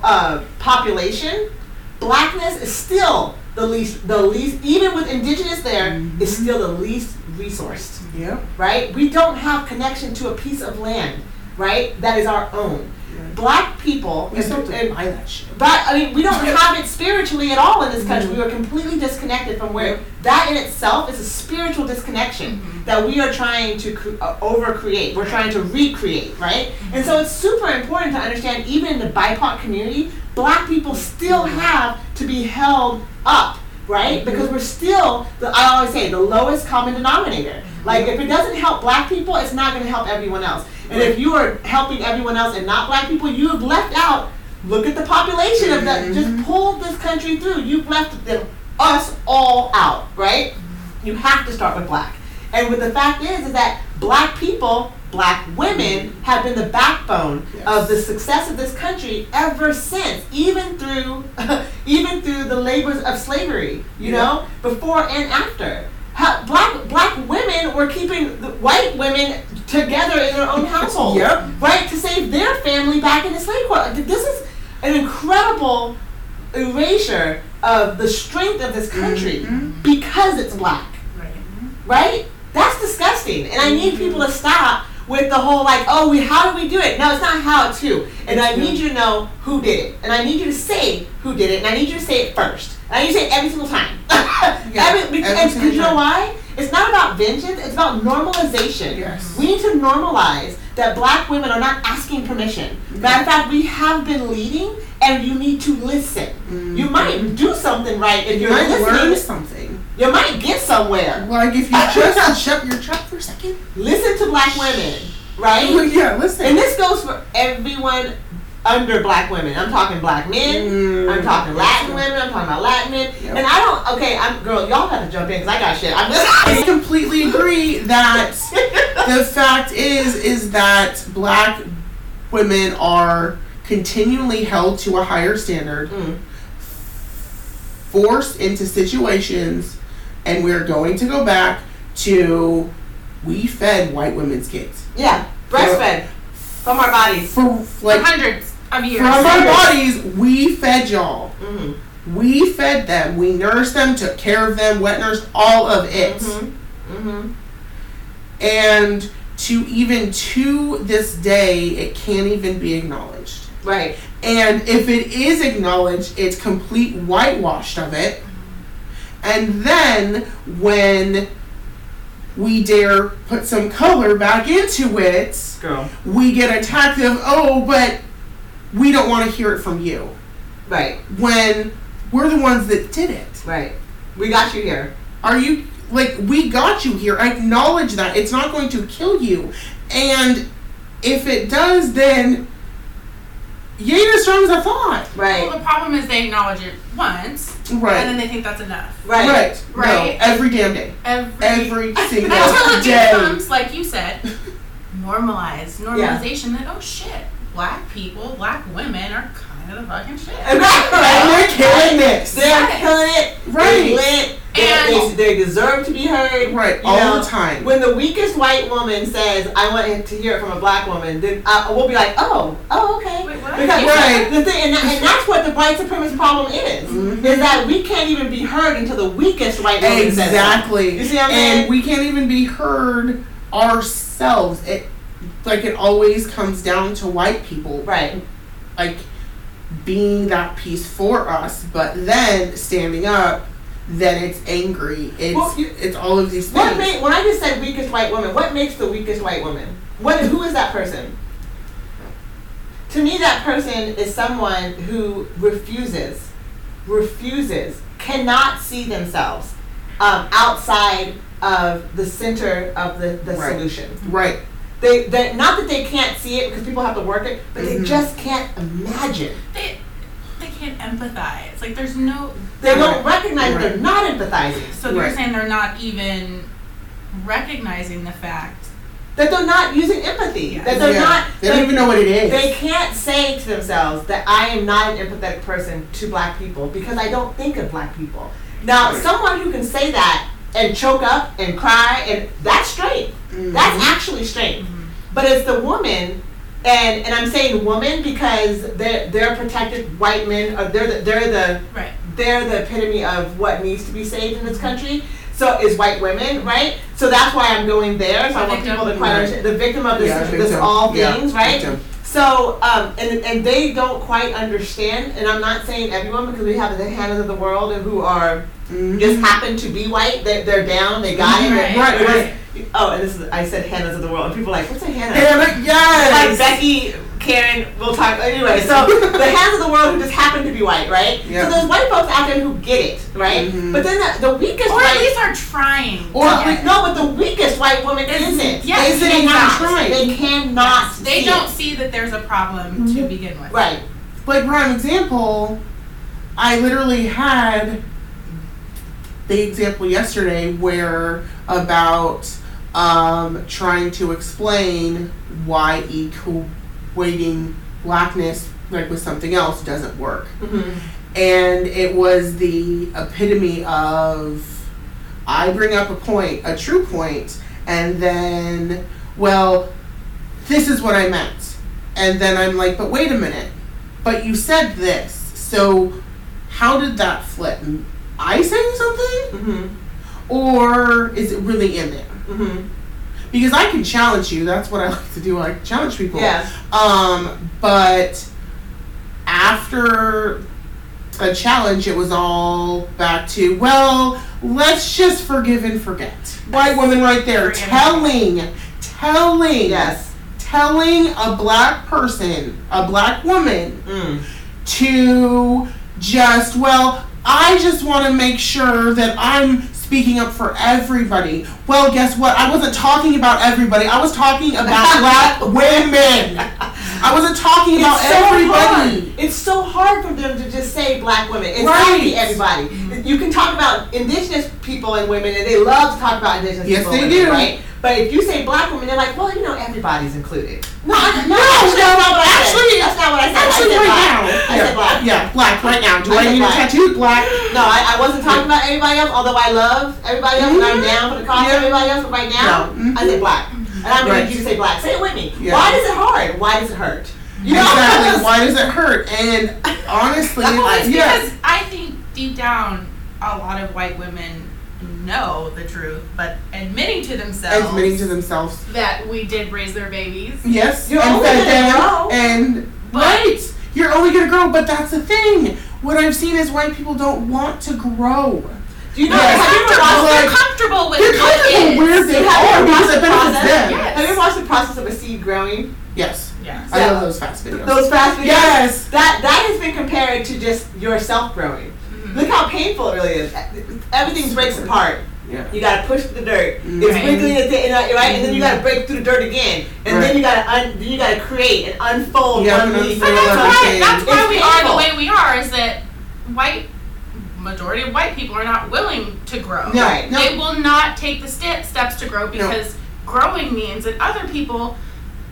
[SPEAKER 1] uh, population, blackness is still the least, the least, even with indigenous there, is
[SPEAKER 3] Mm-hmm.
[SPEAKER 1] still the least resourced,
[SPEAKER 3] Yep.
[SPEAKER 1] right? We don't have connection to a piece of land, right? That is our own.
[SPEAKER 3] Right.
[SPEAKER 1] Black people,
[SPEAKER 3] We still
[SPEAKER 1] and-
[SPEAKER 3] have
[SPEAKER 1] and
[SPEAKER 3] to buy that shit.
[SPEAKER 1] but I mean, we don't have it spiritually at all in this country. We are completely disconnected from where that in itself is a spiritual disconnection that we are trying to cre- uh, over create. We're trying to recreate, right? And so it's super important to understand, even in the BIPOC community, black people still have to be held up. Right, because we're still the I always say the lowest common denominator. Like if it doesn't help black people, it's not going to help everyone else. And if you are helping everyone else and not black people, you have left out Look at the population of that. Just pulled this country through. You've left them, us all out, right? You have to start with black. And what the fact is, is that black people, black women, have been the backbone of the success of this country ever since, even through, even through the labors of slavery. You know, before and after. How, black black women were keeping the white women together in their own households
[SPEAKER 3] Yep.
[SPEAKER 1] right to save their family back in the slave court. This is an incredible erasure of the strength of this country because it's black,
[SPEAKER 2] Right.
[SPEAKER 1] right? That's disgusting, and I
[SPEAKER 3] Mm-hmm.
[SPEAKER 1] need people to stop with the whole like, oh, we how do we do it? No, it's not how to, and I need you to know who did it, and I need you to say who did it, and I need you to say it first, and I need you to say it every single time. every, because
[SPEAKER 3] every single
[SPEAKER 1] because you know
[SPEAKER 3] time.
[SPEAKER 1] why? It's not about vengeance. It's about normalization.
[SPEAKER 3] Yes.
[SPEAKER 1] We need to normalize that black women are not asking permission.
[SPEAKER 3] Mm-hmm.
[SPEAKER 1] Matter of fact, we have been leading, and you need to listen. You might do something right if
[SPEAKER 3] Mm-hmm. You
[SPEAKER 1] you're
[SPEAKER 3] might learn
[SPEAKER 1] listening.
[SPEAKER 3] something.
[SPEAKER 1] You might get somewhere.
[SPEAKER 3] Like if you just shut your trap for a second.
[SPEAKER 1] Listen to black women, right?
[SPEAKER 3] yeah, listen.
[SPEAKER 1] And this goes for everyone under black women. I'm talking black men. I'm talking Latin women. I'm talking about Latin men.
[SPEAKER 3] Yep.
[SPEAKER 1] And I don't. Okay, I'm girl. Y'all have to jump in because I got shit. I'm
[SPEAKER 3] I
[SPEAKER 1] just.
[SPEAKER 3] completely agree that the fact is is that black women are continually held to a higher standard,
[SPEAKER 1] Mm.
[SPEAKER 3] forced into situations, and we're going to go back to we fed white women's kids.
[SPEAKER 1] Yeah, breastfed from our bodies.
[SPEAKER 3] For like
[SPEAKER 2] For hundreds of years.
[SPEAKER 3] from our bodies, we fed y'all.
[SPEAKER 1] Mm-hmm.
[SPEAKER 3] We fed them, we nursed them, took care of them, wet nursed all of it.
[SPEAKER 1] Mm-hmm.
[SPEAKER 3] And to even to this day, it can't even be acknowledged.
[SPEAKER 1] Right.
[SPEAKER 3] And if it is acknowledged, it's complete whitewashed of it. And then when we dare put some color back into it,
[SPEAKER 1] Girl.
[SPEAKER 3] we get attacked of, oh, but we don't want to hear it from you.
[SPEAKER 1] Right.
[SPEAKER 3] When we're the ones that did it.
[SPEAKER 1] Right. We got you here.
[SPEAKER 3] Are you like we got you here? Acknowledge that it's not going to kill you, and if it does, then you ain't as strong as I thought.
[SPEAKER 2] Well,
[SPEAKER 1] Right.
[SPEAKER 2] the problem is they acknowledge it once, and then
[SPEAKER 3] Right.
[SPEAKER 2] they think that's enough.
[SPEAKER 1] Right.
[SPEAKER 3] Right.
[SPEAKER 2] Right.
[SPEAKER 3] No, every damn day.
[SPEAKER 2] Every,
[SPEAKER 3] Every single
[SPEAKER 2] until it
[SPEAKER 3] day.
[SPEAKER 2] becomes, like you said, normalized, normalization that oh shit, black people, black women are kind of the fucking shit.
[SPEAKER 3] And
[SPEAKER 1] Right.
[SPEAKER 3] we're killing this.
[SPEAKER 1] They're killing it. They
[SPEAKER 3] Right.
[SPEAKER 1] lit. They, they,
[SPEAKER 2] And-
[SPEAKER 1] they deserve to be heard.
[SPEAKER 3] Right.
[SPEAKER 1] You
[SPEAKER 3] All
[SPEAKER 1] know,
[SPEAKER 3] the time.
[SPEAKER 1] When the weakest white woman says, "I want to hear it from a black woman," then I, we'll be like, "Oh, oh, okay."
[SPEAKER 2] Wait, what?
[SPEAKER 1] Because
[SPEAKER 3] Right.
[SPEAKER 1] the thing, and, that, and that's what the white supremacist problem is, is
[SPEAKER 2] Mm-hmm.
[SPEAKER 1] that we can't even be heard until the weakest white woman says something.
[SPEAKER 3] Exactly.
[SPEAKER 1] You see what I'm
[SPEAKER 3] and
[SPEAKER 1] saying?
[SPEAKER 3] we can't even be heard ourselves. It like it always comes down to white people.
[SPEAKER 1] Right.
[SPEAKER 3] like being that piece for us, but then standing up, then it's angry. It's
[SPEAKER 1] Well, you-
[SPEAKER 3] it's all of these
[SPEAKER 1] What
[SPEAKER 3] things.
[SPEAKER 1] made, when I just said weakest white woman, what makes the weakest white woman? What who is that person? To me, that person is someone who refuses, refuses, cannot see themselves um, outside of the center of the, the
[SPEAKER 3] Right.
[SPEAKER 1] solution.
[SPEAKER 3] right.
[SPEAKER 1] They, they not that they can't see it because people have to work it, but they
[SPEAKER 3] Mhm.
[SPEAKER 1] just can't imagine.
[SPEAKER 2] They they can't empathize. Like there's no
[SPEAKER 1] They don't
[SPEAKER 3] Right.
[SPEAKER 1] recognize they're
[SPEAKER 3] Right.
[SPEAKER 1] not empathizing.
[SPEAKER 2] so they're
[SPEAKER 3] Right.
[SPEAKER 2] saying they're not even recognizing the fact
[SPEAKER 1] that they're not using empathy.
[SPEAKER 2] Yeah.
[SPEAKER 1] That they're
[SPEAKER 3] Yeah.
[SPEAKER 1] not.
[SPEAKER 3] They don't even know what it is.
[SPEAKER 1] They can't say to themselves that I am not an empathetic person to black people because I don't think of black people. Now, someone who can say that and choke up and cry and that's straight.
[SPEAKER 3] Mm. Mm-hmm.
[SPEAKER 1] That's actually straight. But it's the woman, and and I'm saying woman because they're they're protected white men. Or they're the, they're the
[SPEAKER 2] Right.
[SPEAKER 1] they're the epitome of what needs to be saved in this country. So is white women, right? So that's why I'm going there. So I want
[SPEAKER 2] Victim.
[SPEAKER 1] people to quite understand the victim of this,
[SPEAKER 3] Yeah,
[SPEAKER 1] this
[SPEAKER 3] victim.
[SPEAKER 1] all
[SPEAKER 3] Yeah,
[SPEAKER 1] things, right?
[SPEAKER 3] victim.
[SPEAKER 1] So um, and and they don't quite understand. And I'm not saying everyone because we have the Hannahs of the world and who are
[SPEAKER 3] Mhm.
[SPEAKER 1] just happen to be white. They, they're down. They got it.
[SPEAKER 2] Mm-hmm. Right,
[SPEAKER 1] They're- they're
[SPEAKER 3] right.
[SPEAKER 1] just- Oh, and this is I said Hannahs of the world, and people are like, what's a Hannah?
[SPEAKER 3] Hannah,
[SPEAKER 1] like
[SPEAKER 3] yes.
[SPEAKER 1] Becky, Karen, we'll talk anyway. So the hands of the world who just happen to be white, right?
[SPEAKER 3] Yeah.
[SPEAKER 1] So there's white folks out there who get it, right?
[SPEAKER 3] Mhm.
[SPEAKER 1] But then the, the weakest
[SPEAKER 2] Mm-hmm. Or at
[SPEAKER 1] white
[SPEAKER 2] least are trying.
[SPEAKER 1] or
[SPEAKER 3] Or
[SPEAKER 2] to get
[SPEAKER 1] we- no, but the weakest white woman isn't.
[SPEAKER 2] yeah,
[SPEAKER 1] isn't
[SPEAKER 2] they
[SPEAKER 1] not
[SPEAKER 2] cannot.
[SPEAKER 1] trying. They cannot.
[SPEAKER 2] it. They
[SPEAKER 1] see
[SPEAKER 2] don't
[SPEAKER 1] it. Mm-hmm.
[SPEAKER 2] see that there's a problem to begin with.
[SPEAKER 1] Right.
[SPEAKER 3] Like prime example, I literally had the example yesterday where about um, trying to explain why equating blackness like with something else doesn't work.
[SPEAKER 2] Mm-hmm.
[SPEAKER 3] and it was the epitome of I bring up a point, a true point, and then, well, this is what I meant. And then I'm like, but wait a minute, but you said this. So how did that flip? Am I saying something?
[SPEAKER 1] Mm-hmm.
[SPEAKER 3] Or is it really in there?
[SPEAKER 1] Mm-hmm.
[SPEAKER 3] Because I can challenge you. That's what I like to do. I challenge people.
[SPEAKER 1] Yeah.
[SPEAKER 3] Um, but after a challenge, it was all back to, well, let's just forgive and forget. White woman right there
[SPEAKER 2] Forgive
[SPEAKER 3] telling, telling,
[SPEAKER 1] Yes.
[SPEAKER 3] telling a black person, a black woman,
[SPEAKER 1] Mm.
[SPEAKER 3] to just, well, I just want to make sure that I'm speaking up for everybody. Well, guess what? I wasn't talking about everybody. I was talking about black women. I wasn't talking
[SPEAKER 1] It's
[SPEAKER 3] about
[SPEAKER 1] so
[SPEAKER 3] everybody.
[SPEAKER 1] hard. It's so hard for them to just say black women. It's
[SPEAKER 3] Right. Mm-hmm.
[SPEAKER 1] not to be everybody. You can talk about indigenous people and women, and they love to talk about indigenous
[SPEAKER 3] Yes,
[SPEAKER 1] people.
[SPEAKER 3] they
[SPEAKER 1] and women,
[SPEAKER 3] do.
[SPEAKER 1] Right? But if you say black women, they're like, well, you know, everybody's included. No, I-
[SPEAKER 3] No,
[SPEAKER 1] that's
[SPEAKER 3] no,
[SPEAKER 1] not what I said.
[SPEAKER 3] actually-
[SPEAKER 1] that's not what I said.
[SPEAKER 3] Actually,
[SPEAKER 1] I said
[SPEAKER 3] right
[SPEAKER 1] black.
[SPEAKER 3] now.
[SPEAKER 1] I
[SPEAKER 3] yeah,
[SPEAKER 1] said black.
[SPEAKER 3] Yeah, black right now. Do
[SPEAKER 1] I
[SPEAKER 3] I,
[SPEAKER 1] said
[SPEAKER 3] need
[SPEAKER 1] black.
[SPEAKER 3] a tattoo? Black.
[SPEAKER 1] No, I, I wasn't talking about everybody else, although I love everybody else and I'm
[SPEAKER 3] Mhm.
[SPEAKER 1] down for the cause
[SPEAKER 3] Yeah.
[SPEAKER 1] of everybody else, but right now,
[SPEAKER 3] No. Mhm.
[SPEAKER 1] I said black. And I'm going
[SPEAKER 3] Right.
[SPEAKER 1] to you to say black. Say it with me.
[SPEAKER 3] Yeah.
[SPEAKER 1] Why does it hurt? Why does it hurt? You know?
[SPEAKER 3] Exactly. Why does it hurt? And honestly,
[SPEAKER 2] Well, it's
[SPEAKER 3] yeah.
[SPEAKER 2] because I think deep down, a lot of white women know the truth, but admitting to themselves
[SPEAKER 3] Admitting to themselves.
[SPEAKER 2] that we did raise their babies.
[SPEAKER 3] Yes.
[SPEAKER 1] You're
[SPEAKER 3] and
[SPEAKER 1] only
[SPEAKER 3] fed
[SPEAKER 1] gonna
[SPEAKER 3] them,
[SPEAKER 1] grow.
[SPEAKER 3] And
[SPEAKER 2] But-
[SPEAKER 3] right. You're only gonna grow, but that's the thing. What I've seen is white people don't want to grow.
[SPEAKER 1] Do you know?
[SPEAKER 3] Yes.
[SPEAKER 1] Have you ever watched
[SPEAKER 3] Like,
[SPEAKER 2] they're comfortable with
[SPEAKER 3] They're
[SPEAKER 2] what
[SPEAKER 3] comfortable
[SPEAKER 2] is.
[SPEAKER 3] where they
[SPEAKER 1] You have
[SPEAKER 3] are
[SPEAKER 1] to
[SPEAKER 3] because it
[SPEAKER 1] watch the
[SPEAKER 3] benefits
[SPEAKER 1] process.
[SPEAKER 3] them.
[SPEAKER 2] Yes.
[SPEAKER 1] Have you ever watched the process of a seed growing?
[SPEAKER 3] Yes.
[SPEAKER 2] Yes.
[SPEAKER 3] I
[SPEAKER 1] Yeah.
[SPEAKER 3] love those fast videos.
[SPEAKER 1] Those fast videos.
[SPEAKER 3] Yes.
[SPEAKER 1] That that has been compared to just yourself growing.
[SPEAKER 3] Mm-hmm.
[SPEAKER 2] Mhm.
[SPEAKER 1] Look how painful it really is. Everything breaks apart.
[SPEAKER 3] yeah.
[SPEAKER 1] You gotta push the dirt. It's
[SPEAKER 2] Right.
[SPEAKER 1] wiggling at the end, right? And then you gotta break through the dirt again. And
[SPEAKER 3] Mm-hmm. Right.
[SPEAKER 1] then you gotta un, then you gotta create and unfold
[SPEAKER 3] Yeah,
[SPEAKER 1] one
[SPEAKER 3] and
[SPEAKER 1] leaf.
[SPEAKER 3] unfold
[SPEAKER 1] at a
[SPEAKER 3] another
[SPEAKER 1] time.
[SPEAKER 3] thing.
[SPEAKER 2] Right, that's why
[SPEAKER 1] It's
[SPEAKER 2] we are
[SPEAKER 1] painful.
[SPEAKER 2] the way we are. Is that white majority of white people are not willing to grow.
[SPEAKER 3] No,
[SPEAKER 1] Right.
[SPEAKER 3] no.
[SPEAKER 2] They will not take the st- steps to grow because growing means that other people,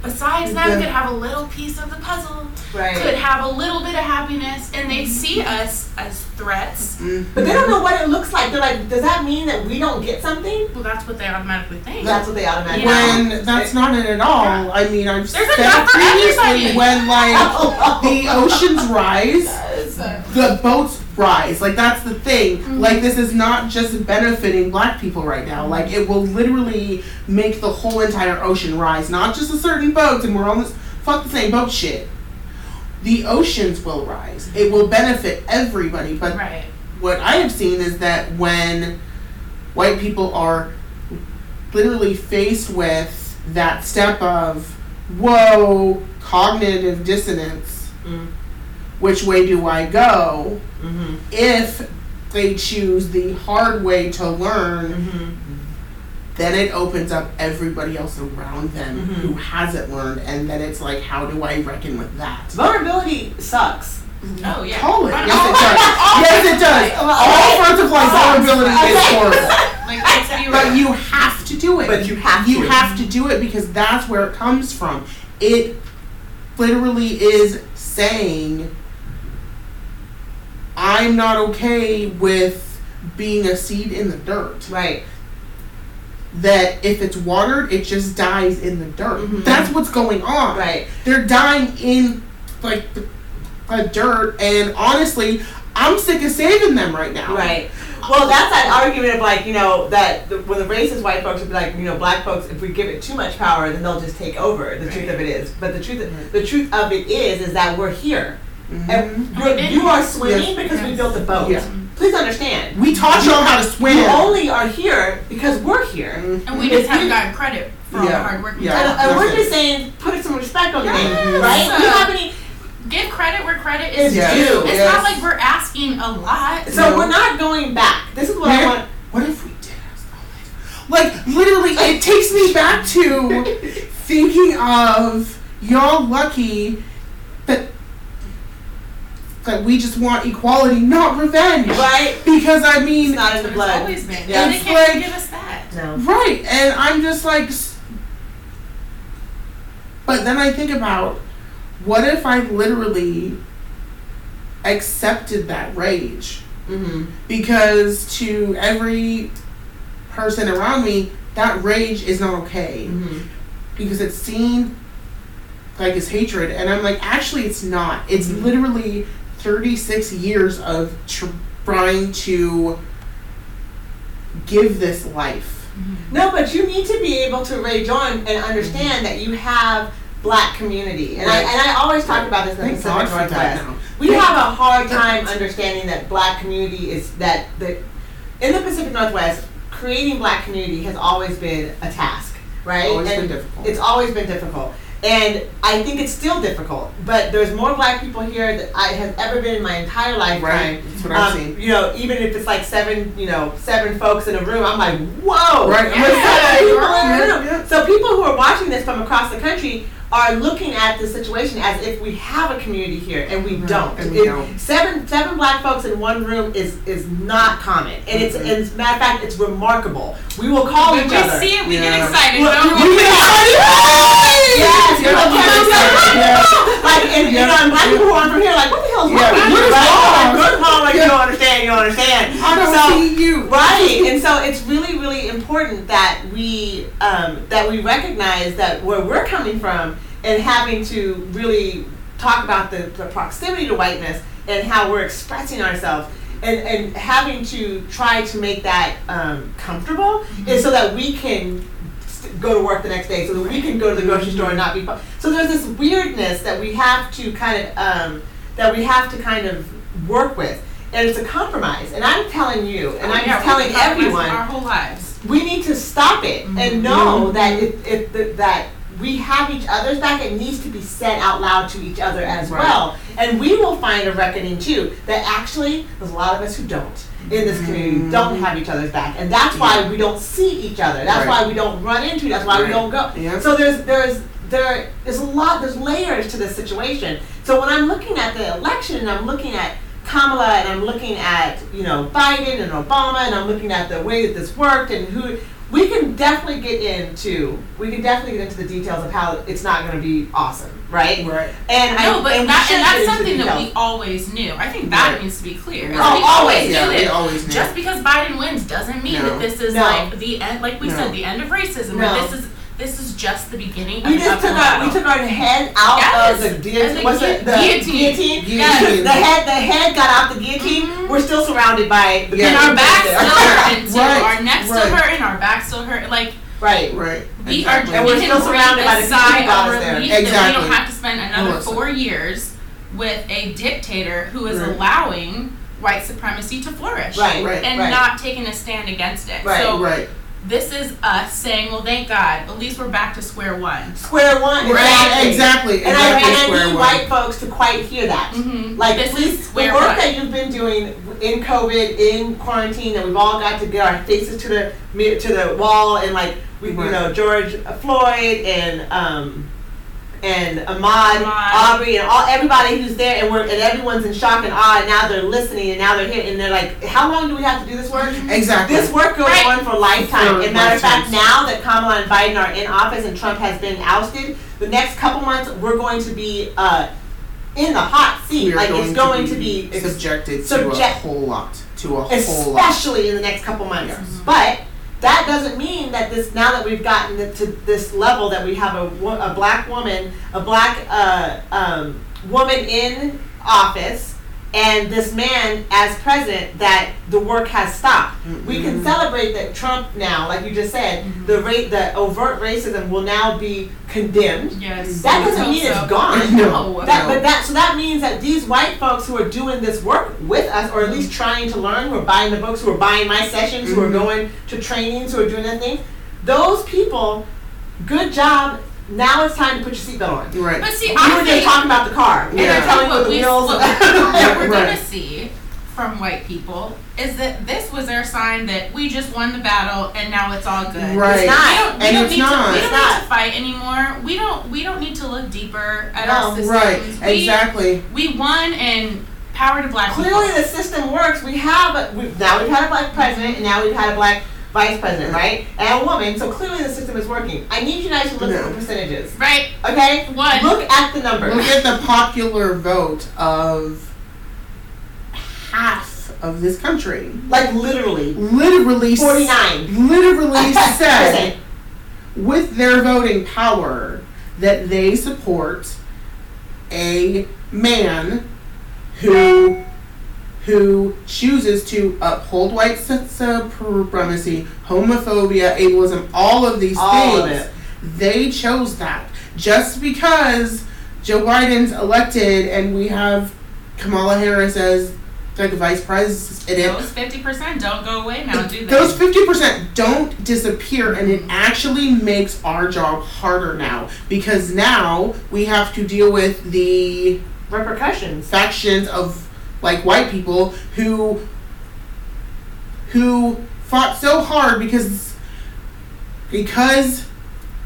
[SPEAKER 2] besides them,
[SPEAKER 3] Yeah.
[SPEAKER 2] could have a little piece of the puzzle, could
[SPEAKER 1] Right.
[SPEAKER 2] have a little bit of happiness, and
[SPEAKER 3] Mm-hmm.
[SPEAKER 2] they see us as threats.
[SPEAKER 3] Mhm.
[SPEAKER 1] But they don't know what it looks like. They're like, does that mean that we don't get something?
[SPEAKER 2] Well, that's what they automatically think.
[SPEAKER 1] That's what they automatically.
[SPEAKER 3] when that's not it at all. I mean, I've
[SPEAKER 2] There's
[SPEAKER 3] said
[SPEAKER 2] enough for
[SPEAKER 3] previously
[SPEAKER 2] everybody.
[SPEAKER 3] when like
[SPEAKER 1] Oh,
[SPEAKER 3] the Mm-hmm. oceans rise,
[SPEAKER 2] So-
[SPEAKER 3] the boats rise. Like that's the thing. Like this is not just benefiting black people right now. Like it will literally make the whole entire ocean rise, not just a certain boats. And we're on this fuck the same boat shit. The oceans will rise. It will benefit everybody, but
[SPEAKER 2] right.
[SPEAKER 3] what I have seen is that when white people are literally faced with that step of, whoa, cognitive dissonance,
[SPEAKER 1] Mm.
[SPEAKER 3] which way do I go?
[SPEAKER 1] hmm
[SPEAKER 3] If they choose the hard way to learn,
[SPEAKER 1] hmm
[SPEAKER 3] then it opens up everybody else around them
[SPEAKER 1] Mhm.
[SPEAKER 3] who hasn't learned, and then it's like, how do I reckon with that?
[SPEAKER 1] Vulnerability sucks.
[SPEAKER 2] Oh yeah.
[SPEAKER 3] Call it.
[SPEAKER 2] On
[SPEAKER 3] Yes, it
[SPEAKER 2] all-
[SPEAKER 3] does. Yes, it does. All fronts of life vulnerability is horrible.
[SPEAKER 2] Like,
[SPEAKER 3] right.
[SPEAKER 2] You're
[SPEAKER 3] But
[SPEAKER 2] right.
[SPEAKER 3] you have to do it.
[SPEAKER 1] But you have
[SPEAKER 3] You
[SPEAKER 1] to.
[SPEAKER 3] have to do it because that's where it comes from. It literally is saying, I'm not okay with being a seed in the dirt.
[SPEAKER 1] Right.
[SPEAKER 3] That if it's watered, it just dies in the dirt.
[SPEAKER 1] Mhm.
[SPEAKER 3] That's what's going on.
[SPEAKER 1] Right.
[SPEAKER 3] They're dying in like the, the dirt, and honestly, I'm sick of saving them right now.
[SPEAKER 1] Right. Well, that's that argument of like you know that the, when the racist white folks would be like you know black folks if we give it too much power then they'll just take over. The truth of it is, but the truth
[SPEAKER 3] Right.
[SPEAKER 1] the truth of it is is that we're here
[SPEAKER 3] Mhm.
[SPEAKER 1] and
[SPEAKER 2] Mhm.
[SPEAKER 1] we're, you are swimming
[SPEAKER 3] Yes.
[SPEAKER 1] because we
[SPEAKER 2] Yes.
[SPEAKER 1] built the boat.
[SPEAKER 3] Yeah.
[SPEAKER 1] Please understand,
[SPEAKER 3] We taught y'all how to swim.
[SPEAKER 1] we only are here because we're here.
[SPEAKER 3] Mm-hmm.
[SPEAKER 2] And we just
[SPEAKER 1] If
[SPEAKER 2] haven't
[SPEAKER 1] you-
[SPEAKER 2] gotten credit for all
[SPEAKER 3] Yeah.
[SPEAKER 2] the hard work. uh, we
[SPEAKER 3] Yeah.
[SPEAKER 2] did.
[SPEAKER 1] And, and we're
[SPEAKER 3] That's
[SPEAKER 1] just
[SPEAKER 3] it.
[SPEAKER 1] saying, put some respect on the name,
[SPEAKER 2] Yes.
[SPEAKER 1] right? We have any,
[SPEAKER 2] Give credit where credit
[SPEAKER 1] it's
[SPEAKER 2] is
[SPEAKER 3] Yeah.
[SPEAKER 2] due.
[SPEAKER 1] due.
[SPEAKER 2] It's
[SPEAKER 3] Yes.
[SPEAKER 2] not like we're asking a lot.
[SPEAKER 1] So
[SPEAKER 3] No.
[SPEAKER 1] we're not going back. This is what I
[SPEAKER 3] Yeah.
[SPEAKER 1] want.
[SPEAKER 3] What if we did? Like literally, it takes me back to thinking of y'all lucky that that we just want equality, not revenge.
[SPEAKER 1] Right?
[SPEAKER 3] Because I mean,
[SPEAKER 1] It's not in
[SPEAKER 2] But
[SPEAKER 1] the
[SPEAKER 2] it's
[SPEAKER 1] blood.
[SPEAKER 2] always been.
[SPEAKER 1] Yeah.
[SPEAKER 2] And they
[SPEAKER 3] It's
[SPEAKER 2] can't
[SPEAKER 3] like-
[SPEAKER 2] give us that.
[SPEAKER 1] No.
[SPEAKER 3] Right, and I'm just like, s- but then I think about what if I literally accepted that rage
[SPEAKER 1] Mm-hmm.
[SPEAKER 3] because to every person around me, that rage is not okay
[SPEAKER 1] Mm-hmm.
[SPEAKER 3] because it's seen like as hatred, and I'm like, actually, it's not. It's
[SPEAKER 1] Mhm.
[SPEAKER 3] literally 36 years of tr- trying to give this life.
[SPEAKER 1] No, but you need to be able to rage on and understand that you have black community. And,
[SPEAKER 3] Right.
[SPEAKER 1] I, and I always talk about this in the
[SPEAKER 3] Thank God
[SPEAKER 1] Pacific
[SPEAKER 3] for that
[SPEAKER 1] Northwest.
[SPEAKER 3] now.
[SPEAKER 1] We have a hard time understanding that black community is that the in the Pacific Northwest, creating black community has always been a task, right?
[SPEAKER 3] Always
[SPEAKER 1] And
[SPEAKER 3] been difficult.
[SPEAKER 1] It's always been difficult. And I think it's still difficult, but there's more black people here than I have ever been in my entire lifetime.
[SPEAKER 3] right. That's what I've
[SPEAKER 1] Um,
[SPEAKER 3] seen.
[SPEAKER 1] you know, even if it's like seven, you know, seven folks in a room, I'm like, whoa!
[SPEAKER 3] Right.
[SPEAKER 1] there's
[SPEAKER 2] Yeah,
[SPEAKER 1] seven people in a
[SPEAKER 3] yeah,
[SPEAKER 1] room.
[SPEAKER 3] yeah.
[SPEAKER 1] So people who are watching this from across the country are looking at the situation as if we have a community here, and we
[SPEAKER 3] Mhm.
[SPEAKER 1] don't.
[SPEAKER 3] And we
[SPEAKER 1] It-
[SPEAKER 3] don't.
[SPEAKER 1] Seven seven black folks in one room is is not common, and it's
[SPEAKER 3] Mm-hmm.
[SPEAKER 1] and as a matter of fact, it's remarkable. We will call
[SPEAKER 2] When
[SPEAKER 1] each
[SPEAKER 2] we
[SPEAKER 1] other.
[SPEAKER 2] see it, we
[SPEAKER 3] Yeah.
[SPEAKER 2] get excited.
[SPEAKER 1] Well,
[SPEAKER 2] don't
[SPEAKER 1] you
[SPEAKER 2] we?
[SPEAKER 1] get Yes,
[SPEAKER 3] Yeah.
[SPEAKER 1] you're okay.
[SPEAKER 3] Yeah.
[SPEAKER 1] Like, and you know, and black people who aren't from here, like, what the hell's
[SPEAKER 3] Yeah.
[SPEAKER 1] wrong?
[SPEAKER 3] What is
[SPEAKER 1] Right?
[SPEAKER 3] wrong?
[SPEAKER 1] Like, what's wrong? Like,
[SPEAKER 3] Yeah.
[SPEAKER 1] you don't understand. You don't understand.
[SPEAKER 3] I don't
[SPEAKER 1] so,
[SPEAKER 3] see you.
[SPEAKER 1] Right, and so it's really, really important that we um, that we recognize that where we're coming from and having to really talk about the, the proximity to whiteness and how we're expressing ourselves and, and having to try to make that um, comfortable is so that we can st- go to work the next day so that we can go to the grocery store and not be fu- so there's this weirdness that we have to kind of um, that we have to kind of work with and it's a compromise and i'm telling you and i'm
[SPEAKER 2] Oh, Yeah, we
[SPEAKER 1] telling
[SPEAKER 2] compromise
[SPEAKER 1] everyone
[SPEAKER 2] Our whole lives.
[SPEAKER 1] we need to stop it
[SPEAKER 3] Mm-hmm.
[SPEAKER 1] and know that if, if the, that we have each other's back, it needs to be said out loud to each other as
[SPEAKER 3] Right.
[SPEAKER 1] well. And we will find a reckoning too that actually there's a lot of us who don't in this community don't have each other's back, and that's why we don't see each other. That's
[SPEAKER 3] Mm-hmm. Right.
[SPEAKER 1] why we don't run into. That's why
[SPEAKER 3] Right.
[SPEAKER 1] we don't go.
[SPEAKER 3] Yep.
[SPEAKER 1] So there's there's there there's a lot there's layers to this situation. So when I'm looking at the election and I'm looking at Kamala and I'm looking at you know Biden and Obama and I'm looking at the way that this worked and who we can definitely get into we can definitely get into the details of how it's not going to be awesome, right?
[SPEAKER 3] Right.
[SPEAKER 1] And
[SPEAKER 2] No,
[SPEAKER 1] I,
[SPEAKER 2] but
[SPEAKER 1] and we
[SPEAKER 2] that,
[SPEAKER 1] should
[SPEAKER 2] and
[SPEAKER 1] get
[SPEAKER 2] that's
[SPEAKER 1] into
[SPEAKER 2] something
[SPEAKER 1] the
[SPEAKER 2] that
[SPEAKER 1] details.
[SPEAKER 2] we always knew. I think that
[SPEAKER 3] Right.
[SPEAKER 2] needs to be clear. is
[SPEAKER 1] Oh,
[SPEAKER 2] we
[SPEAKER 1] always.
[SPEAKER 2] always
[SPEAKER 3] Yeah,
[SPEAKER 2] knew
[SPEAKER 3] we
[SPEAKER 2] it.
[SPEAKER 3] always knew.
[SPEAKER 2] Just because Biden wins doesn't mean
[SPEAKER 3] No.
[SPEAKER 2] that this is
[SPEAKER 1] No.
[SPEAKER 2] like the end. Like we
[SPEAKER 3] No.
[SPEAKER 2] said, the end of racism. or
[SPEAKER 1] No.
[SPEAKER 2] This is this is just the beginning.
[SPEAKER 1] We
[SPEAKER 2] of
[SPEAKER 1] just
[SPEAKER 2] the
[SPEAKER 1] took our we took our head out
[SPEAKER 2] Yes.
[SPEAKER 1] of the, guillot-
[SPEAKER 2] Of the
[SPEAKER 1] what's it, the
[SPEAKER 2] guillotine.
[SPEAKER 1] guillotine.
[SPEAKER 3] Yes.
[SPEAKER 1] Because The head the head got out the guillotine.
[SPEAKER 2] Mhm.
[SPEAKER 1] We're still surrounded by the
[SPEAKER 3] Yeah.
[SPEAKER 2] and
[SPEAKER 1] people
[SPEAKER 2] our backs
[SPEAKER 1] there.
[SPEAKER 2] still hurt. and too.
[SPEAKER 3] Right,
[SPEAKER 2] Our necks still
[SPEAKER 3] right.
[SPEAKER 2] hurt and our backs still hurt. Like
[SPEAKER 1] right.
[SPEAKER 3] Right.
[SPEAKER 2] we
[SPEAKER 3] exactly.
[SPEAKER 2] are.
[SPEAKER 1] And
[SPEAKER 2] we
[SPEAKER 1] we're
[SPEAKER 2] can
[SPEAKER 1] still
[SPEAKER 2] breathe
[SPEAKER 1] surrounded by
[SPEAKER 2] a
[SPEAKER 1] the
[SPEAKER 2] sigh
[SPEAKER 1] people
[SPEAKER 2] of
[SPEAKER 1] out there.
[SPEAKER 2] relief that we
[SPEAKER 3] Exactly.
[SPEAKER 2] don't have to spend another
[SPEAKER 3] Melissa.
[SPEAKER 2] four years with a dictator who is
[SPEAKER 3] Right.
[SPEAKER 2] allowing white supremacy to flourish.
[SPEAKER 1] Right,
[SPEAKER 3] Right.
[SPEAKER 2] and not taking a stand against it.
[SPEAKER 1] Right,
[SPEAKER 2] so
[SPEAKER 3] Right.
[SPEAKER 2] this is us saying, well, thank God, at least we're back to square one.
[SPEAKER 1] square one.
[SPEAKER 3] Right. Exactly.
[SPEAKER 1] And I,
[SPEAKER 3] exactly
[SPEAKER 1] and I
[SPEAKER 3] square
[SPEAKER 1] need
[SPEAKER 3] one.
[SPEAKER 1] white folks to quite hear that.
[SPEAKER 2] Mm-hmm.
[SPEAKER 1] Like,
[SPEAKER 2] this
[SPEAKER 1] please,
[SPEAKER 2] is
[SPEAKER 1] the
[SPEAKER 2] square
[SPEAKER 1] work
[SPEAKER 2] one.
[SPEAKER 1] that you've been doing in COVID, in quarantine, that we've all got to get our faces to the mi- to the wall, and like we, you
[SPEAKER 3] Right.
[SPEAKER 1] know, George Floyd and um, and Ahmad,
[SPEAKER 2] Ahmad.
[SPEAKER 1] Aubrey, and all everybody who's there, and we're and everyone's in shock and awe. And now they're listening, and now they're here, and they're like, "How long do we have to do this work?"
[SPEAKER 3] Exactly.
[SPEAKER 1] This work goes
[SPEAKER 2] Right.
[SPEAKER 1] on for a lifetime.
[SPEAKER 3] For
[SPEAKER 1] As a matter of fact,
[SPEAKER 3] lifetimes.
[SPEAKER 1] now that Kamala and Biden are in office and Trump has been ousted, the next couple months we're going to be uh, in the hot seat.
[SPEAKER 3] We are
[SPEAKER 1] like it's going to be, ex-
[SPEAKER 3] subjected to a
[SPEAKER 1] subject-
[SPEAKER 3] whole lot. To a whole lot.
[SPEAKER 1] especially in the next couple months.
[SPEAKER 3] Yes.
[SPEAKER 1] But that doesn't mean that this now that we've gotten it to this level that we have a, wo- a black woman, a black uh, um, woman in office, and this man as president, that the work has stopped. We can
[SPEAKER 3] Mhm.
[SPEAKER 1] celebrate that Trump now, like you just said,
[SPEAKER 3] Mm-hmm.
[SPEAKER 1] the rate, the overt racism will now be condemned.
[SPEAKER 2] Yes.
[SPEAKER 1] That
[SPEAKER 2] let's
[SPEAKER 1] doesn't
[SPEAKER 2] hope
[SPEAKER 1] mean it's
[SPEAKER 2] so.
[SPEAKER 1] gone.
[SPEAKER 2] No.
[SPEAKER 1] That,
[SPEAKER 3] No.
[SPEAKER 1] but that so that means that these white folks who are doing this work with us, or at least trying to learn, who are buying the books, who are buying my sessions, who are
[SPEAKER 3] Mhm.
[SPEAKER 1] going to trainings, who are doing that thing, those people, good job. Now it's time to put your seatbelt on.
[SPEAKER 3] Right.
[SPEAKER 2] But see,
[SPEAKER 1] You
[SPEAKER 2] I
[SPEAKER 1] were just
[SPEAKER 2] think
[SPEAKER 1] talking about the car, and
[SPEAKER 3] Yeah.
[SPEAKER 1] they're telling you
[SPEAKER 2] what
[SPEAKER 1] the
[SPEAKER 2] we,
[SPEAKER 1] wheels.
[SPEAKER 2] what what we're
[SPEAKER 3] Right.
[SPEAKER 2] gonna see from white people is that this was their sign that we just won the battle and now it's all good.
[SPEAKER 3] Right.
[SPEAKER 1] It's
[SPEAKER 2] We
[SPEAKER 1] not.
[SPEAKER 2] don't, we
[SPEAKER 3] And
[SPEAKER 2] don't
[SPEAKER 3] it's
[SPEAKER 2] need
[SPEAKER 3] not.
[SPEAKER 2] to. We don't
[SPEAKER 1] It's
[SPEAKER 2] need
[SPEAKER 1] not.
[SPEAKER 2] to fight anymore. We don't. We don't need to look deeper at
[SPEAKER 1] No.
[SPEAKER 2] our systems.
[SPEAKER 3] Right.
[SPEAKER 2] We,
[SPEAKER 3] Exactly.
[SPEAKER 2] We won and power to black
[SPEAKER 1] Clearly,
[SPEAKER 2] people.
[SPEAKER 1] the system works. We have a, we, now we've had a black president, and now we've had a black vice president, right? And a woman. So clearly, the system is working. I need you guys to look at
[SPEAKER 3] No.
[SPEAKER 1] the percentages,
[SPEAKER 2] Right.
[SPEAKER 1] okay?
[SPEAKER 2] One.
[SPEAKER 1] Look at the numbers.
[SPEAKER 3] Look at the popular vote of half of this country.
[SPEAKER 1] Like literally,
[SPEAKER 3] Literally s-
[SPEAKER 1] forty-nine.
[SPEAKER 3] Literally
[SPEAKER 1] percent.
[SPEAKER 3] said with their voting power that they support a man who who chooses to uphold white su- supremacy, homophobia, ableism, all of these
[SPEAKER 1] All of
[SPEAKER 3] things.
[SPEAKER 1] it.
[SPEAKER 3] They chose that just because Joe Biden's elected and we have Kamala Harris as like vice president.
[SPEAKER 2] Those fifty percent don't go away now, do they?
[SPEAKER 3] Those fifty percent don't disappear, and it actually makes our job harder now because now we have to deal with the
[SPEAKER 1] repercussions.
[SPEAKER 3] factions of like white people who who fought so hard because because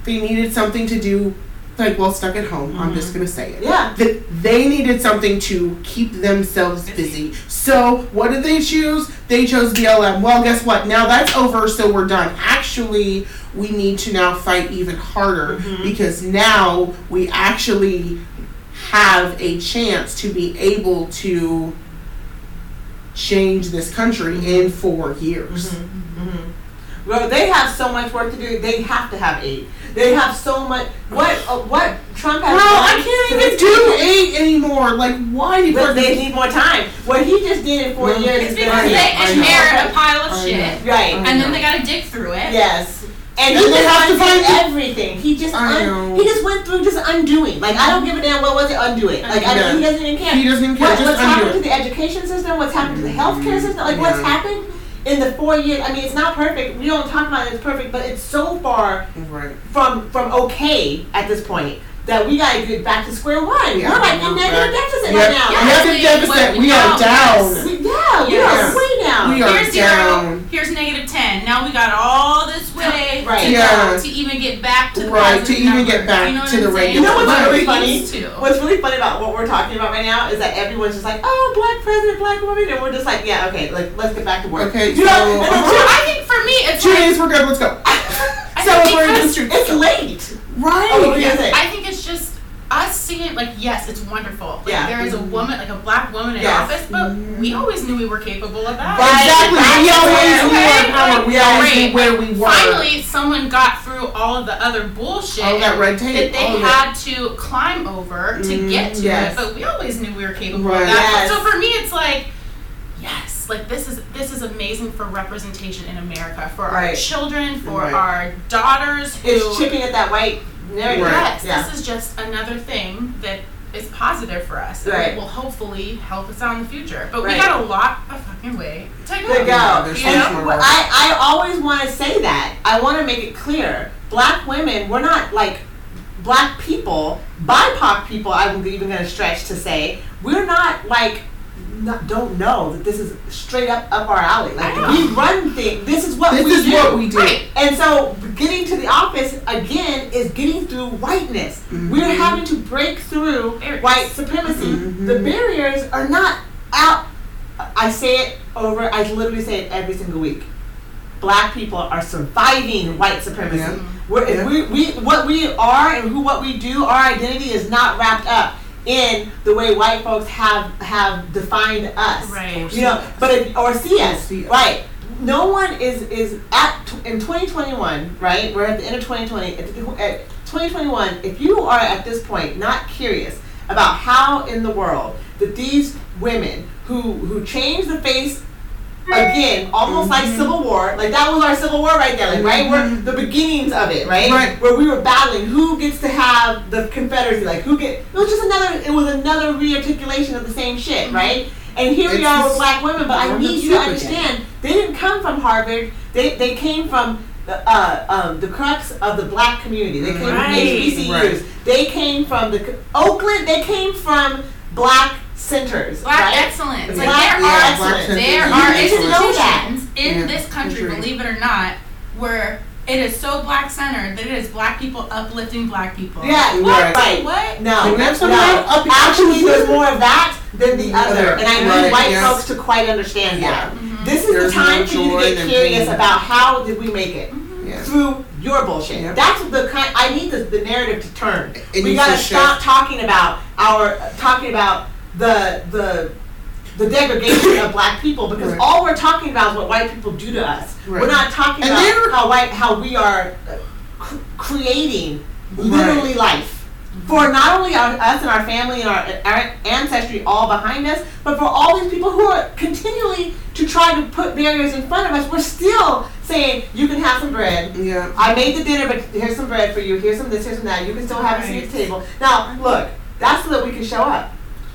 [SPEAKER 3] they needed something to do like well stuck at home i'm just gonna say it
[SPEAKER 1] Yeah.
[SPEAKER 3] that they needed something to keep themselves busy. So what did they choose? They chose BLM. Well, guess what? Now that's over, so we're done. Actually, we need to now fight even harder
[SPEAKER 1] Mhm.
[SPEAKER 3] because now we actually have a chance to be able to change this country
[SPEAKER 1] Mm-hmm.
[SPEAKER 3] in four years.
[SPEAKER 1] Well, they have so much work to do. They have to have aid. They have so much. What? Uh, what? Trump
[SPEAKER 3] Bro,
[SPEAKER 1] has.
[SPEAKER 3] I
[SPEAKER 1] done to
[SPEAKER 3] can't even
[SPEAKER 1] this
[SPEAKER 3] do
[SPEAKER 1] country-
[SPEAKER 3] eight anymore. Like, why did
[SPEAKER 1] But they need more time. What he just did in four
[SPEAKER 3] No.
[SPEAKER 1] years
[SPEAKER 2] It's
[SPEAKER 1] is
[SPEAKER 2] because
[SPEAKER 3] I know,
[SPEAKER 2] they
[SPEAKER 3] I know.
[SPEAKER 2] inherit a pile of
[SPEAKER 3] I
[SPEAKER 2] shit,
[SPEAKER 1] right.
[SPEAKER 3] I
[SPEAKER 2] and
[SPEAKER 3] know.
[SPEAKER 2] then they gotta dig through it.
[SPEAKER 1] Yes. And
[SPEAKER 3] And
[SPEAKER 1] he
[SPEAKER 3] they
[SPEAKER 1] just
[SPEAKER 3] have to
[SPEAKER 1] undid
[SPEAKER 3] find-
[SPEAKER 1] everything. He just
[SPEAKER 3] I
[SPEAKER 1] un-
[SPEAKER 3] know.
[SPEAKER 1] he just went through just undoing. Like I don't give a damn what was it undoing. Like I
[SPEAKER 3] Yeah.
[SPEAKER 1] he doesn't even care.
[SPEAKER 3] He doesn't even care.
[SPEAKER 1] What,
[SPEAKER 3] just
[SPEAKER 1] what's
[SPEAKER 3] undo
[SPEAKER 1] happened
[SPEAKER 3] it.
[SPEAKER 1] to the education system? What's happened to the healthcare system? Like what's
[SPEAKER 3] Yeah.
[SPEAKER 1] happened in the four years? I mean, it's not perfect. We don't talk about it as perfect, but it's so far
[SPEAKER 3] Right.
[SPEAKER 1] from from okay at this point that we gotta get back to square one.
[SPEAKER 3] Yeah,
[SPEAKER 1] We're like
[SPEAKER 3] we're
[SPEAKER 1] in negative
[SPEAKER 3] back.
[SPEAKER 1] deficit
[SPEAKER 3] Yep.
[SPEAKER 1] right now.
[SPEAKER 2] Yeah.
[SPEAKER 3] Negative
[SPEAKER 2] we-
[SPEAKER 3] deficit.
[SPEAKER 2] we-
[SPEAKER 3] We
[SPEAKER 2] no,
[SPEAKER 3] are down.
[SPEAKER 2] yes.
[SPEAKER 1] We, yeah, we
[SPEAKER 3] Yes.
[SPEAKER 1] are way down.
[SPEAKER 3] We are
[SPEAKER 2] Here's zero.
[SPEAKER 3] down.
[SPEAKER 2] Here's negative ten. Now we got all this way
[SPEAKER 1] Right.
[SPEAKER 2] to,
[SPEAKER 3] Yeah.
[SPEAKER 2] to even get back to the
[SPEAKER 3] Right, to
[SPEAKER 2] positive
[SPEAKER 3] even get
[SPEAKER 2] number.
[SPEAKER 3] back
[SPEAKER 2] you know
[SPEAKER 3] to
[SPEAKER 2] what
[SPEAKER 3] the
[SPEAKER 2] I'm saying?
[SPEAKER 3] regular
[SPEAKER 1] You know what's really
[SPEAKER 2] We're
[SPEAKER 1] funny?
[SPEAKER 2] used to.
[SPEAKER 1] What's really funny about what we're talking about right now is that everyone's just like, oh, black president, black woman, and we're just like, yeah, okay, like let's get back to work.
[SPEAKER 3] Okay,
[SPEAKER 1] you know,
[SPEAKER 3] so-
[SPEAKER 1] and then
[SPEAKER 2] Well, I think for me, it's
[SPEAKER 3] Two
[SPEAKER 2] like,
[SPEAKER 3] days, we're good. Let's go.
[SPEAKER 2] I think
[SPEAKER 3] Celebrate
[SPEAKER 2] because-
[SPEAKER 3] the street.
[SPEAKER 1] it's late.
[SPEAKER 3] Right.
[SPEAKER 1] Oh, what do you
[SPEAKER 3] Yeah.
[SPEAKER 1] think?
[SPEAKER 2] I think it's just us seeing, like, yes, it's wonderful. Like,
[SPEAKER 1] Yeah.
[SPEAKER 2] There
[SPEAKER 3] Mm-hmm.
[SPEAKER 2] is a woman, like a black woman in
[SPEAKER 1] Yes.
[SPEAKER 2] office, but we always knew we were capable of that.
[SPEAKER 1] Right.
[SPEAKER 3] Exactly. We
[SPEAKER 1] Right.
[SPEAKER 3] always knew our
[SPEAKER 2] Okay.
[SPEAKER 3] power. We always
[SPEAKER 2] Great.
[SPEAKER 3] knew where we were.
[SPEAKER 2] Finally, someone got through all of the other bullshit
[SPEAKER 3] all that red tape.
[SPEAKER 2] that they
[SPEAKER 3] all of it.
[SPEAKER 2] had to climb over to
[SPEAKER 3] Mm,
[SPEAKER 2] get to
[SPEAKER 1] Mm-hmm. yes.
[SPEAKER 2] it. But we always knew we were capable
[SPEAKER 3] Right.
[SPEAKER 2] of that.
[SPEAKER 1] Yes.
[SPEAKER 2] So for me, it's like, yes, like this is this is amazing for representation in America for our
[SPEAKER 1] Right.
[SPEAKER 2] children, for
[SPEAKER 3] Right.
[SPEAKER 2] our daughters. Who,
[SPEAKER 1] It's chipping at that white narrative.
[SPEAKER 3] Right.
[SPEAKER 2] Yes,
[SPEAKER 1] Yeah.
[SPEAKER 2] this is just another thing that is positive for us.
[SPEAKER 1] Right.
[SPEAKER 2] And it will hopefully help us out in the future. But
[SPEAKER 1] Right.
[SPEAKER 2] we got a lot of fucking way to go.
[SPEAKER 1] To
[SPEAKER 3] Yeah,
[SPEAKER 1] go.
[SPEAKER 3] there's
[SPEAKER 2] so much
[SPEAKER 1] And
[SPEAKER 3] more.
[SPEAKER 1] I, I always want to say that. I want to make it clear. Black women, we're not like black people, BIPOC people, I'm even going to stretch to say. We're not like not, don't know that this is straight up up our alley. Like
[SPEAKER 2] I know.
[SPEAKER 1] we run things. This is what
[SPEAKER 3] This
[SPEAKER 1] we
[SPEAKER 3] is
[SPEAKER 1] do.
[SPEAKER 3] what we do.
[SPEAKER 2] Right.
[SPEAKER 1] And so getting to the office again is getting through whiteness. We're
[SPEAKER 3] Mhm.
[SPEAKER 1] having to break through
[SPEAKER 2] Barriers.
[SPEAKER 1] white supremacy.
[SPEAKER 3] Mhm.
[SPEAKER 1] The barriers are not out. I say it over, I literally say it every single week. Black people are surviving white supremacy.
[SPEAKER 3] Yeah.
[SPEAKER 1] We're,
[SPEAKER 3] Yeah.
[SPEAKER 1] we, we, what we are and who what we do, our identity is not wrapped up in the way white folks have have defined us.
[SPEAKER 2] Right.
[SPEAKER 1] You know, but if, or see us,
[SPEAKER 3] see us.
[SPEAKER 1] right? No one is is at t- in 2021, right? We're at the end of 2020. At, the, at 2021, if you are at this point not curious about how in the world that these women who who changed the face again, almost like
[SPEAKER 3] Mhm.
[SPEAKER 1] Civil War, like that was our Civil War right there, like, right? We're the beginnings of it, right?
[SPEAKER 3] Right.
[SPEAKER 1] Where we were battling who gets to have the Confederacy, like who get. It was just another. It was another rearticulation of the same shit, right? And here we
[SPEAKER 3] It's
[SPEAKER 1] are with
[SPEAKER 3] just-
[SPEAKER 1] black women, but I
[SPEAKER 3] Warm
[SPEAKER 1] need
[SPEAKER 3] up
[SPEAKER 1] you to
[SPEAKER 3] soup again.
[SPEAKER 1] understand they didn't come from Harvard. They they came from the uh, um, the crux of the black community. They came
[SPEAKER 2] Right.
[SPEAKER 1] from HBCUs. They came from the c- Oakland. They came from black centers.
[SPEAKER 2] Black
[SPEAKER 1] right?
[SPEAKER 2] excellence. Like
[SPEAKER 1] Black
[SPEAKER 2] there are
[SPEAKER 1] excellence.
[SPEAKER 2] there
[SPEAKER 1] You
[SPEAKER 2] are
[SPEAKER 1] need to know that.
[SPEAKER 2] institutions in
[SPEAKER 3] Yeah,
[SPEAKER 2] this country,
[SPEAKER 3] agreed.
[SPEAKER 2] believe it or not, where it is so black centered that it is black people uplifting black people.
[SPEAKER 1] Yeah,
[SPEAKER 2] What?
[SPEAKER 1] right.
[SPEAKER 2] What?
[SPEAKER 1] No,
[SPEAKER 3] And that's
[SPEAKER 1] no.
[SPEAKER 3] what I'm up-
[SPEAKER 1] Actually, there's more of that than the
[SPEAKER 3] The
[SPEAKER 1] other,
[SPEAKER 3] other,
[SPEAKER 1] and I need
[SPEAKER 3] right,
[SPEAKER 1] white
[SPEAKER 3] yes.
[SPEAKER 1] folks to quite understand
[SPEAKER 3] Yeah.
[SPEAKER 1] that.
[SPEAKER 2] Mhm.
[SPEAKER 1] This is
[SPEAKER 3] There's
[SPEAKER 1] the time
[SPEAKER 3] no
[SPEAKER 1] for you
[SPEAKER 3] joy
[SPEAKER 1] to get
[SPEAKER 3] than
[SPEAKER 1] curious
[SPEAKER 3] being-
[SPEAKER 1] about how did we make it
[SPEAKER 3] Yeah.
[SPEAKER 1] through your bullshit.
[SPEAKER 3] Yep.
[SPEAKER 1] That's the kind. I need the, the narrative to turn.
[SPEAKER 3] It
[SPEAKER 1] we
[SPEAKER 3] needs
[SPEAKER 1] gotta
[SPEAKER 3] to
[SPEAKER 1] stop talking about our talking about the the. The degradation of black people, because
[SPEAKER 3] Right.
[SPEAKER 1] all we're talking about is what white people do to us. We're
[SPEAKER 3] Right.
[SPEAKER 1] not talking
[SPEAKER 3] And
[SPEAKER 1] about
[SPEAKER 3] they're-
[SPEAKER 1] how white, how we are uh, cr- creating
[SPEAKER 3] Right.
[SPEAKER 1] literally life for not only our, us and our family and our, our ancestry all behind us, but for all these people who are continually to try to put barriers in front of us. We're still saying you can have some bread.
[SPEAKER 3] Yeah.
[SPEAKER 1] I made the dinner, but here's some bread for you. Here's some this. Here's some that. You can still have a seat at the table. Now look, that's so that we can show up.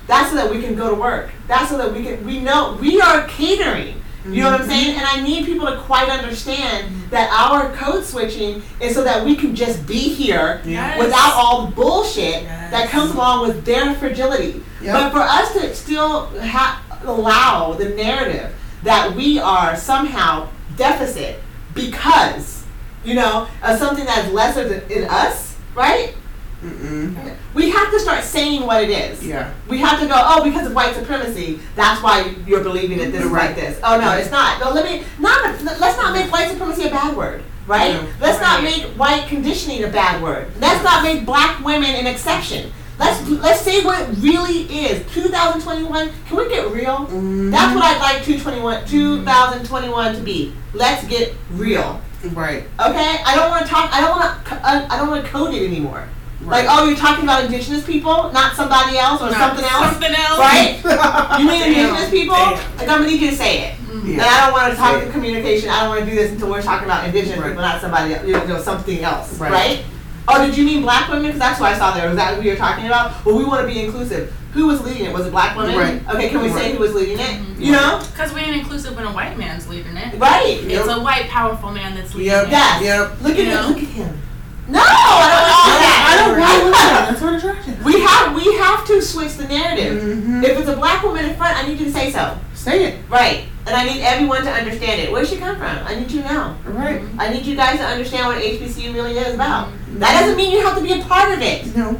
[SPEAKER 1] That's so that we can go to work. That's so that we can. We know we are catering. You know what I'm saying? And I need people to quite understand that our code switching is so that we can just be here
[SPEAKER 2] Yes.
[SPEAKER 1] without all the bullshit that
[SPEAKER 2] Yes.
[SPEAKER 1] comes along with their fragility.
[SPEAKER 3] Yep.
[SPEAKER 1] But for us to still ha- allow the narrative that we are somehow deficit because, you know, of something that's lesser than in us, right?
[SPEAKER 3] Mm-mm.
[SPEAKER 1] We have to start saying what it is.
[SPEAKER 3] Yeah.
[SPEAKER 1] We have to go, oh, because of white supremacy, that's why you're believing that this is like
[SPEAKER 3] Right.
[SPEAKER 1] this. Oh, no, it's not. No, let me, not, let's not make white supremacy a bad word, right?
[SPEAKER 3] Yeah.
[SPEAKER 1] Let's not
[SPEAKER 2] Right.
[SPEAKER 1] make white conditioning a bad word. Let's not make black women an exception. Let's, let's say what it really is. 2021, can we get real?
[SPEAKER 3] Mm-hmm.
[SPEAKER 1] That's what I'd like 2021, 2021 to be. Let's get real.
[SPEAKER 3] Right.
[SPEAKER 1] Okay? I don't want to talk, I don't want to, I don't want to code it anymore. Like,
[SPEAKER 3] Right.
[SPEAKER 1] oh, you're talking about indigenous people, not somebody else or
[SPEAKER 2] Not
[SPEAKER 1] something else,
[SPEAKER 2] Something else.
[SPEAKER 1] right? You mean
[SPEAKER 2] Oh, Damn.
[SPEAKER 1] indigenous people?
[SPEAKER 4] Damn.
[SPEAKER 1] Like, I'm gonna need you to say it.
[SPEAKER 2] Mhm.
[SPEAKER 1] And I don't want to talk
[SPEAKER 3] Say
[SPEAKER 1] to
[SPEAKER 3] it.
[SPEAKER 1] communication. I don't want to do this until we're talking about indigenous
[SPEAKER 3] Right.
[SPEAKER 1] people, not somebody else, you know, something else, right?
[SPEAKER 3] Right.
[SPEAKER 1] Oh, did you mean black women? Because that's what I saw there. Was that who you were talking about? Well, we want to be inclusive. Who was leading it? Was it black women?
[SPEAKER 3] Right.
[SPEAKER 1] Okay, can we say
[SPEAKER 3] Right.
[SPEAKER 1] who was leading it?
[SPEAKER 2] Mhm.
[SPEAKER 1] You know,
[SPEAKER 2] Because we ain't inclusive when a white man's leading it.
[SPEAKER 1] right?
[SPEAKER 2] It's a white powerful man that's leading
[SPEAKER 3] Yep.
[SPEAKER 2] it.
[SPEAKER 1] Yes.
[SPEAKER 3] Yep.
[SPEAKER 1] Look at
[SPEAKER 2] You know?
[SPEAKER 1] him. Look at him. No, I don't want
[SPEAKER 3] I
[SPEAKER 1] that.
[SPEAKER 3] don't want that. That's what attracted.
[SPEAKER 1] We have we have to switch the narrative.
[SPEAKER 3] Mm-hmm.
[SPEAKER 1] If it's a black woman in front, I need you to say so.
[SPEAKER 3] Say it.
[SPEAKER 1] Right. And I need everyone to understand it. Where she come from? I need you to know.
[SPEAKER 3] Right.
[SPEAKER 1] I need you guys to understand what HBCU really is about. That doesn't mean you have to be a part of it.
[SPEAKER 3] No.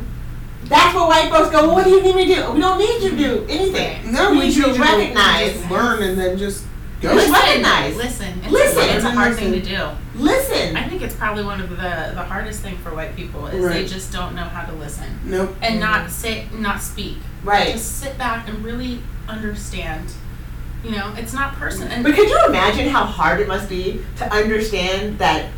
[SPEAKER 1] That's where white folks go, well, what do you need me to do? We don't need you to do anything.
[SPEAKER 3] No.
[SPEAKER 1] We
[SPEAKER 3] we
[SPEAKER 1] need
[SPEAKER 3] should
[SPEAKER 1] you to recognize.
[SPEAKER 3] Just learn and then just go.
[SPEAKER 1] Listen. Recognize.
[SPEAKER 2] Listen. Listen. It's,
[SPEAKER 1] Listen.
[SPEAKER 2] It's a hard
[SPEAKER 3] Listen.
[SPEAKER 2] thing to do.
[SPEAKER 1] Listen.
[SPEAKER 2] I think it's probably one of the, the hardest thing for white people is they
[SPEAKER 3] Right.
[SPEAKER 2] just don't know how to listen
[SPEAKER 3] Nope.
[SPEAKER 2] and not sit, not speak.
[SPEAKER 1] Right.
[SPEAKER 2] Just sit back and really understand. You know, it's not person. And
[SPEAKER 1] But could you imagine how hard it must be to understand that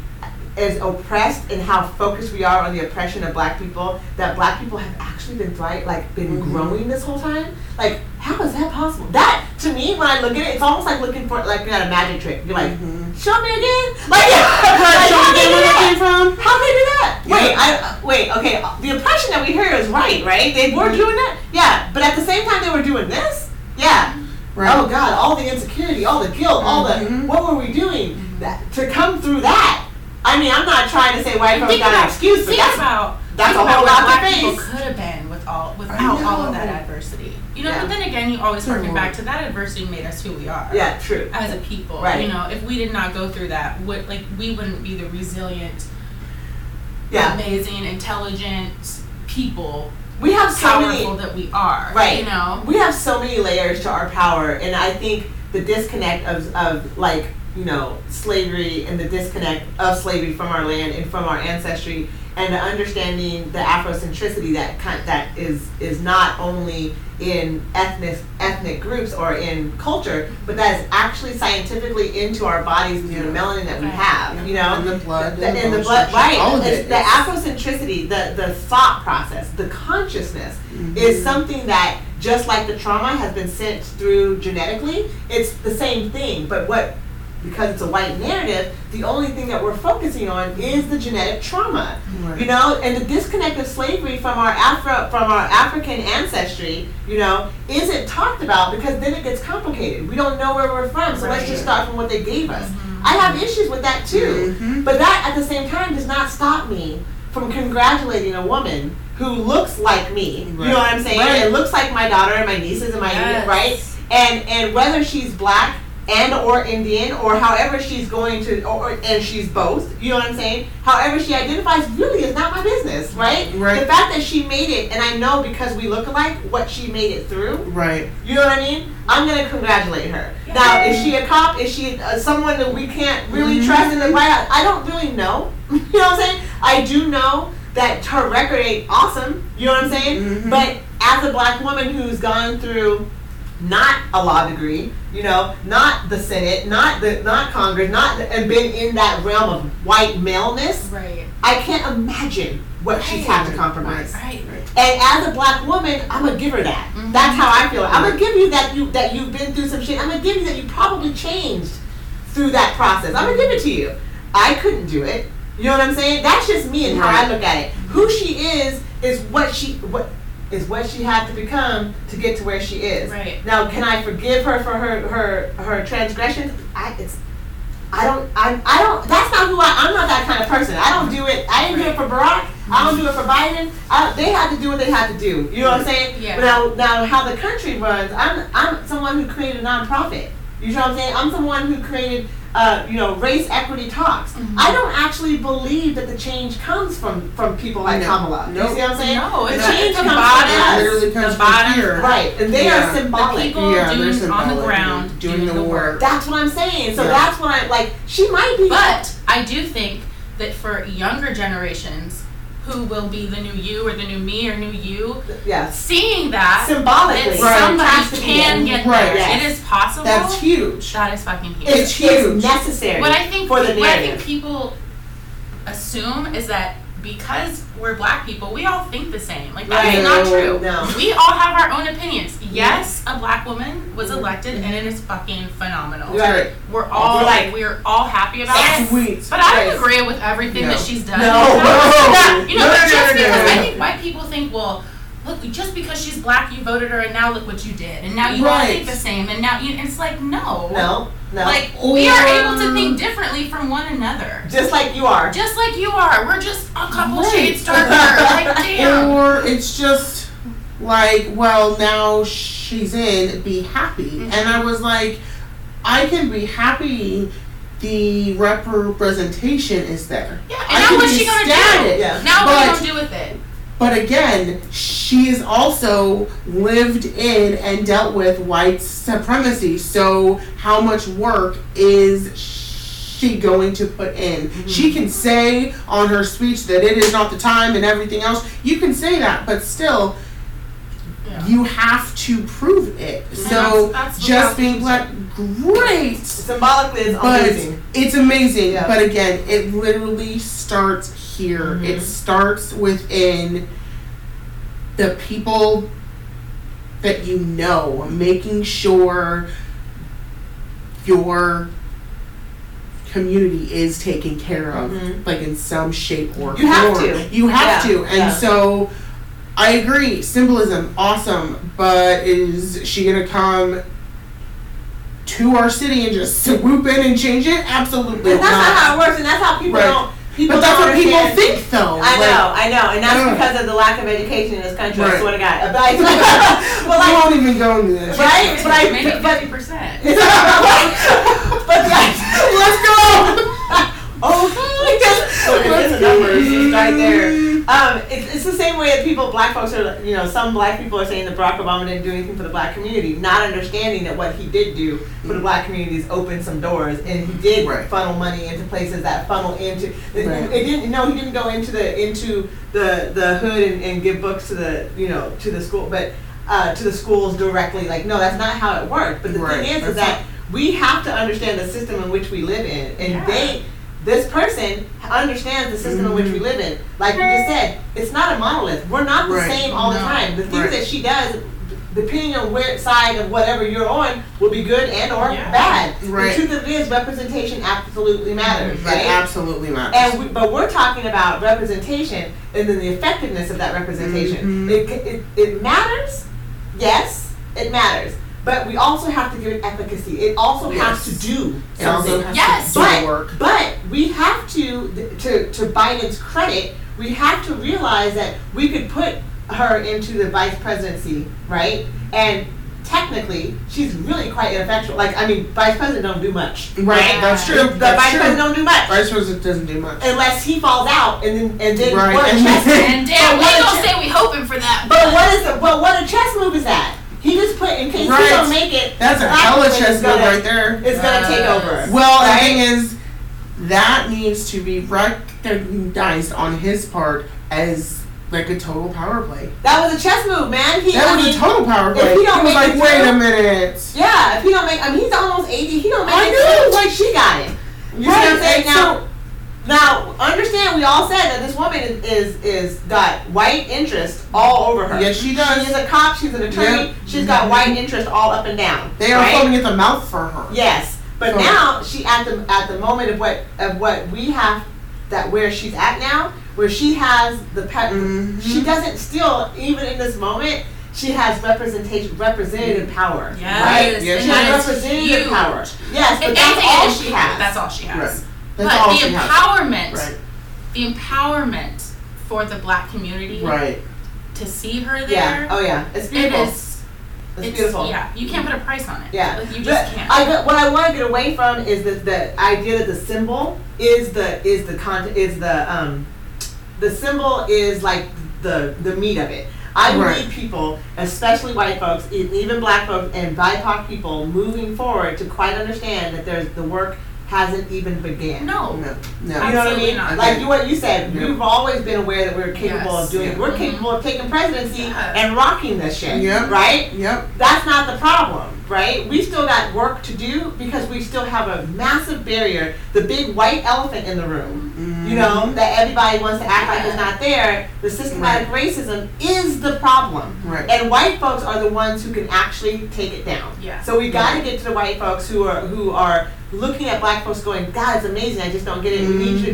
[SPEAKER 1] as oppressed and how focused we are on the oppression of black people, that black people have actually been thrive, like been
[SPEAKER 3] Mhm.
[SPEAKER 1] growing this whole time? Like, how is that possible? That to me, when I look at it, it's almost like looking for like at a magic trick. You're like,
[SPEAKER 3] Mhm.
[SPEAKER 1] show me again. Like, like,
[SPEAKER 3] Show
[SPEAKER 1] how
[SPEAKER 3] me
[SPEAKER 1] they do
[SPEAKER 3] where that
[SPEAKER 1] that?
[SPEAKER 3] came from.
[SPEAKER 1] How they do that?
[SPEAKER 3] Yeah.
[SPEAKER 1] Wait, I uh, wait. Okay, uh, the impression that we hear is right, right? They
[SPEAKER 2] Mm-hmm.
[SPEAKER 1] were doing that, yeah. But at the same time, they were doing this, yeah. Oh
[SPEAKER 3] Right.
[SPEAKER 1] God, all the insecurity, all the guilt, all the
[SPEAKER 2] Mm-hmm.
[SPEAKER 3] Mhm.
[SPEAKER 1] what were we doing that, to come through that? I mean, I'm not trying to say white
[SPEAKER 2] and
[SPEAKER 1] folks
[SPEAKER 2] think
[SPEAKER 1] got an
[SPEAKER 2] about,
[SPEAKER 1] excuse, but
[SPEAKER 2] think
[SPEAKER 1] that's
[SPEAKER 2] about
[SPEAKER 1] that's
[SPEAKER 2] think
[SPEAKER 1] a whole
[SPEAKER 2] about what
[SPEAKER 1] lot to
[SPEAKER 2] black people
[SPEAKER 1] face.
[SPEAKER 2] could have been with all without all of that adversity. You know,
[SPEAKER 1] Yeah.
[SPEAKER 2] but then again, you always
[SPEAKER 3] Sure.
[SPEAKER 2] harken back to that adversity made us who we are.
[SPEAKER 1] Yeah, true.
[SPEAKER 2] As a people,
[SPEAKER 1] Right.
[SPEAKER 2] you know, if we did not go through that, would like we wouldn't be the resilient,
[SPEAKER 1] Yeah,
[SPEAKER 2] amazing, intelligent people,
[SPEAKER 1] we have so many.
[SPEAKER 2] powerful that we are.
[SPEAKER 1] Right.
[SPEAKER 2] You know.
[SPEAKER 1] Um, we have so many layers to our power and i think the disconnect of, of like you know slavery and the disconnect of slavery from our land and from our ancestry and the understanding the afrocentricity that kind, that is is not only in ethnic ethnic groups or in culture but that is actually scientifically into our bodies through the
[SPEAKER 3] Yeah.
[SPEAKER 1] melanin that we
[SPEAKER 2] Right.
[SPEAKER 1] have you know
[SPEAKER 3] in the blood,
[SPEAKER 1] the,
[SPEAKER 3] in
[SPEAKER 1] and the blood, right?
[SPEAKER 3] all of
[SPEAKER 1] it's
[SPEAKER 3] it.
[SPEAKER 1] the Afrocentricity, the the thought process, the consciousness
[SPEAKER 3] Mm-hmm.
[SPEAKER 1] is something that just like the trauma has been sent through genetically, it's the same thing. But what because it's a white narrative, the only thing that we're focusing on is the genetic trauma. You know, and the disconnect of slavery from our Afro from our African ancestry, you know, isn't talked about because then it gets complicated. We don't know where we're from, so let's just
[SPEAKER 3] Right. Mm-hmm.
[SPEAKER 1] start from what they gave us. I have issues with that too.
[SPEAKER 3] Mhm.
[SPEAKER 1] Mm-hmm. But that at the same time does not stop me from congratulating a woman who looks like me. You
[SPEAKER 3] Right.
[SPEAKER 1] know what I'm saying?
[SPEAKER 3] Right.
[SPEAKER 1] And looks like my daughter and my nieces and my
[SPEAKER 2] Yes.
[SPEAKER 1] right? And and whether she's black and or Indian or however she's going to or or- and she's both, you know what I'm saying? However she identifies really is not my business, right?
[SPEAKER 3] Right.
[SPEAKER 1] The fact that she made it and I know because we look alike what she made it through.
[SPEAKER 3] Right.
[SPEAKER 1] You know what I mean? I'm gonna congratulate her. Now, is she a cop? Is she uh, someone that we can't really
[SPEAKER 3] Mhm.
[SPEAKER 1] trust in the White House? I don't really know. you know what I'm saying? I do know that her record ain't awesome. You know what I'm saying?
[SPEAKER 3] Mhm.
[SPEAKER 1] But as a black woman who's gone through not a law degree, you know, not the Senate, not the not Congress, not the, and been in that realm of white maleness,
[SPEAKER 2] Right.
[SPEAKER 1] I can't imagine what she's had to compromise.
[SPEAKER 2] Right.
[SPEAKER 1] And as a black woman, I'm gonna give her that.
[SPEAKER 2] Mhm.
[SPEAKER 1] That's how I feel. I'm gonna give you that you that you've been through some shit. I'm gonna give you that you probably changed through that process. I'm gonna give it to you. I couldn't do it. You know what I'm saying? That's just me and how I
[SPEAKER 3] Right.
[SPEAKER 1] look at it. Who she is is what she what is what she had to become to get to where she is.
[SPEAKER 2] Right.
[SPEAKER 1] Now, can I forgive her for her her her transgressions? I it's I don't I I don't that's not who I I'm not that kind of person. I don't do it. I didn't do it for Barack. I don't do it for Biden. I, they had to do what they had to do. You know what I'm saying?
[SPEAKER 2] Yeah.
[SPEAKER 1] But now now how the country runs, I'm I'm someone who created a nonprofit. You know what I'm saying? I'm someone who created uh, you know race equity talks.
[SPEAKER 2] Mhm.
[SPEAKER 1] I don't actually believe that the change comes from from people like
[SPEAKER 3] No.
[SPEAKER 1] Kamala.
[SPEAKER 3] Nope.
[SPEAKER 1] You see what I'm saying?
[SPEAKER 2] No,
[SPEAKER 1] the
[SPEAKER 2] it's
[SPEAKER 1] change
[SPEAKER 2] the
[SPEAKER 1] comes
[SPEAKER 2] bottom.
[SPEAKER 1] from us.
[SPEAKER 3] Literally comes
[SPEAKER 2] The
[SPEAKER 3] from
[SPEAKER 2] bottom-
[SPEAKER 3] here.
[SPEAKER 1] Right, and they
[SPEAKER 3] Yeah.
[SPEAKER 1] are
[SPEAKER 3] The
[SPEAKER 1] symbolic.
[SPEAKER 2] people
[SPEAKER 3] Yeah,
[SPEAKER 2] doing
[SPEAKER 3] they're
[SPEAKER 2] on
[SPEAKER 3] symbolic,
[SPEAKER 2] the ground
[SPEAKER 3] doing the work.
[SPEAKER 1] That's what I'm saying. So
[SPEAKER 3] Yeah.
[SPEAKER 1] that's what I'm like. She might be,
[SPEAKER 2] But I do think that for younger generations, who will be the new you or the new me or new you,
[SPEAKER 1] yes,
[SPEAKER 2] seeing that
[SPEAKER 1] symbolically.
[SPEAKER 2] that
[SPEAKER 3] Right.
[SPEAKER 1] Has to be
[SPEAKER 2] somebody can
[SPEAKER 1] there.
[SPEAKER 2] get
[SPEAKER 3] Right,
[SPEAKER 2] there,
[SPEAKER 1] yes.
[SPEAKER 2] it is possible.
[SPEAKER 3] That's huge.
[SPEAKER 2] That is fucking huge.
[SPEAKER 1] It's,
[SPEAKER 3] It's huge.
[SPEAKER 1] it's necessary.
[SPEAKER 2] what I think
[SPEAKER 1] for the
[SPEAKER 2] what I think
[SPEAKER 1] narrative.
[SPEAKER 2] people assume is that because we're black people, we all think the same. Like that's
[SPEAKER 1] Right.
[SPEAKER 2] not
[SPEAKER 3] No,
[SPEAKER 2] true.
[SPEAKER 1] no.
[SPEAKER 2] We all have our own opinions. Yes, a black woman was elected and it is fucking phenomenal.
[SPEAKER 1] Yeah.
[SPEAKER 3] Right.
[SPEAKER 2] We're all
[SPEAKER 1] We're like-
[SPEAKER 2] like we're all happy about it.
[SPEAKER 3] Sweet.
[SPEAKER 2] But I don't
[SPEAKER 1] Yes.
[SPEAKER 2] agree with everything that
[SPEAKER 3] No.
[SPEAKER 2] she's done.
[SPEAKER 1] No.
[SPEAKER 2] That- you know,
[SPEAKER 3] No, no,
[SPEAKER 2] just
[SPEAKER 3] no, no,
[SPEAKER 2] because
[SPEAKER 3] no.
[SPEAKER 2] I think white people think, well, look, just because she's black, you voted her, and now look what you did, and now you all
[SPEAKER 3] Right.
[SPEAKER 2] think the same, and now you, it's like no,
[SPEAKER 1] No, no.
[SPEAKER 2] like we are able to
[SPEAKER 3] Or-
[SPEAKER 2] think differently from one another,
[SPEAKER 1] just like you are.
[SPEAKER 2] just like you are. We're just a couple
[SPEAKER 3] Right.
[SPEAKER 2] shades darker. like damn,
[SPEAKER 3] Or it's just like, well, now she's in, be happy.
[SPEAKER 1] Mm-hmm.
[SPEAKER 3] And I was like, I can be happy. The representation is there.
[SPEAKER 2] yeah.
[SPEAKER 3] I
[SPEAKER 2] And now
[SPEAKER 3] can
[SPEAKER 2] what's
[SPEAKER 3] be
[SPEAKER 2] she gonna
[SPEAKER 3] sad
[SPEAKER 2] do?
[SPEAKER 3] at it,
[SPEAKER 1] Yeah.
[SPEAKER 2] Now what
[SPEAKER 3] but-
[SPEAKER 2] are you gonna do with it?
[SPEAKER 3] But again, she's also lived in and dealt with white supremacy. So, how much work is she going to put in?
[SPEAKER 2] Mm-hmm.
[SPEAKER 3] She can say on her speech that it is not the time and everything else. You can say that, but still,
[SPEAKER 2] Yeah.
[SPEAKER 3] you have to prove it. So,
[SPEAKER 2] that's- that's
[SPEAKER 3] just
[SPEAKER 2] what
[SPEAKER 3] being black, great.
[SPEAKER 1] Symbolically, it's
[SPEAKER 3] But
[SPEAKER 1] amazing.
[SPEAKER 3] it's amazing.
[SPEAKER 1] Yeah.
[SPEAKER 3] But again, it literally starts here. It
[SPEAKER 1] Mhm.
[SPEAKER 3] starts within the people that you know, making sure your community is taken care of,
[SPEAKER 1] Mhm.
[SPEAKER 3] like in some shape or
[SPEAKER 1] You have
[SPEAKER 3] form.
[SPEAKER 1] to.
[SPEAKER 3] You have
[SPEAKER 1] Yeah,
[SPEAKER 3] to. And
[SPEAKER 1] yeah.
[SPEAKER 3] so I agree, symbolism, awesome. But is she gonna come to our city and just swoop in and change it? Absolutely
[SPEAKER 1] But that's not
[SPEAKER 3] not.
[SPEAKER 1] how it works, and that's how people
[SPEAKER 3] Right.
[SPEAKER 1] don't. people
[SPEAKER 3] But that's
[SPEAKER 1] don't
[SPEAKER 3] what people
[SPEAKER 1] understand-
[SPEAKER 3] think, though.
[SPEAKER 1] I
[SPEAKER 3] Like,
[SPEAKER 1] know, I know, and that's
[SPEAKER 3] Ugh.
[SPEAKER 1] because of the lack of education in this country.
[SPEAKER 3] Right.
[SPEAKER 1] I swear to God, but, I- but
[SPEAKER 3] we
[SPEAKER 1] like,
[SPEAKER 3] won't even go into this.
[SPEAKER 1] Right? but I-
[SPEAKER 2] maybe
[SPEAKER 1] but-
[SPEAKER 2] fifty percent.
[SPEAKER 1] but the idea, let's go. oh, look at the numbers it's right there. Um, it's, it's the same way that people, black folks are, you know, some black people are saying that Barack Obama didn't do anything for the black community, not understanding that what he did do for the black community is open some doors, and he did
[SPEAKER 3] Mm. Right.
[SPEAKER 1] funnel money into places that funnel into. It,
[SPEAKER 3] Right.
[SPEAKER 1] it didn't. No, he didn't go into the into the the hood and, and give books to the you know to the school, but uh, to the schools directly. Like, no, that's not how it worked. But the
[SPEAKER 3] Right.
[SPEAKER 1] thing is,
[SPEAKER 3] That's
[SPEAKER 1] is that we have to understand the system in which we live in, and
[SPEAKER 2] Yeah.
[SPEAKER 1] they this person understands the system in which we live in. Like you just said, it's not a monolith. We're not the
[SPEAKER 3] Right.
[SPEAKER 1] same all the
[SPEAKER 2] No.
[SPEAKER 1] time. The things
[SPEAKER 3] Right.
[SPEAKER 1] that she does, depending on where side of whatever you're on, will be good and or
[SPEAKER 2] Yeah.
[SPEAKER 1] bad.
[SPEAKER 3] Right. Mm-hmm.
[SPEAKER 1] The truth of it is, representation absolutely matters,
[SPEAKER 3] That
[SPEAKER 1] right?
[SPEAKER 3] absolutely matters.
[SPEAKER 1] And we, but we're talking about representation and then the effectiveness of that representation.
[SPEAKER 3] Mhm.
[SPEAKER 1] It c It, it, matters, yes, it matters. But we also have to give it efficacy. It also has
[SPEAKER 3] Yes.
[SPEAKER 1] to do
[SPEAKER 3] It also
[SPEAKER 1] something.
[SPEAKER 3] has
[SPEAKER 2] Yes.
[SPEAKER 3] to do
[SPEAKER 1] But-
[SPEAKER 3] the work.
[SPEAKER 1] But we have to, to, to Biden's credit, we have to realize that we could put her into the vice presidency, right? And technically, she's really quite ineffectual. Like, I mean, vice president don't do much.
[SPEAKER 3] Right,
[SPEAKER 2] Yeah.
[SPEAKER 3] that's true.
[SPEAKER 1] The
[SPEAKER 3] that's
[SPEAKER 1] vice
[SPEAKER 3] true.
[SPEAKER 1] president don't do much
[SPEAKER 3] Vice president doesn't do much.
[SPEAKER 1] unless he falls out and then and then
[SPEAKER 3] Right,
[SPEAKER 1] what a
[SPEAKER 3] and
[SPEAKER 1] chess
[SPEAKER 3] then-
[SPEAKER 1] move.
[SPEAKER 2] And damn, we
[SPEAKER 1] But what
[SPEAKER 2] don't
[SPEAKER 1] a
[SPEAKER 2] say we hoping for that.
[SPEAKER 1] But what is the, but what a chess move is that? He just put in case
[SPEAKER 3] Right.
[SPEAKER 1] he don't make it.
[SPEAKER 3] That's a
[SPEAKER 1] Black
[SPEAKER 3] hella
[SPEAKER 1] women's
[SPEAKER 3] chestnut
[SPEAKER 1] gonna-
[SPEAKER 3] right there.
[SPEAKER 1] It's gonna take over.
[SPEAKER 3] Well,
[SPEAKER 1] Right?
[SPEAKER 3] the thing is, that needs to be recognized on his part as like a total power play.
[SPEAKER 1] that was a chess move, man. He, I
[SPEAKER 3] That was
[SPEAKER 1] mean,
[SPEAKER 3] a total power play.
[SPEAKER 1] he
[SPEAKER 3] He,
[SPEAKER 1] don't
[SPEAKER 3] was
[SPEAKER 1] make
[SPEAKER 3] like,
[SPEAKER 1] it
[SPEAKER 3] wait
[SPEAKER 1] through-
[SPEAKER 3] a minute.
[SPEAKER 1] yeah. If he don't make, I mean, he's almost eighty. He don't make
[SPEAKER 3] I
[SPEAKER 1] it.
[SPEAKER 3] know.
[SPEAKER 1] through, Like she got it. Right,
[SPEAKER 3] You see what I'm
[SPEAKER 1] and
[SPEAKER 3] saying?
[SPEAKER 1] now- Now understand, we all said that this woman is is, is got white interest all over her.
[SPEAKER 3] Yes, she does.
[SPEAKER 1] She's a cop. She's an attorney.
[SPEAKER 3] Yep.
[SPEAKER 1] She's got white interest all up and down.
[SPEAKER 3] they are
[SPEAKER 1] right?
[SPEAKER 3] foaming at the mouth for her.
[SPEAKER 1] Yes, but
[SPEAKER 3] Correct.
[SPEAKER 1] now she at the at the moment of what of what we have that where she's at now, where she has the pet.
[SPEAKER 3] Mhm.
[SPEAKER 1] She doesn't still even in this moment. She has representation, representative power.
[SPEAKER 2] Yes,
[SPEAKER 1] right?
[SPEAKER 3] yes,
[SPEAKER 1] She
[SPEAKER 2] and
[SPEAKER 1] has
[SPEAKER 2] that is
[SPEAKER 1] representative
[SPEAKER 2] huge.
[SPEAKER 1] power. Yes, but
[SPEAKER 2] If
[SPEAKER 1] that's
[SPEAKER 2] anything,
[SPEAKER 1] all
[SPEAKER 2] it is
[SPEAKER 1] she
[SPEAKER 2] huge.
[SPEAKER 1] has.
[SPEAKER 2] That's all she has.
[SPEAKER 3] Right. That's
[SPEAKER 2] But
[SPEAKER 3] all
[SPEAKER 2] the
[SPEAKER 3] she has.
[SPEAKER 2] empowerment,
[SPEAKER 3] Right.
[SPEAKER 2] the empowerment for the black community
[SPEAKER 3] Right.
[SPEAKER 2] to see her
[SPEAKER 1] yeah.
[SPEAKER 2] there,
[SPEAKER 1] Oh yeah. It's
[SPEAKER 2] it
[SPEAKER 1] beautiful.
[SPEAKER 2] is.
[SPEAKER 1] it's,
[SPEAKER 2] it's-
[SPEAKER 1] beautiful.
[SPEAKER 2] Yeah, you can't put a price on it.
[SPEAKER 1] Yeah.
[SPEAKER 2] Like, you
[SPEAKER 1] But
[SPEAKER 2] just can't.
[SPEAKER 1] I got- what I want to get away from is that the idea that the symbol is the is the content is the um the symbol is like the the meat of it. I
[SPEAKER 3] Right.
[SPEAKER 1] need people, especially white folks, e- even black folks, and BIPOC people, moving forward to quite understand that there's the work hasn't even began.
[SPEAKER 2] no.
[SPEAKER 3] No.
[SPEAKER 1] You
[SPEAKER 3] No.
[SPEAKER 1] know what I
[SPEAKER 2] Absolutely
[SPEAKER 1] mean?
[SPEAKER 2] not.
[SPEAKER 1] Like you, what you said,
[SPEAKER 3] Yeah.
[SPEAKER 1] we've always been aware that we're capable
[SPEAKER 2] Yes.
[SPEAKER 1] of doing.
[SPEAKER 3] Yeah.
[SPEAKER 1] We're
[SPEAKER 2] Mhm.
[SPEAKER 1] capable of taking presidency
[SPEAKER 2] Yes.
[SPEAKER 1] and rocking this shit,
[SPEAKER 3] Yeah.
[SPEAKER 1] right?
[SPEAKER 3] Yep.
[SPEAKER 1] that's not the problem, right? We still got work to do because we still have a massive barrier, the big white elephant in the room,
[SPEAKER 3] Mm-hmm.
[SPEAKER 1] you know, that everybody wants to act like is not there. The systematic racism is the problem.
[SPEAKER 3] Right.
[SPEAKER 1] And white folks are the ones who can actually take it down.
[SPEAKER 2] Yeah.
[SPEAKER 1] So we got to get to the white folks who are who are looking at black folks going, God, it's amazing. I just don't get it. We need you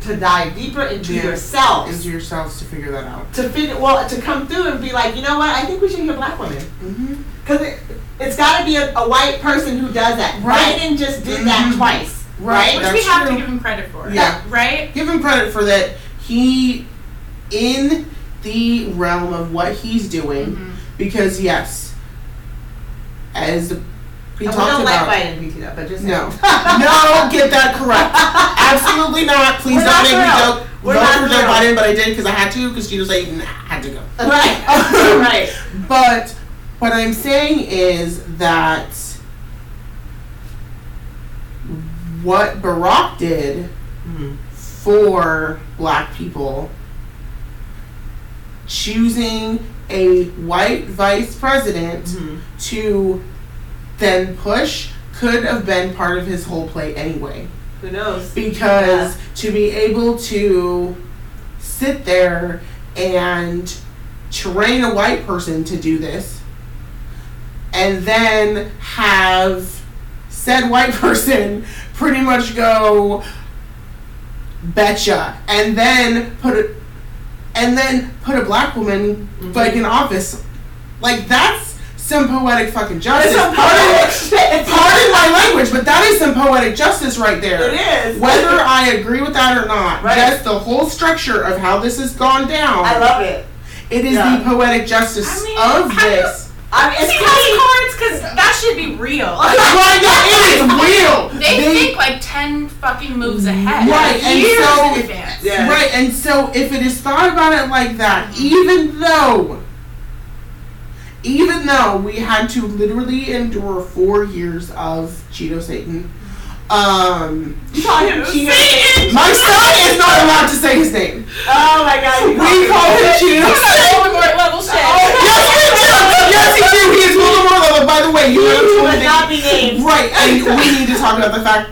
[SPEAKER 1] to, to dive deeper into
[SPEAKER 3] Yeah.
[SPEAKER 1] yourselves
[SPEAKER 3] Is yourselves to figure that out.
[SPEAKER 1] to figure well to come through and be like, you know what? I think we should hear black women.
[SPEAKER 3] Mm-hmm.
[SPEAKER 1] Because it, it's got to be a, a white person who does that.
[SPEAKER 3] Right.
[SPEAKER 1] Biden just did that
[SPEAKER 3] Mhm.
[SPEAKER 1] twice.
[SPEAKER 3] Right.
[SPEAKER 1] Mm-hmm. Right?
[SPEAKER 2] Which we
[SPEAKER 3] That's
[SPEAKER 2] have
[SPEAKER 3] true.
[SPEAKER 2] to give him credit for.
[SPEAKER 3] Yeah.
[SPEAKER 2] Right?
[SPEAKER 3] give him credit for that. He, in the realm of what he's doing,
[SPEAKER 1] Mm-hmm.
[SPEAKER 2] Mhm.
[SPEAKER 3] because yes, as we
[SPEAKER 1] And
[SPEAKER 3] talked
[SPEAKER 1] we don't
[SPEAKER 3] about,
[SPEAKER 1] like Biden PT though, but just
[SPEAKER 3] no, no, get that correct. Absolutely not. Please
[SPEAKER 1] We're
[SPEAKER 3] don't
[SPEAKER 1] not
[SPEAKER 3] make me
[SPEAKER 1] thrilled.
[SPEAKER 3] joke.
[SPEAKER 1] We're
[SPEAKER 3] vote
[SPEAKER 1] not
[SPEAKER 3] for Joe
[SPEAKER 1] thrilled.
[SPEAKER 3] Biden, but I did because I had to because she was like, nah, I had to go.
[SPEAKER 1] right. right.
[SPEAKER 3] But what I'm saying is that what Barack did for black people choosing a white vice president
[SPEAKER 1] Mm-hmm.
[SPEAKER 3] to then push could have been part of his whole play anyway
[SPEAKER 1] Who knows?
[SPEAKER 3] because to be able to sit there and train a white person to do this and then have said white person pretty much go betcha and then put a
[SPEAKER 1] Mm-hmm.
[SPEAKER 3] and then put a black woman like in office like that's some poetic fucking
[SPEAKER 1] It's
[SPEAKER 3] justice.
[SPEAKER 1] some
[SPEAKER 3] Pardon-
[SPEAKER 1] poetic shit.
[SPEAKER 3] Pardon my language, but that is some poetic justice right there.
[SPEAKER 1] It is.
[SPEAKER 3] Whether I agree with that or not,
[SPEAKER 1] Right.
[SPEAKER 3] that's the whole structure of how this has gone down.
[SPEAKER 1] I love it.
[SPEAKER 3] it is
[SPEAKER 1] yeah.
[SPEAKER 3] the poetic justice
[SPEAKER 2] I mean,
[SPEAKER 3] of
[SPEAKER 2] how do you-
[SPEAKER 3] this.
[SPEAKER 1] I mean,
[SPEAKER 2] She
[SPEAKER 1] it's crazy.
[SPEAKER 2] has cards because that should be real.
[SPEAKER 3] right now, it is real.
[SPEAKER 2] They, think like ten fucking moves ahead,
[SPEAKER 3] Right, and
[SPEAKER 2] years
[SPEAKER 3] so-
[SPEAKER 2] in advance.
[SPEAKER 1] Yeah.
[SPEAKER 3] Right, and so if it is thought about it like that, even though, even though we had to literally endure four years of Cheeto Satan, um,
[SPEAKER 1] You call him Cheeto.
[SPEAKER 3] my son is not allowed to say his name.
[SPEAKER 1] Oh my god. you
[SPEAKER 3] We call him Cheeto Satan.
[SPEAKER 2] Overboard level shit.
[SPEAKER 3] Oh, Yes, he do. Yes, he do. He is Voldemort level. By the way, you have
[SPEAKER 1] He
[SPEAKER 3] told
[SPEAKER 1] would
[SPEAKER 3] me-
[SPEAKER 1] not be named.
[SPEAKER 3] Right, and we need to talk about the fact,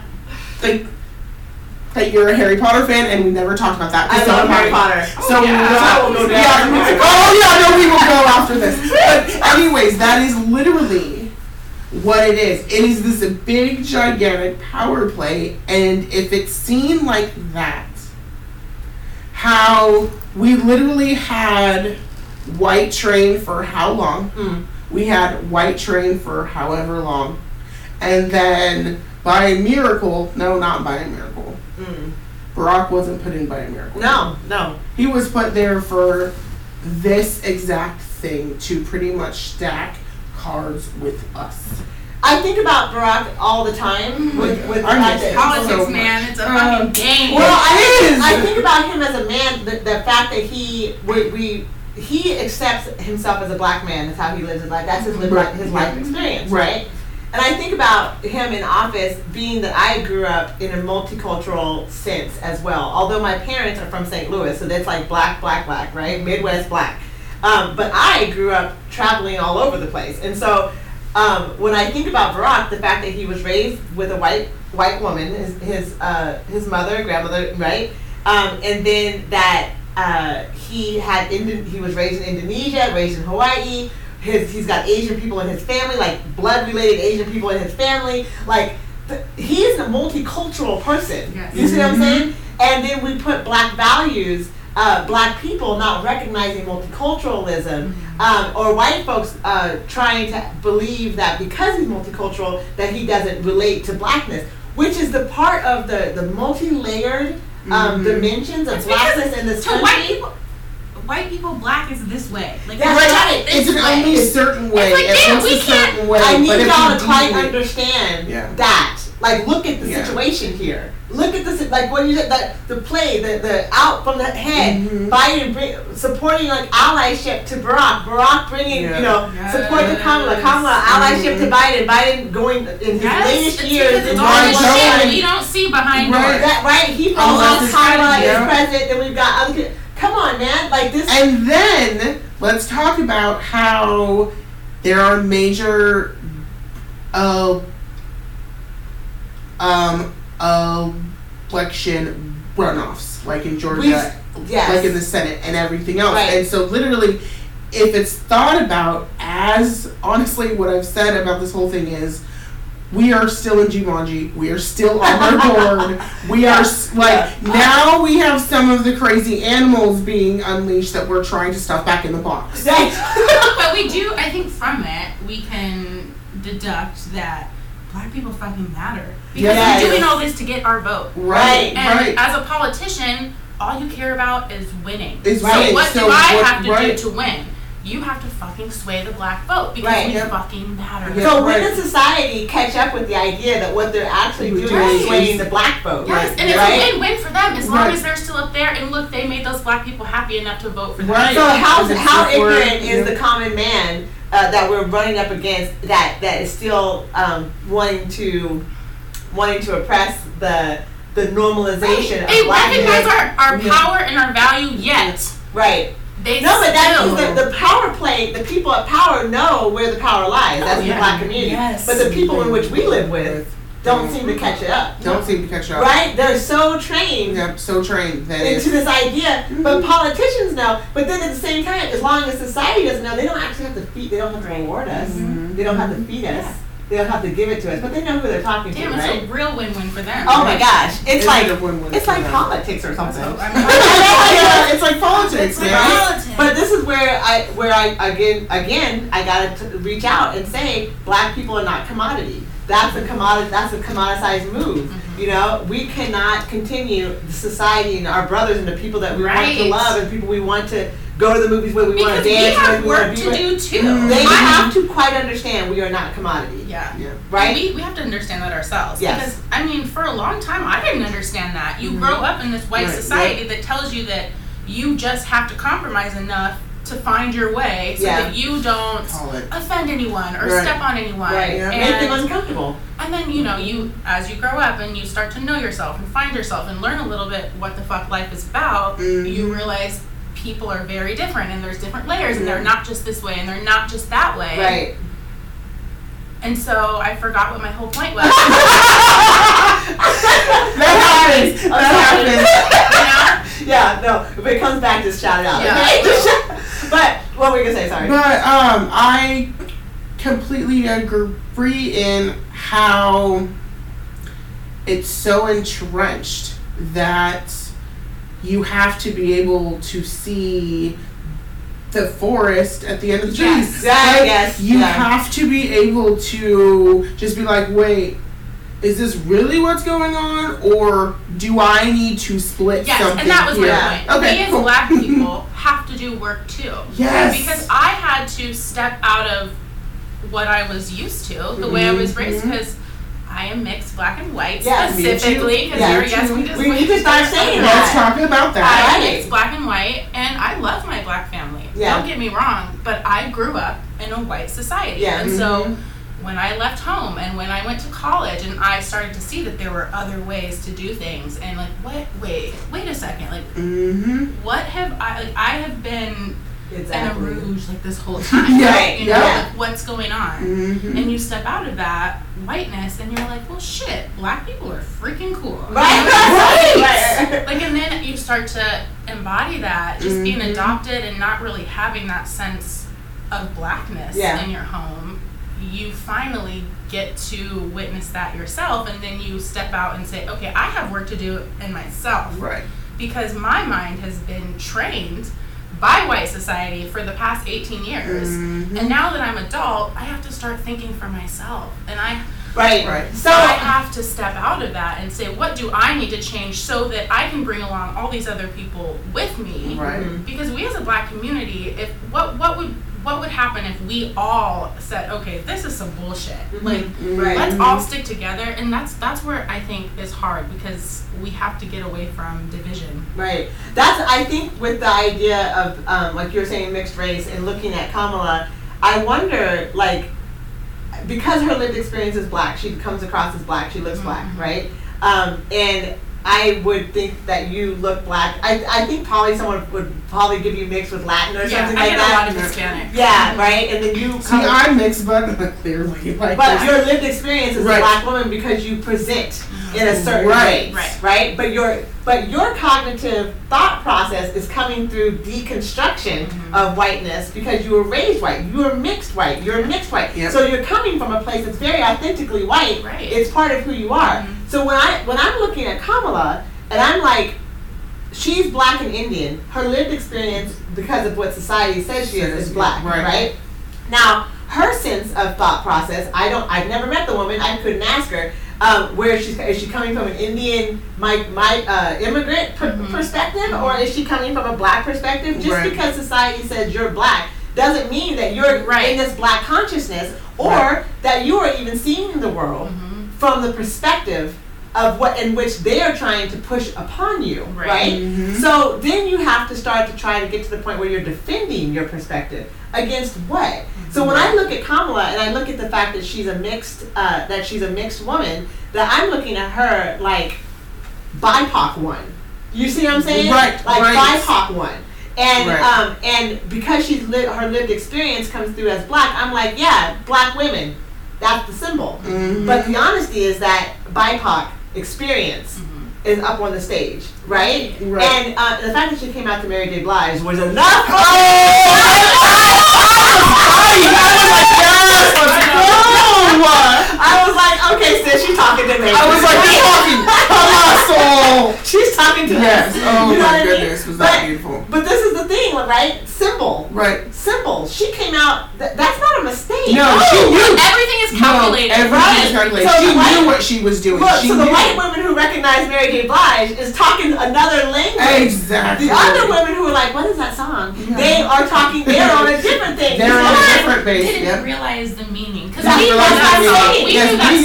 [SPEAKER 3] like, that you're a Harry Potter fan, and we never talked about that.
[SPEAKER 1] I
[SPEAKER 3] It's not
[SPEAKER 1] love
[SPEAKER 3] a
[SPEAKER 1] Harry
[SPEAKER 3] party.
[SPEAKER 1] Potter.
[SPEAKER 3] So we
[SPEAKER 2] yeah.
[SPEAKER 1] I
[SPEAKER 3] will
[SPEAKER 1] will
[SPEAKER 3] not.
[SPEAKER 1] go down.
[SPEAKER 3] yeah, we will- oh yeah, no, we will go after this. But anyways, that is literally what it is. It is this big, gigantic power play, and if it's seen like that, how we literally had White Train for how long?
[SPEAKER 1] Mm.
[SPEAKER 3] We had White Train for however long, and then by a miracle, no, not by a miracle.
[SPEAKER 1] Mm.
[SPEAKER 3] Barack wasn't put in by a miracle.
[SPEAKER 1] No, no.
[SPEAKER 3] He was put there for this exact thing to pretty much stack cards with us.
[SPEAKER 1] I think about Barack all the time with
[SPEAKER 3] my
[SPEAKER 1] with
[SPEAKER 3] God.
[SPEAKER 1] the
[SPEAKER 3] I'm just-
[SPEAKER 1] fact that-
[SPEAKER 2] Politics,
[SPEAKER 3] So much.
[SPEAKER 2] man, it's a
[SPEAKER 3] Um,
[SPEAKER 2] fucking game.
[SPEAKER 1] Well, I,
[SPEAKER 3] It
[SPEAKER 1] I
[SPEAKER 3] is.
[SPEAKER 1] think about him as a man. The, the fact that he we, we he accepts himself as a black man is how he lives his life. That's his lived
[SPEAKER 3] Right.
[SPEAKER 1] life, his life experience,
[SPEAKER 3] Right.
[SPEAKER 1] right? And I think about him in office being that I grew up in a multicultural sense as well. Although my parents are from St. Louis, so that's like black, black, black, right? Midwest black. Um, but I grew up traveling all over the place, and so um, when I think about Barack, the fact that he was raised with a white white woman, his his uh, his mother, grandmother, right, um, and then that uh, he had Indo- he was raised in Indonesia, raised in Hawaii. His he's got Asian people in his family, like blood related Asian people in his family, like. th- He is a multicultural person.
[SPEAKER 2] Yes.
[SPEAKER 1] You see what I'm
[SPEAKER 3] Mhm.
[SPEAKER 1] saying? And then we put black values, uh, black people not recognizing multiculturalism, um, or white folks uh, trying to believe that because he's multicultural that he doesn't relate to blackness, which is the part of the the multi-layered um,
[SPEAKER 3] Mhm.
[SPEAKER 1] dimensions of
[SPEAKER 2] It's because
[SPEAKER 1] blackness in this
[SPEAKER 2] to
[SPEAKER 1] country.
[SPEAKER 2] white people, white people, black is this way. Like
[SPEAKER 1] That's
[SPEAKER 2] it's
[SPEAKER 1] right.
[SPEAKER 2] not
[SPEAKER 3] It's
[SPEAKER 2] this
[SPEAKER 3] an
[SPEAKER 2] way.
[SPEAKER 3] only certain way.
[SPEAKER 2] It's like,
[SPEAKER 3] it
[SPEAKER 2] yeah,
[SPEAKER 3] looks
[SPEAKER 2] we
[SPEAKER 3] a
[SPEAKER 2] can't-
[SPEAKER 3] certain way.
[SPEAKER 1] I
[SPEAKER 3] but
[SPEAKER 1] need
[SPEAKER 3] if
[SPEAKER 1] y'all
[SPEAKER 3] you
[SPEAKER 1] to quite
[SPEAKER 3] deem it-
[SPEAKER 1] understand
[SPEAKER 3] Yeah.
[SPEAKER 1] that. Like, look at the
[SPEAKER 3] Yeah.
[SPEAKER 1] situation here. Look at this. Like, when you that the play, the the out from the head,
[SPEAKER 3] Mhm.
[SPEAKER 1] Biden bring, supporting like allyship to Barack, Barack bringing
[SPEAKER 3] Yeah. Mm-hmm.
[SPEAKER 1] you know support to Kamala, Kamala allyship to Biden, Biden going in his
[SPEAKER 2] Yes,
[SPEAKER 1] latest
[SPEAKER 2] it's
[SPEAKER 1] years
[SPEAKER 2] because
[SPEAKER 1] in
[SPEAKER 2] it's
[SPEAKER 3] all
[SPEAKER 2] all
[SPEAKER 3] Donald
[SPEAKER 2] the
[SPEAKER 1] Biden-
[SPEAKER 2] shit
[SPEAKER 3] Trump.
[SPEAKER 2] that you don't see behind
[SPEAKER 3] Right.
[SPEAKER 2] doors.
[SPEAKER 1] That right? He
[SPEAKER 3] All
[SPEAKER 1] follows
[SPEAKER 3] this
[SPEAKER 1] Kamala
[SPEAKER 3] strategy, yeah.
[SPEAKER 1] is president, and we've got other. people. Come on, man! Like this.
[SPEAKER 3] And then let's talk about how there are major uh, um election runoffs, like in Georgia,
[SPEAKER 1] yes.
[SPEAKER 3] like in the Senate and everything else.
[SPEAKER 1] Right.
[SPEAKER 3] And so literally if it's thought about as honestly what I've said about this whole thing is we are still in Jumanji. We are still on our board. We are s- like now we have some of the crazy animals being unleashed that we're trying to stuff back in the box.
[SPEAKER 2] But we do, I think, from it we can deduct that black people fucking matter because
[SPEAKER 1] Yes.
[SPEAKER 2] we're doing all this to get our vote.
[SPEAKER 3] Right,
[SPEAKER 2] And
[SPEAKER 3] right.
[SPEAKER 2] as a politician, all you care about is winning.
[SPEAKER 3] It's
[SPEAKER 2] so
[SPEAKER 3] right,
[SPEAKER 2] what
[SPEAKER 3] so
[SPEAKER 2] do I
[SPEAKER 3] what-
[SPEAKER 2] have to
[SPEAKER 3] right.
[SPEAKER 2] do to win? You have to fucking sway the black vote because
[SPEAKER 1] Right.
[SPEAKER 2] we
[SPEAKER 3] Yep.
[SPEAKER 2] fucking matter.
[SPEAKER 3] Yeah.
[SPEAKER 1] So when
[SPEAKER 3] right.
[SPEAKER 1] does society catch up with the idea that what they're actually
[SPEAKER 3] Right.
[SPEAKER 1] doing is swaying the black vote?
[SPEAKER 2] Yes,
[SPEAKER 3] Right.
[SPEAKER 2] and it's
[SPEAKER 1] Right.
[SPEAKER 2] a win-win for them as long
[SPEAKER 3] Right.
[SPEAKER 2] as they're still up there. And look, they made those black people happy enough to vote for them.
[SPEAKER 3] Right.
[SPEAKER 1] So how
[SPEAKER 3] Because it's
[SPEAKER 1] how
[SPEAKER 3] before-
[SPEAKER 1] ignorant
[SPEAKER 3] yeah.
[SPEAKER 1] is the common man uh, that we're running up against that that is still um, wanting to wanting to oppress the the normalization
[SPEAKER 2] They,
[SPEAKER 1] of black
[SPEAKER 2] recognize
[SPEAKER 1] men?
[SPEAKER 2] our, our
[SPEAKER 3] Yeah.
[SPEAKER 2] power and our value, yet
[SPEAKER 1] Right.
[SPEAKER 2] they
[SPEAKER 1] No, but that
[SPEAKER 2] still.
[SPEAKER 1] is the, the power play. The people at power know where the power lies. That's
[SPEAKER 2] Oh, yeah.
[SPEAKER 1] the black community.
[SPEAKER 2] Yes.
[SPEAKER 1] But the people in which we live with don't seem to catch it up.
[SPEAKER 3] don't seem to catch up.
[SPEAKER 1] Right? They're so trained
[SPEAKER 3] Yep, so trained that
[SPEAKER 1] into
[SPEAKER 3] is
[SPEAKER 1] this idea, but politicians know. But then at the same time, as long as society doesn't know, they don't actually have to feed. They don't have to reward us. They don't have to feed us. they'll have to give it to us, but they know who they're talking
[SPEAKER 2] Damn,
[SPEAKER 1] to,
[SPEAKER 2] it's
[SPEAKER 1] right?
[SPEAKER 2] a real win-win for them.
[SPEAKER 1] Oh my gosh, it's
[SPEAKER 3] It's
[SPEAKER 1] like
[SPEAKER 3] a win-win
[SPEAKER 1] it's
[SPEAKER 3] for
[SPEAKER 1] like
[SPEAKER 3] them.
[SPEAKER 1] politics or something.
[SPEAKER 2] So, I mean,
[SPEAKER 3] yeah, it's like politics,
[SPEAKER 4] It's like
[SPEAKER 3] man.
[SPEAKER 4] politics.
[SPEAKER 1] But this is where I where I again again I gotta t- reach out and say black people are not commodity. That's a commodity. That's a commoditized move.
[SPEAKER 2] Mm-hmm.
[SPEAKER 1] You know, we cannot continue the society and our brothers and the people that we want to
[SPEAKER 2] Right.
[SPEAKER 1] love and people we want to go to the movies with. We want to
[SPEAKER 2] because we
[SPEAKER 1] dance
[SPEAKER 2] have
[SPEAKER 1] with. We
[SPEAKER 2] work
[SPEAKER 1] want to be
[SPEAKER 2] to
[SPEAKER 1] with.
[SPEAKER 2] do too.
[SPEAKER 1] They
[SPEAKER 2] I have-
[SPEAKER 1] have to quite understand we are not commodity,
[SPEAKER 2] yeah.
[SPEAKER 3] Yeah.
[SPEAKER 1] right?
[SPEAKER 2] We, we have to understand that ourselves.
[SPEAKER 1] Yes. Mm-hmm.
[SPEAKER 2] Because, I mean, for a long time, I didn't understand that. You grow up in this white
[SPEAKER 1] Right,
[SPEAKER 2] society that tells you that you just have to compromise enough to find your way so
[SPEAKER 1] Yeah. Oh.
[SPEAKER 2] that you don't
[SPEAKER 3] Call it.
[SPEAKER 2] offend anyone or
[SPEAKER 3] Right.
[SPEAKER 2] step on anyone.
[SPEAKER 1] right.
[SPEAKER 3] yeah.
[SPEAKER 1] Make them
[SPEAKER 2] And,
[SPEAKER 1] uncomfortable.
[SPEAKER 2] and then, you know, you as you grow up and you start to know yourself and find yourself and learn a little bit what the fuck life is about,
[SPEAKER 3] Mhm.
[SPEAKER 2] you realize people are very different and there's different layers and they're
[SPEAKER 3] Yeah.
[SPEAKER 2] not just this way and they're not just that way.
[SPEAKER 1] Right.
[SPEAKER 2] And so I forgot what my whole point was.
[SPEAKER 1] that happens. That happens.
[SPEAKER 2] you know?
[SPEAKER 1] Yeah, no, if it comes back, just shout it out.
[SPEAKER 2] Yeah.
[SPEAKER 1] okay? Just shout- but what were you gonna say? Sorry.
[SPEAKER 3] But um, I completely agree in how it's so entrenched that you have to be able to see the forest at the end of the
[SPEAKER 2] Yes.
[SPEAKER 3] trees.
[SPEAKER 1] Yeah,
[SPEAKER 3] Like,
[SPEAKER 1] yes,
[SPEAKER 3] You
[SPEAKER 1] yeah.
[SPEAKER 3] have to be able to just be like, wait. Is this really what's going on, or do I need to split
[SPEAKER 2] Yes,
[SPEAKER 3] something?
[SPEAKER 2] and that was
[SPEAKER 3] here?
[SPEAKER 2] my point.
[SPEAKER 3] Okay,
[SPEAKER 2] we as
[SPEAKER 3] cool.
[SPEAKER 2] black people have to do work too.
[SPEAKER 3] Yes.
[SPEAKER 2] Because I had to step out of what I was used to, the way I
[SPEAKER 1] Mm-hmm.
[SPEAKER 2] was raised,
[SPEAKER 3] Mhm.
[SPEAKER 2] because I am mixed black and white
[SPEAKER 1] Yes,
[SPEAKER 3] me too.
[SPEAKER 2] specifically. Because
[SPEAKER 1] Yeah,
[SPEAKER 2] you're,
[SPEAKER 1] me
[SPEAKER 2] yes,
[SPEAKER 3] too.
[SPEAKER 2] we just
[SPEAKER 1] We need to start saying that.
[SPEAKER 3] Let's talk about that.
[SPEAKER 2] I
[SPEAKER 1] Right.
[SPEAKER 2] am mixed black and white, and I love my black family.
[SPEAKER 1] Yeah.
[SPEAKER 2] Don't get me wrong, but I grew up in a white society,
[SPEAKER 1] Yeah. mm-hmm.
[SPEAKER 2] and so when I left home and when I went to college and I started to see that there were other ways to do things, and like, what? Wait, wait a second, like.
[SPEAKER 3] Mm-hmm.
[SPEAKER 2] what have I like I have been
[SPEAKER 1] Exactly.
[SPEAKER 2] in a rouge like this whole time.
[SPEAKER 3] Yeah,
[SPEAKER 2] right? You know,
[SPEAKER 1] yeah.
[SPEAKER 2] like what's going on?
[SPEAKER 3] Mm-hmm.
[SPEAKER 2] And you step out of that whiteness and you're like, well shit, black people are freaking cool. You
[SPEAKER 1] Right.
[SPEAKER 2] know?
[SPEAKER 1] Right.
[SPEAKER 2] Like and then you start to embody that, just being
[SPEAKER 1] Mm-hmm.
[SPEAKER 3] Mhm.
[SPEAKER 2] adopted and not really having that sense of blackness
[SPEAKER 1] Yeah.
[SPEAKER 2] in your home. You finally get to witness that yourself, and then you step out and say, Okay, I have work to do in myself
[SPEAKER 3] Right.
[SPEAKER 2] because my mind has been trained by white society for the past 18 years. And now that I'm adult, I have to start thinking for myself. And I
[SPEAKER 1] Right.
[SPEAKER 3] Right.
[SPEAKER 1] So
[SPEAKER 2] I have to step out of that and say, what do I need to change so that I can bring along all these other people with me?
[SPEAKER 3] Right.
[SPEAKER 1] Mhm.
[SPEAKER 2] Because we as a black community, if what what would what would happen if we all said, okay, this is some bullshit. Like
[SPEAKER 1] Right.
[SPEAKER 2] let's all stick together and that's that's where I think is hard because we have to get away from division.
[SPEAKER 1] Right. That's I think with the idea of um, like you're saying mixed race and looking at Kamala, I wonder like because her lived experience is black, she comes across as black, she looks
[SPEAKER 2] Mm-hmm.
[SPEAKER 1] black, right? Um, and I would think that you look black. I, I think probably someone would probably give you mixed with Latin or
[SPEAKER 2] Yeah,
[SPEAKER 1] something
[SPEAKER 2] I
[SPEAKER 1] like
[SPEAKER 2] get a lot
[SPEAKER 1] that.
[SPEAKER 2] of Hispanic.
[SPEAKER 1] yeah, right. And then you
[SPEAKER 3] See,
[SPEAKER 1] come
[SPEAKER 3] I'm mixed, but not clearly. Like,
[SPEAKER 1] But your lived experience as
[SPEAKER 3] Right.
[SPEAKER 1] a black woman because you present in a certain
[SPEAKER 3] Right.
[SPEAKER 1] way,
[SPEAKER 2] Right.
[SPEAKER 1] right? But your but your cognitive thought process is coming through deconstruction
[SPEAKER 2] Mm-hmm.
[SPEAKER 1] of whiteness because you were raised white, you were mixed white, you're mixed white.
[SPEAKER 3] Yep.
[SPEAKER 1] So you're coming from a place that's very authentically white.
[SPEAKER 2] Right. Mm-hmm.
[SPEAKER 1] It's part of who you are. So when I when I'm looking at Kamala and I'm like, she's black and Indian. Her lived experience because of what society says she is is black,
[SPEAKER 3] Right.
[SPEAKER 1] right? Now, her sense of thought process, I don't, I've never met the woman, I couldn't ask her, um, where she's, is she coming from an Indian, my, my, uh, immigrant per- perspective, or is she coming from a black perspective? Just
[SPEAKER 3] Right.
[SPEAKER 1] because society says you're black doesn't mean that you're
[SPEAKER 2] Right.
[SPEAKER 1] in this black consciousness or
[SPEAKER 3] Right.
[SPEAKER 1] that you are even seeing the world from the perspective of what in which they are trying to push upon you,
[SPEAKER 2] Right.
[SPEAKER 1] right?
[SPEAKER 3] Mhm.
[SPEAKER 1] So then you have to start to try to get to the point where you're defending your perspective against what. So when I look at Kamala and I look at the fact that she's a mixed uh, that she's a mixed woman, that I'm looking at her like BIPOC one. You see what I'm saying?
[SPEAKER 3] Right,
[SPEAKER 1] Like
[SPEAKER 3] right.
[SPEAKER 1] BIPOC one. And
[SPEAKER 3] Right.
[SPEAKER 1] um, and because she's li- her lived experience comes through as black, I'm like, yeah, black women. That's the symbol.
[SPEAKER 3] Mhm.
[SPEAKER 1] But the honesty is that BIPOC experience is up on the stage, right?
[SPEAKER 3] Mm-hmm. Right. Oh!
[SPEAKER 1] And uh, the fact that she came out to Mary J. Blige was enough.
[SPEAKER 3] I was like, yes, let's
[SPEAKER 1] I
[SPEAKER 3] go.
[SPEAKER 1] I was like, okay, sis, she's talking to me.
[SPEAKER 3] I was like, you're talking. Come on, soul.
[SPEAKER 1] she's talking to
[SPEAKER 3] Yes.
[SPEAKER 1] us.
[SPEAKER 3] Oh
[SPEAKER 1] You know what
[SPEAKER 3] my
[SPEAKER 1] I mean?
[SPEAKER 3] goodness, was
[SPEAKER 1] But-
[SPEAKER 3] that beautiful?
[SPEAKER 1] But this is the thing, right? Simple.
[SPEAKER 3] Right.
[SPEAKER 1] Simple. She came out. Th- that's not a mistake.
[SPEAKER 3] No, she knew.
[SPEAKER 2] Everything is calculated.
[SPEAKER 3] No, everything
[SPEAKER 1] right?
[SPEAKER 3] is calculated.
[SPEAKER 1] So
[SPEAKER 3] she
[SPEAKER 1] the
[SPEAKER 3] knew
[SPEAKER 1] white-
[SPEAKER 3] what she was doing.
[SPEAKER 1] Look,
[SPEAKER 3] she
[SPEAKER 1] so the
[SPEAKER 3] knew.
[SPEAKER 1] white women who recognize Mary J. Blige is talking another language.
[SPEAKER 3] Exactly.
[SPEAKER 1] The other women who are like, what is that song?
[SPEAKER 3] Yeah.
[SPEAKER 1] They are talking, they're on a different thing.
[SPEAKER 3] They're
[SPEAKER 1] It's
[SPEAKER 3] on
[SPEAKER 1] not-
[SPEAKER 3] a different base.
[SPEAKER 2] didn't
[SPEAKER 3] Yep.
[SPEAKER 2] realize the meaning because
[SPEAKER 1] That's
[SPEAKER 2] we knew
[SPEAKER 1] what I'm
[SPEAKER 2] that
[SPEAKER 1] saying.
[SPEAKER 2] song. We knew
[SPEAKER 3] Yes, we knew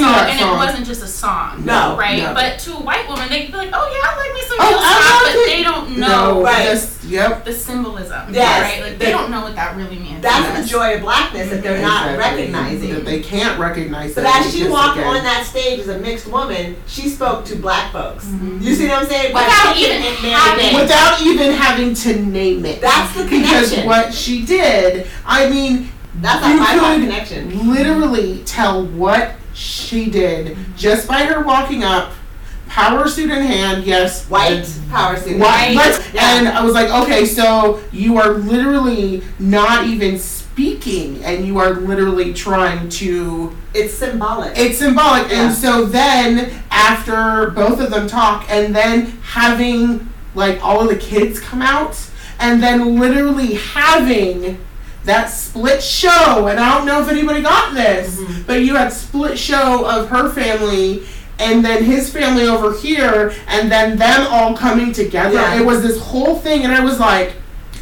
[SPEAKER 3] that
[SPEAKER 2] that song, and
[SPEAKER 3] song.
[SPEAKER 2] it wasn't just a song,
[SPEAKER 1] No,
[SPEAKER 2] right?
[SPEAKER 3] no.
[SPEAKER 2] But to a white woman, they'd be like, "Oh yeah, I like me some
[SPEAKER 3] Oh,
[SPEAKER 2] real
[SPEAKER 3] I
[SPEAKER 2] song,"
[SPEAKER 3] like
[SPEAKER 2] but
[SPEAKER 3] it.
[SPEAKER 2] they don't
[SPEAKER 3] No,
[SPEAKER 2] know
[SPEAKER 1] Right.
[SPEAKER 3] just yep.
[SPEAKER 2] the symbolism,
[SPEAKER 1] Yes,
[SPEAKER 2] right? Like they,
[SPEAKER 1] they-
[SPEAKER 2] don't know what that really means.
[SPEAKER 1] That's
[SPEAKER 3] Yes.
[SPEAKER 1] the joy of blackness that they're not
[SPEAKER 3] Exactly.
[SPEAKER 1] recognizing.
[SPEAKER 3] that they can't recognize
[SPEAKER 1] But
[SPEAKER 3] that.
[SPEAKER 1] as she
[SPEAKER 3] because,
[SPEAKER 1] walked
[SPEAKER 3] again,
[SPEAKER 1] on that stage as a mixed woman, she spoke to black folks.
[SPEAKER 3] Mm-hmm.
[SPEAKER 1] You see what I'm saying? By
[SPEAKER 2] Without
[SPEAKER 1] taking
[SPEAKER 2] even
[SPEAKER 1] and Mary
[SPEAKER 2] having-
[SPEAKER 1] Jane.
[SPEAKER 3] without even having to name it.
[SPEAKER 1] That's the
[SPEAKER 3] because
[SPEAKER 1] connection.
[SPEAKER 3] what she did, I mean,
[SPEAKER 1] That's
[SPEAKER 3] you
[SPEAKER 1] a five
[SPEAKER 3] could
[SPEAKER 1] connection.
[SPEAKER 3] literally tell what she did just by her walking up, power suit in hand. Yes,
[SPEAKER 1] White power suit.
[SPEAKER 3] Why?
[SPEAKER 1] Let's-
[SPEAKER 3] And I was like, okay, so you are literally not even speaking, and you are literally trying to.
[SPEAKER 1] It's symbolic.
[SPEAKER 3] It's symbolic,
[SPEAKER 1] Yeah.
[SPEAKER 3] and so then after both of them talk, and then having like all of the kids come out, and then literally having that split show, and I don't know if anybody got this,
[SPEAKER 1] Mhm.
[SPEAKER 3] but you had split show of her family and then his family over here, and then them all coming together.
[SPEAKER 1] Yeah.
[SPEAKER 3] It was this whole thing, and I was like,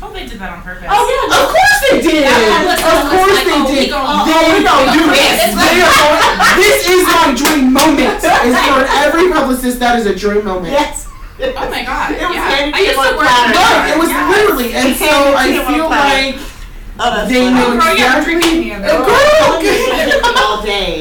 [SPEAKER 2] oh, they did that on purpose.
[SPEAKER 1] oh, yeah.
[SPEAKER 3] of course they did.
[SPEAKER 2] Yeah,
[SPEAKER 3] Of
[SPEAKER 2] listen, listen,
[SPEAKER 3] course
[SPEAKER 2] like,
[SPEAKER 3] they
[SPEAKER 2] oh, we
[SPEAKER 3] did.
[SPEAKER 2] gonna-
[SPEAKER 3] they
[SPEAKER 2] oh, we
[SPEAKER 3] don't
[SPEAKER 2] gonna
[SPEAKER 3] do
[SPEAKER 2] do
[SPEAKER 3] this.
[SPEAKER 2] this.
[SPEAKER 3] They are going- this is my dream moment. It's for every publicist that is a dream moment.
[SPEAKER 1] Yes.
[SPEAKER 2] Oh my god!
[SPEAKER 1] It was
[SPEAKER 2] yeah.
[SPEAKER 1] handed
[SPEAKER 2] I
[SPEAKER 1] to
[SPEAKER 2] used
[SPEAKER 1] you on
[SPEAKER 2] to work.
[SPEAKER 1] platter.
[SPEAKER 3] Right, it was
[SPEAKER 2] Yes.
[SPEAKER 3] literally, and so I
[SPEAKER 1] Yeah.
[SPEAKER 3] feel like
[SPEAKER 1] Oh, that's
[SPEAKER 3] they
[SPEAKER 1] funny.
[SPEAKER 3] know
[SPEAKER 2] Girl, you have
[SPEAKER 3] exactly.
[SPEAKER 2] drinks in you, girl.
[SPEAKER 3] Girl, okay.
[SPEAKER 1] all day.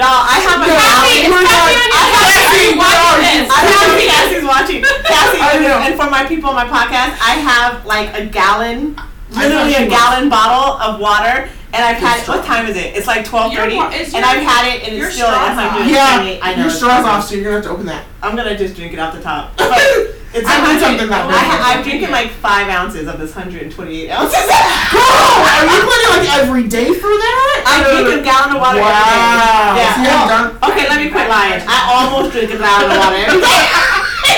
[SPEAKER 1] Y'all, I have a
[SPEAKER 3] No,
[SPEAKER 1] Cassie.
[SPEAKER 3] we're not-
[SPEAKER 2] Cassie,
[SPEAKER 3] Cassie,
[SPEAKER 2] watch
[SPEAKER 3] no.
[SPEAKER 1] I have Cassie's watching. Cassie,
[SPEAKER 3] I know.
[SPEAKER 1] and for my people on my podcast, I have like a gallon,
[SPEAKER 3] I
[SPEAKER 1] literally
[SPEAKER 3] thought you
[SPEAKER 1] a
[SPEAKER 3] were-
[SPEAKER 1] gallon bottle of water. And I've had
[SPEAKER 3] Your
[SPEAKER 1] what time is it? It's like twelve thirty,
[SPEAKER 2] Your wa- is
[SPEAKER 1] and
[SPEAKER 2] your-
[SPEAKER 1] I've had it, and
[SPEAKER 2] your
[SPEAKER 1] it's still at
[SPEAKER 2] straw's off.
[SPEAKER 1] 100.
[SPEAKER 3] Yeah,
[SPEAKER 1] I know.
[SPEAKER 3] your
[SPEAKER 1] it's
[SPEAKER 3] straw's
[SPEAKER 1] crazy.
[SPEAKER 3] off, so you're gonna have to open that.
[SPEAKER 1] I'm gonna just drink it off the top. But it's
[SPEAKER 3] I
[SPEAKER 1] 100
[SPEAKER 3] need something that
[SPEAKER 1] I ha-
[SPEAKER 2] big.
[SPEAKER 1] I've drinking like five ounces of this 128 ounces.
[SPEAKER 3] Girl, are you planning like every day for that?
[SPEAKER 1] I drink a gallon of water
[SPEAKER 3] Wow.
[SPEAKER 1] every day.
[SPEAKER 3] See,
[SPEAKER 1] Yeah. Oh,
[SPEAKER 3] I'm done.
[SPEAKER 1] Okay, let me quit lying. I almost drink a gallon of water every day.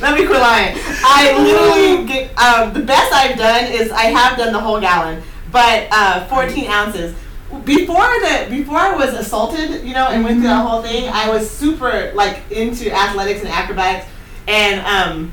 [SPEAKER 1] let me quit lying. I literally get um, the best I've done is I have done the whole gallon, but uh, 14 ounces. Before the before I was assaulted, you know, and went through that whole thing, I was super like into athletics and acrobatics, and um,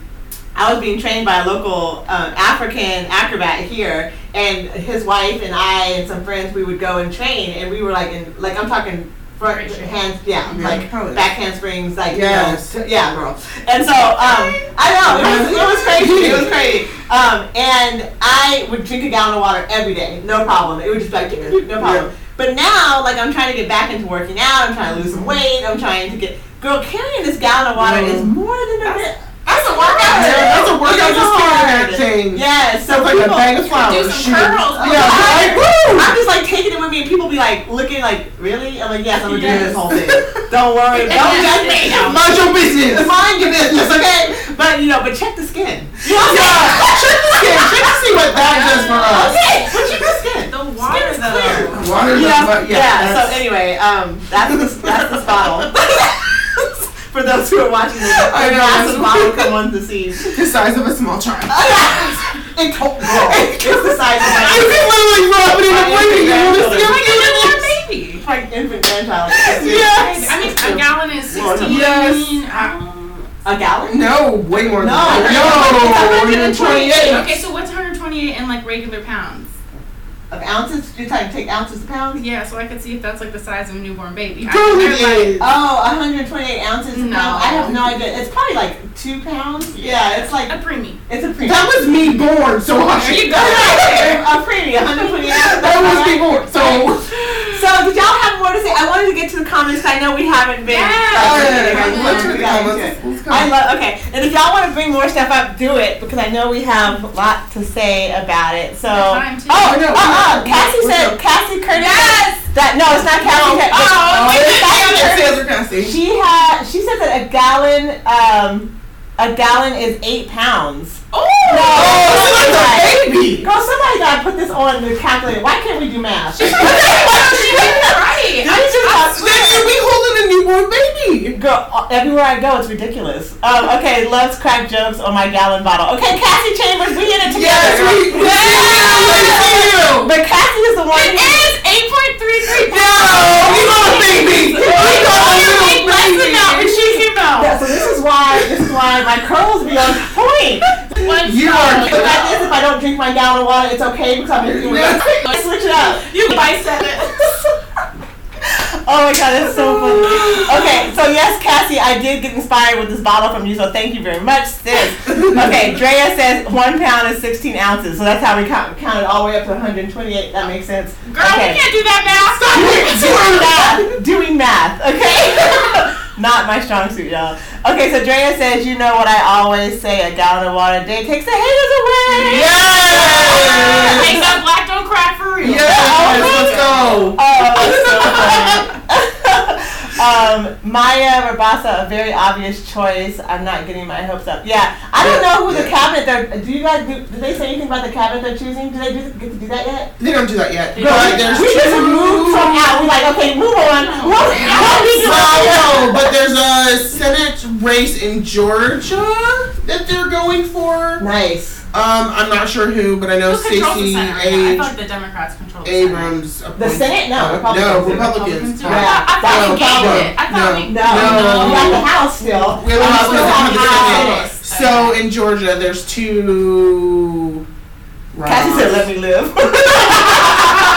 [SPEAKER 1] I was being trained by a local um, African acrobat here, and his wife and I and some friends we would go and train, and we were like in like I'm talking front
[SPEAKER 2] Great shape.
[SPEAKER 1] hands, yeah,
[SPEAKER 3] Yeah,
[SPEAKER 1] like
[SPEAKER 3] probably.
[SPEAKER 1] back handsprings, like you know,
[SPEAKER 3] Yes.
[SPEAKER 1] yeah, girl. And so um, I know it was, it was crazy, it was crazy. Um, and I would drink a gallon of water every day, no problem. It would just be like no problem.
[SPEAKER 3] Yeah.
[SPEAKER 1] But now, like I'm trying to get back into working out, I'm trying to lose some weight, I'm trying to get. Girl, carrying this gallon of water is
[SPEAKER 3] Mm.
[SPEAKER 1] more than a bit.
[SPEAKER 2] That's a
[SPEAKER 1] Yeah,
[SPEAKER 3] Yeah,
[SPEAKER 2] workout.
[SPEAKER 3] that's a workout
[SPEAKER 1] It's
[SPEAKER 3] just
[SPEAKER 1] hard.
[SPEAKER 3] carrying that thing.
[SPEAKER 1] Yes, so
[SPEAKER 3] Sounds like a
[SPEAKER 1] people-
[SPEAKER 3] bag of flowers.
[SPEAKER 2] Do some
[SPEAKER 3] Shoot.
[SPEAKER 2] curls.
[SPEAKER 3] Yeah, right? Woo!
[SPEAKER 1] I'm just like taking it with me, and people be like looking like, really? I'm like, yes, I'm gonna do this
[SPEAKER 3] Yes.
[SPEAKER 1] whole thing. Don't worry, don't judge me.
[SPEAKER 3] Mind your business.
[SPEAKER 1] Mind your business, okay? But you know, but check the skin. You know what I'm
[SPEAKER 3] Yeah, check this kid. Check to see what that does for us.
[SPEAKER 1] saying? Okay, but check the skin.
[SPEAKER 2] The
[SPEAKER 1] Skin
[SPEAKER 2] water
[SPEAKER 1] is clear.
[SPEAKER 2] though.
[SPEAKER 3] Water does,
[SPEAKER 1] Yeah,
[SPEAKER 3] but yeah.
[SPEAKER 1] yeah,
[SPEAKER 3] that's-
[SPEAKER 1] So anyway, um, that's the, that's the bottle. For those who are watching this,
[SPEAKER 3] I
[SPEAKER 1] the
[SPEAKER 3] know.
[SPEAKER 1] massive bottle come on the scene.
[SPEAKER 3] the size of a small child.
[SPEAKER 1] It don't grow. It's the size of
[SPEAKER 3] I
[SPEAKER 1] my.
[SPEAKER 3] can literally rub it in a
[SPEAKER 1] My
[SPEAKER 3] blink and you
[SPEAKER 1] infant
[SPEAKER 3] wanna see
[SPEAKER 1] grandchildren.
[SPEAKER 3] how
[SPEAKER 2] Or
[SPEAKER 1] like infant grandchild.
[SPEAKER 2] maybe.
[SPEAKER 3] Yes.
[SPEAKER 2] I mean, a gallon is
[SPEAKER 1] Lord,
[SPEAKER 2] 16.
[SPEAKER 3] yes.
[SPEAKER 2] um,
[SPEAKER 1] A gallon?
[SPEAKER 3] No, way more than
[SPEAKER 1] No,
[SPEAKER 3] that. No, you're 28.
[SPEAKER 2] Okay, so what's 128 in like regular pounds?
[SPEAKER 1] Of ounces? You're trying to take ounces to pounds?
[SPEAKER 2] Yeah, so I could see if that's like the size of a newborn baby. I-
[SPEAKER 3] Girl, it
[SPEAKER 2] they're like-
[SPEAKER 3] is.
[SPEAKER 1] Oh, 128 ounces to pound?
[SPEAKER 2] No.
[SPEAKER 1] I have no idea. It's probably like two pounds. Yeah, it's like,
[SPEAKER 2] A preemie.
[SPEAKER 1] it's a premium.
[SPEAKER 3] That was me born, so hush
[SPEAKER 2] There
[SPEAKER 3] it.
[SPEAKER 2] you go.
[SPEAKER 1] a premium, 128 ounces.
[SPEAKER 3] That was me born, so.
[SPEAKER 1] So, did y'all have more to say? I wanted to get to the comments. 'cause I know we haven't been.
[SPEAKER 3] Oh, uh,
[SPEAKER 2] Yes.
[SPEAKER 1] Like,
[SPEAKER 2] Yeah,
[SPEAKER 3] Let's read the
[SPEAKER 1] we haven't been.
[SPEAKER 3] comments. Let's go.
[SPEAKER 1] I love. Okay, and if y'all want to bring more stuff up, do it because I know we have a lot to say about it. So,
[SPEAKER 2] We're fine, too.
[SPEAKER 1] oh,
[SPEAKER 3] I
[SPEAKER 1] uh,
[SPEAKER 3] know, we're
[SPEAKER 1] uh,
[SPEAKER 3] not-
[SPEAKER 1] Cassie
[SPEAKER 3] we're
[SPEAKER 1] said
[SPEAKER 3] not-
[SPEAKER 1] Cassie Curtis. That no, it's not Cassie. Cur-
[SPEAKER 2] Oh,
[SPEAKER 1] it's Cassie
[SPEAKER 3] That's
[SPEAKER 1] Curtis.
[SPEAKER 3] the other kind of thing.
[SPEAKER 1] She had. She said that a gallon. Um, a gallon is eight pounds.
[SPEAKER 2] Oh!
[SPEAKER 1] No,
[SPEAKER 3] Oh, that's a baby.
[SPEAKER 1] Girl, somebody gotta put this on the calculator. Why can't we do math?
[SPEAKER 2] She was right.
[SPEAKER 1] I just-
[SPEAKER 3] Then you'll be holding a newborn baby.
[SPEAKER 1] Girl, uh, everywhere I go, it's ridiculous. Um, okay, loves crack jokes on my gallon bottle. Okay, Cassie Chambers, we in it together.
[SPEAKER 3] Yes, we.
[SPEAKER 1] girl.
[SPEAKER 3] Yes, we do.
[SPEAKER 1] But Cassie is the one.
[SPEAKER 2] It
[SPEAKER 1] who-
[SPEAKER 2] is eight point three three.
[SPEAKER 3] No, we got a baby. We
[SPEAKER 2] Make
[SPEAKER 3] got a
[SPEAKER 2] less than that
[SPEAKER 3] little
[SPEAKER 2] when
[SPEAKER 3] baby.
[SPEAKER 2] she came out.
[SPEAKER 1] Yeah, so this is why this is why my curls be on point.
[SPEAKER 2] One
[SPEAKER 3] You
[SPEAKER 2] time.
[SPEAKER 1] The fact is, if I don't drink my gallon of water, it's okay because I'm making it. Switch it up.
[SPEAKER 2] You bicep it.
[SPEAKER 1] Oh my god, that's so funny. Okay, so yes, Cassie, I did get inspired with this bottle from you, so thank you very much, sis. Okay, Drea says one pound is 16 ounces, so that's how we count, counted all the way up to 128. That makes sense.
[SPEAKER 2] Girl,
[SPEAKER 1] okay.
[SPEAKER 2] we can't do that math.
[SPEAKER 1] doing math. Doing math, okay? Not my strong suit, y'all. Okay, so Drea says, you know what I always say, a gallon of water a day takes the haters away.
[SPEAKER 3] Yes.
[SPEAKER 2] Make that black don't cry for real.
[SPEAKER 3] Yes, let's go.
[SPEAKER 1] Oh, that's so funny. um, Maya Rabasa, a very obvious choice. I'm not getting my hopes up. Yeah, I don't know who the cabinet they're. Do you guys do? Did they say anything about the cabinet they're choosing? Do they do, get to do that yet?
[SPEAKER 3] They don't do that yet.
[SPEAKER 2] They
[SPEAKER 3] But
[SPEAKER 2] don't.
[SPEAKER 3] there's
[SPEAKER 1] we just
[SPEAKER 3] two-
[SPEAKER 1] moved from out. We're like, okay, move on. What? what we
[SPEAKER 3] So,
[SPEAKER 1] doing?
[SPEAKER 3] no, but there's a Senate race in Georgia that they're going for. Um,
[SPEAKER 1] Nice.
[SPEAKER 3] I'm not sure who, but I know
[SPEAKER 2] Who controls the
[SPEAKER 3] Stacey
[SPEAKER 2] Senate right now? I
[SPEAKER 3] Ab-
[SPEAKER 2] thought the Democrats control the Senate.
[SPEAKER 3] Abrams. appointed-
[SPEAKER 1] Senate? No,
[SPEAKER 3] uh,
[SPEAKER 1] Republicans.
[SPEAKER 3] No,
[SPEAKER 2] Republicans
[SPEAKER 3] Republicans.
[SPEAKER 2] do
[SPEAKER 1] Yeah.
[SPEAKER 2] it. I thought we
[SPEAKER 3] No,
[SPEAKER 2] gained it. I thought we.
[SPEAKER 3] no,
[SPEAKER 1] No,
[SPEAKER 3] No.
[SPEAKER 1] we got the house still.
[SPEAKER 2] Uh,
[SPEAKER 3] We have a
[SPEAKER 1] Um,
[SPEAKER 3] house
[SPEAKER 1] we
[SPEAKER 3] bill
[SPEAKER 1] got
[SPEAKER 3] on
[SPEAKER 1] the
[SPEAKER 3] the
[SPEAKER 1] house.
[SPEAKER 3] Senate. So in Georgia, there's two.
[SPEAKER 1] Cassie said,
[SPEAKER 3] rounds.
[SPEAKER 1] "Let me live."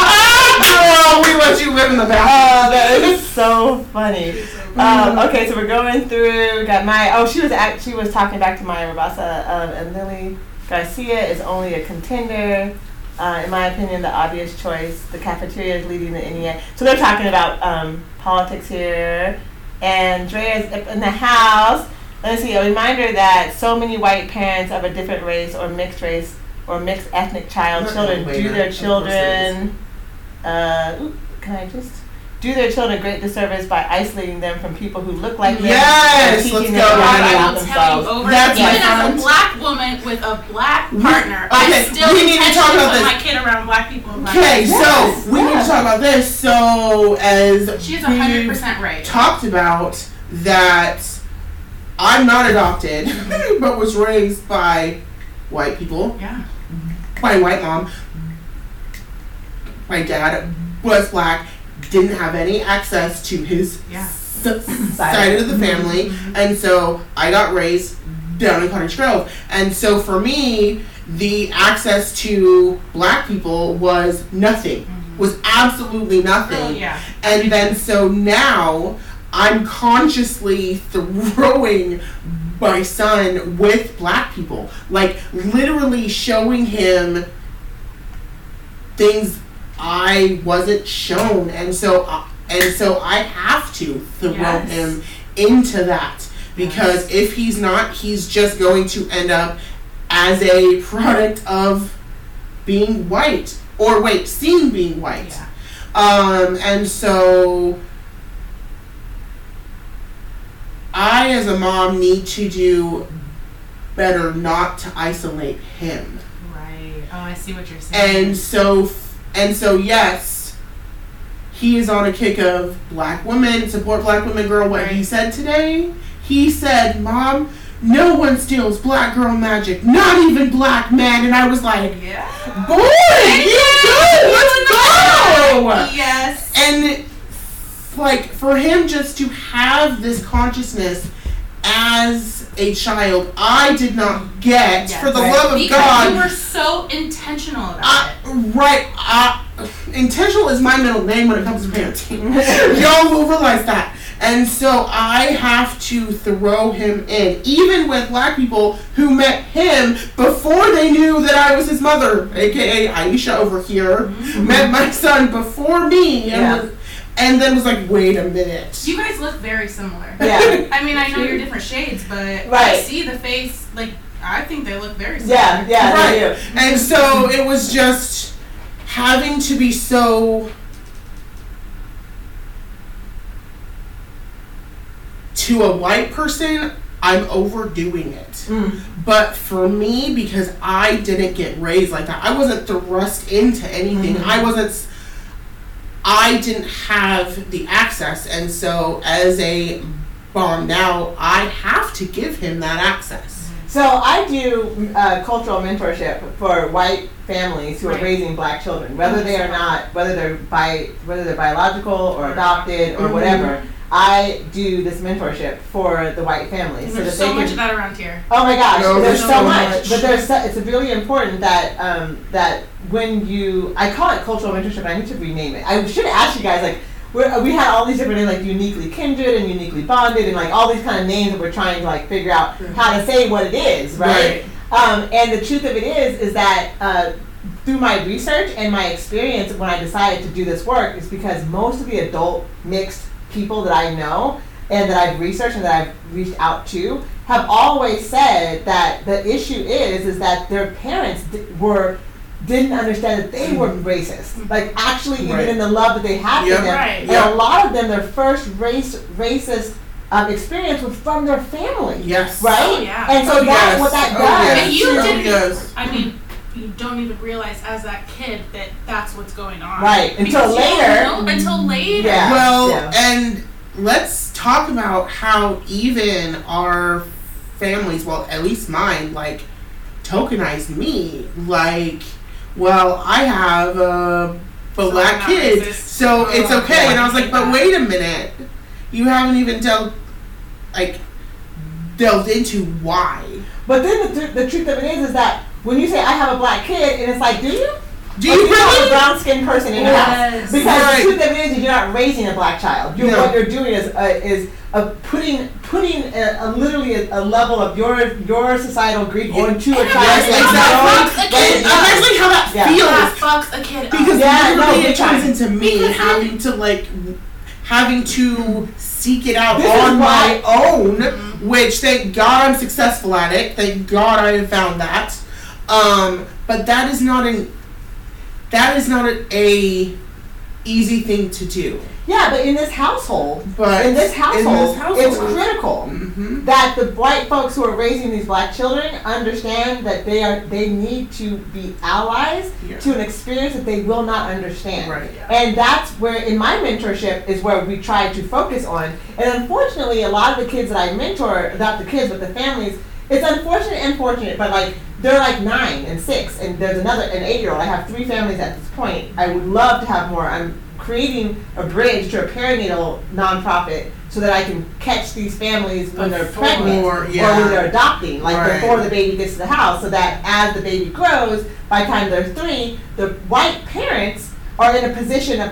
[SPEAKER 3] Girl, we let you live in the
[SPEAKER 1] Oh,
[SPEAKER 3] bathroom.
[SPEAKER 1] that is so funny. Um, okay, so we're going through. we Got Maya. Oh, she was act, she was talking back to Maya Rabasa um, and Lily Garcia is only a contender. Uh, in my opinion, the obvious choice. The cafeteria is leading the NEA. So they're talking about um, politics here. And Drea's up in the house. Let me see. A reminder that so many white parents of a different race or mixed race or mixed ethnic child
[SPEAKER 3] Not
[SPEAKER 1] children
[SPEAKER 3] everybody,
[SPEAKER 1] do
[SPEAKER 3] not-
[SPEAKER 1] their
[SPEAKER 3] of course it is.
[SPEAKER 1] children. Uh, oop, can I just? do their children a great disservice by isolating them from people who look like them.
[SPEAKER 3] Yes,
[SPEAKER 1] and teaching
[SPEAKER 3] let's
[SPEAKER 1] them
[SPEAKER 3] go,
[SPEAKER 1] about
[SPEAKER 3] Ryan.
[SPEAKER 2] I
[SPEAKER 1] about
[SPEAKER 2] will tell you
[SPEAKER 1] themselves.
[SPEAKER 2] over
[SPEAKER 3] That's
[SPEAKER 2] again,
[SPEAKER 1] my
[SPEAKER 2] even as
[SPEAKER 3] friend.
[SPEAKER 2] a black woman with a black
[SPEAKER 3] We-
[SPEAKER 2] partner,
[SPEAKER 3] okay,
[SPEAKER 2] I still
[SPEAKER 3] we need to
[SPEAKER 2] intentionally
[SPEAKER 3] talk about
[SPEAKER 2] put
[SPEAKER 3] this.
[SPEAKER 2] my kid around black people. and black
[SPEAKER 3] Okay,
[SPEAKER 2] people.
[SPEAKER 1] Yes,
[SPEAKER 3] so we need
[SPEAKER 1] yes.
[SPEAKER 3] to talk about this. So as
[SPEAKER 2] She is
[SPEAKER 3] we've
[SPEAKER 2] 100% right.
[SPEAKER 3] talked about, that I'm not adopted, but was raised by white people.
[SPEAKER 2] Yeah.
[SPEAKER 3] My white mom, my dad was black, didn't have any access to his
[SPEAKER 2] Yeah.
[SPEAKER 3] s- side of the family, and so I got raised down in Cottage Grove. And so for me, the access to black people was nothing, was absolutely nothing.
[SPEAKER 2] Oh, yeah.
[SPEAKER 3] And then so now I'm consciously throwing my son with black people. Like literally showing him things I wasn't shown. And so I- and so I have to throw
[SPEAKER 2] Yes.
[SPEAKER 3] him into that because if he's not, he's just going to end up as a product of being white or wait, seen being white.
[SPEAKER 2] Yeah.
[SPEAKER 3] Um, and so I, as a mom, need to do better not to isolate him.
[SPEAKER 2] Right. Oh, I see what you're saying.
[SPEAKER 3] And so, and so, yes, he is on a kick of black women support black women. Girl, what he
[SPEAKER 2] Right.
[SPEAKER 3] said today, he said, "Mom, no one steals black girl magic, not even black men." And I was like,
[SPEAKER 2] yeah.
[SPEAKER 3] "Boy, you good? Let's go!"
[SPEAKER 2] Yes.
[SPEAKER 3] and like for him just to have this consciousness as a child i did not get
[SPEAKER 2] Yes,
[SPEAKER 3] for the
[SPEAKER 1] right.
[SPEAKER 3] love of
[SPEAKER 2] because you were
[SPEAKER 3] god
[SPEAKER 2] so intentional about
[SPEAKER 3] I,
[SPEAKER 2] it.
[SPEAKER 3] Uh, right I, intentional is my middle name when it comes to parenting y'all will realize that and so i have to throw him in even with black people who met him before they knew that i was his mother aka aisha over here met my son before me and,
[SPEAKER 1] Yeah.
[SPEAKER 3] was, and then was like wait a minute
[SPEAKER 2] You guys look very similar.
[SPEAKER 1] Yeah,
[SPEAKER 2] I mean, I know you're different shades, but I
[SPEAKER 1] Right.
[SPEAKER 2] see the face. Like, I think they look very similar.
[SPEAKER 1] yeah, yeah. they
[SPEAKER 3] Right. And so it was just having to be so to a white person, I'm overdoing it.
[SPEAKER 1] Mm.
[SPEAKER 3] But for me, because I didn't get raised like that, I wasn't thrust into anything.
[SPEAKER 1] Mhm.
[SPEAKER 3] I wasn't. s- I didn't have the access, and so as a mom now, I have to give him that access.
[SPEAKER 1] So I do uh, cultural mentorship for white families who
[SPEAKER 2] Right.
[SPEAKER 1] are raising black children, whether they are not, whether they're bi, whether they're biological or adopted or
[SPEAKER 3] Mhm.
[SPEAKER 1] whatever. I do this mentorship for the white families
[SPEAKER 2] And
[SPEAKER 1] so that
[SPEAKER 2] there's so
[SPEAKER 1] they
[SPEAKER 2] much
[SPEAKER 1] can.
[SPEAKER 2] of that around here.
[SPEAKER 1] Oh my gosh,
[SPEAKER 3] No,
[SPEAKER 1] there's
[SPEAKER 2] there's
[SPEAKER 1] so,
[SPEAKER 2] so
[SPEAKER 1] much,
[SPEAKER 3] much.
[SPEAKER 1] but there's so, it's really important that um, that when you I call it cultural mentorship. and I need to rename it. I should ask you guys like we're, we had all these different like uniquely kindred and uniquely bonded and like all these kind of names that we're trying to like figure out
[SPEAKER 3] Mhm.
[SPEAKER 1] how to say what it is, right? Um, and the truth of it is is that. Uh, through my research and my experience when I decided to do this work is because most of the adult mixed people that I know and that I've researched and that I've reached out to have always said that the issue is is that their parents di- were didn't understand that they were racist. Like actually
[SPEAKER 3] Mm-hmm. Right.
[SPEAKER 1] even in the love that they had
[SPEAKER 3] Yep.
[SPEAKER 1] for them.
[SPEAKER 2] Right.
[SPEAKER 1] And
[SPEAKER 3] Yep.
[SPEAKER 1] a lot of them their first race racist um, experience was from their family.
[SPEAKER 3] Yes.
[SPEAKER 1] Right?
[SPEAKER 2] Oh, yeah.
[SPEAKER 1] And so
[SPEAKER 3] Oh,
[SPEAKER 1] that's
[SPEAKER 3] yes.
[SPEAKER 1] what that
[SPEAKER 3] Oh,
[SPEAKER 1] does.
[SPEAKER 3] yes.
[SPEAKER 2] And you
[SPEAKER 3] Oh,
[SPEAKER 2] didn't-
[SPEAKER 3] yes.
[SPEAKER 2] I mean, you don't even realize as that kid that that's what's going on.
[SPEAKER 1] Right, until
[SPEAKER 2] Because you don't
[SPEAKER 1] later.
[SPEAKER 2] know until later.
[SPEAKER 1] Yeah.
[SPEAKER 3] Well,
[SPEAKER 1] yeah.
[SPEAKER 3] and let's talk about how even our families, well, at least mine, like tokenized me. Like, well, I have a
[SPEAKER 2] I'm
[SPEAKER 3] black
[SPEAKER 2] not
[SPEAKER 3] kid,
[SPEAKER 2] racist.
[SPEAKER 3] so it's
[SPEAKER 2] Oh,
[SPEAKER 3] okay. And I was
[SPEAKER 2] yeah.
[SPEAKER 3] like, but wait a minute, you haven't even dealt, like, delved into why.
[SPEAKER 1] But then the, tr- the truth of it is, is that when you say I have a black kid, and it's like, do you?
[SPEAKER 3] Do
[SPEAKER 1] Like,
[SPEAKER 3] you
[SPEAKER 1] have a
[SPEAKER 3] really?
[SPEAKER 1] brown skinned person in your
[SPEAKER 2] Yes.
[SPEAKER 1] house? Because
[SPEAKER 3] Right.
[SPEAKER 1] the truth of it is, is you're not raising a black child. You're,
[SPEAKER 3] No.
[SPEAKER 1] What you're doing is uh, is uh, putting putting a, a, literally a, a level of your your societal Greek
[SPEAKER 3] Yeah.
[SPEAKER 1] onto a
[SPEAKER 2] And
[SPEAKER 1] child.
[SPEAKER 3] Yes,
[SPEAKER 1] that
[SPEAKER 2] exactly.
[SPEAKER 1] you don't
[SPEAKER 3] And imagine how that
[SPEAKER 1] Yeah.
[SPEAKER 3] feels.
[SPEAKER 2] That fucks a kid
[SPEAKER 3] Because
[SPEAKER 2] up.
[SPEAKER 1] Yeah, no,
[SPEAKER 3] literally
[SPEAKER 1] big
[SPEAKER 3] it turns
[SPEAKER 1] time.
[SPEAKER 3] into me
[SPEAKER 2] Because
[SPEAKER 3] having to like having to seek it out
[SPEAKER 1] This is
[SPEAKER 3] on my
[SPEAKER 1] why-
[SPEAKER 3] own,
[SPEAKER 2] Mhm.
[SPEAKER 3] which thank God I'm successful at it. Thank God I have found that. Um, but that is not an that is not a, a easy thing to do.
[SPEAKER 1] Yeah, but in this household,
[SPEAKER 3] But
[SPEAKER 1] in this household, it's critical.
[SPEAKER 3] hmm
[SPEAKER 1] that the white folks who are raising these black children understand that they are they need to be allies
[SPEAKER 3] Yeah.
[SPEAKER 1] to an experience that they will not understand.
[SPEAKER 3] Right. Yeah.
[SPEAKER 1] And that's where in my mentorship is where we try to focus on. And unfortunately a lot of the kids that I mentor, not the kids but the families, it's unfortunate and fortunate, but like they're like nine and six and there's another an eight year old. I have three families at this point. I would love to have more. I'm creating a bridge to a perinatal nonprofit so that I can catch these families when they're
[SPEAKER 2] Before.
[SPEAKER 1] pregnant
[SPEAKER 3] Or
[SPEAKER 1] or when
[SPEAKER 3] yeah.
[SPEAKER 1] they're adopting, like
[SPEAKER 3] Right.
[SPEAKER 1] before the baby gets to the house, so that as the baby grows, by the time they're three, the white parents are in a position of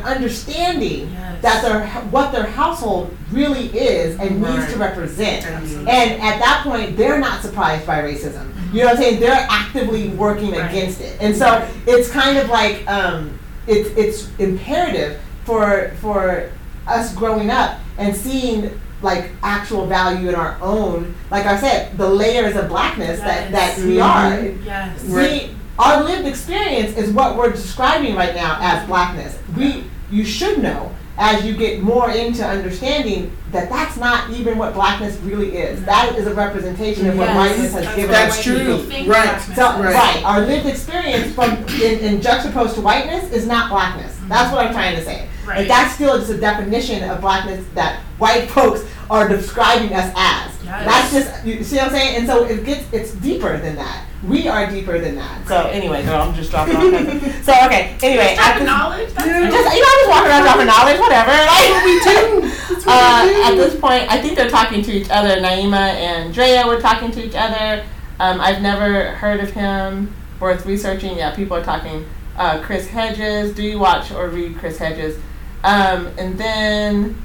[SPEAKER 1] understanding
[SPEAKER 2] Yes.
[SPEAKER 1] that their what their household really is and needs to
[SPEAKER 3] Right.
[SPEAKER 1] represent.
[SPEAKER 3] And-
[SPEAKER 1] And at that point, they're not surprised by racism. You know what I'm saying? They're actively working
[SPEAKER 2] Right.
[SPEAKER 1] against it, and so it's kind of like um, it's it's imperative for for us growing up and seeing like actual value in our own. Like I said, the layers of blackness that that
[SPEAKER 3] Yes.
[SPEAKER 1] we are.
[SPEAKER 3] Mhm.
[SPEAKER 2] Yes.
[SPEAKER 3] Right.
[SPEAKER 1] See, our lived experience is what we're describing right now as blackness. We, you should know as you get more into understanding that that's not even what blackness really is. That is a representation of what
[SPEAKER 2] Yes.
[SPEAKER 1] whiteness has
[SPEAKER 2] That's
[SPEAKER 1] given
[SPEAKER 2] what
[SPEAKER 3] That's
[SPEAKER 1] us.
[SPEAKER 2] white
[SPEAKER 3] true.
[SPEAKER 2] people think
[SPEAKER 3] Right.
[SPEAKER 2] blackness
[SPEAKER 1] So,
[SPEAKER 2] is.
[SPEAKER 1] right. our lived experience from in, in juxtaposed to whiteness is not blackness. That's what I'm trying to say. Like,
[SPEAKER 2] Right.
[SPEAKER 1] that's still just a definition of blackness that white folks are describing us as.
[SPEAKER 2] Yes.
[SPEAKER 1] That's just you see what I'm saying. And so it gets it's deeper than that. We are deeper than that. So
[SPEAKER 2] Right.
[SPEAKER 1] anyway, girl, I'm just dropping all kinds of- So okay, anyway,
[SPEAKER 2] Type
[SPEAKER 1] at
[SPEAKER 2] of
[SPEAKER 1] this,
[SPEAKER 2] knowledge. That's
[SPEAKER 3] Yeah.
[SPEAKER 2] it.
[SPEAKER 1] just you know, I just walk around dropping knowledge, whatever. Like we do.
[SPEAKER 3] That's what
[SPEAKER 1] Uh,
[SPEAKER 3] I
[SPEAKER 1] at
[SPEAKER 3] do.
[SPEAKER 1] this point, I think they're talking to each other. Naima and Drea were talking to each other. Um, I've never heard of him. Worth researching. Yeah, people are talking. Uh, Chris Hedges. Do you watch or read Chris Hedges? Um, and then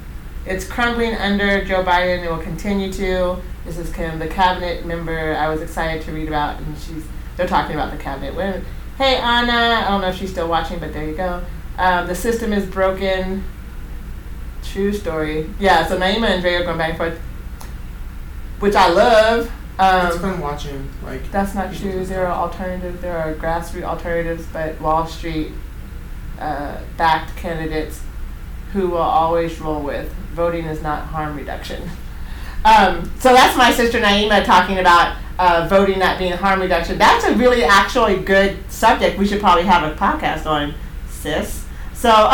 [SPEAKER 1] it's crumbling under Joe Biden. It will continue to. This is Kim, the cabinet member. I was excited to read about, and she's. They're talking about the cabinet. Women. Hey Anna. I don't know if she's still watching, but there you go. Um, the system is broken. True story. Yeah, so Naima and Dre are going back and forth, which I love.
[SPEAKER 3] It's
[SPEAKER 1] Um,
[SPEAKER 3] fun watching. Like
[SPEAKER 1] that's not true. There are alternatives. There are grassroots alternatives, but Wall Street uh, backed candidates who will always roll with voting is not harm reduction. Um, so that's my sister Naima talking about uh, voting not being harm reduction. That's a really actually good subject. We should probably have a podcast on, sis. So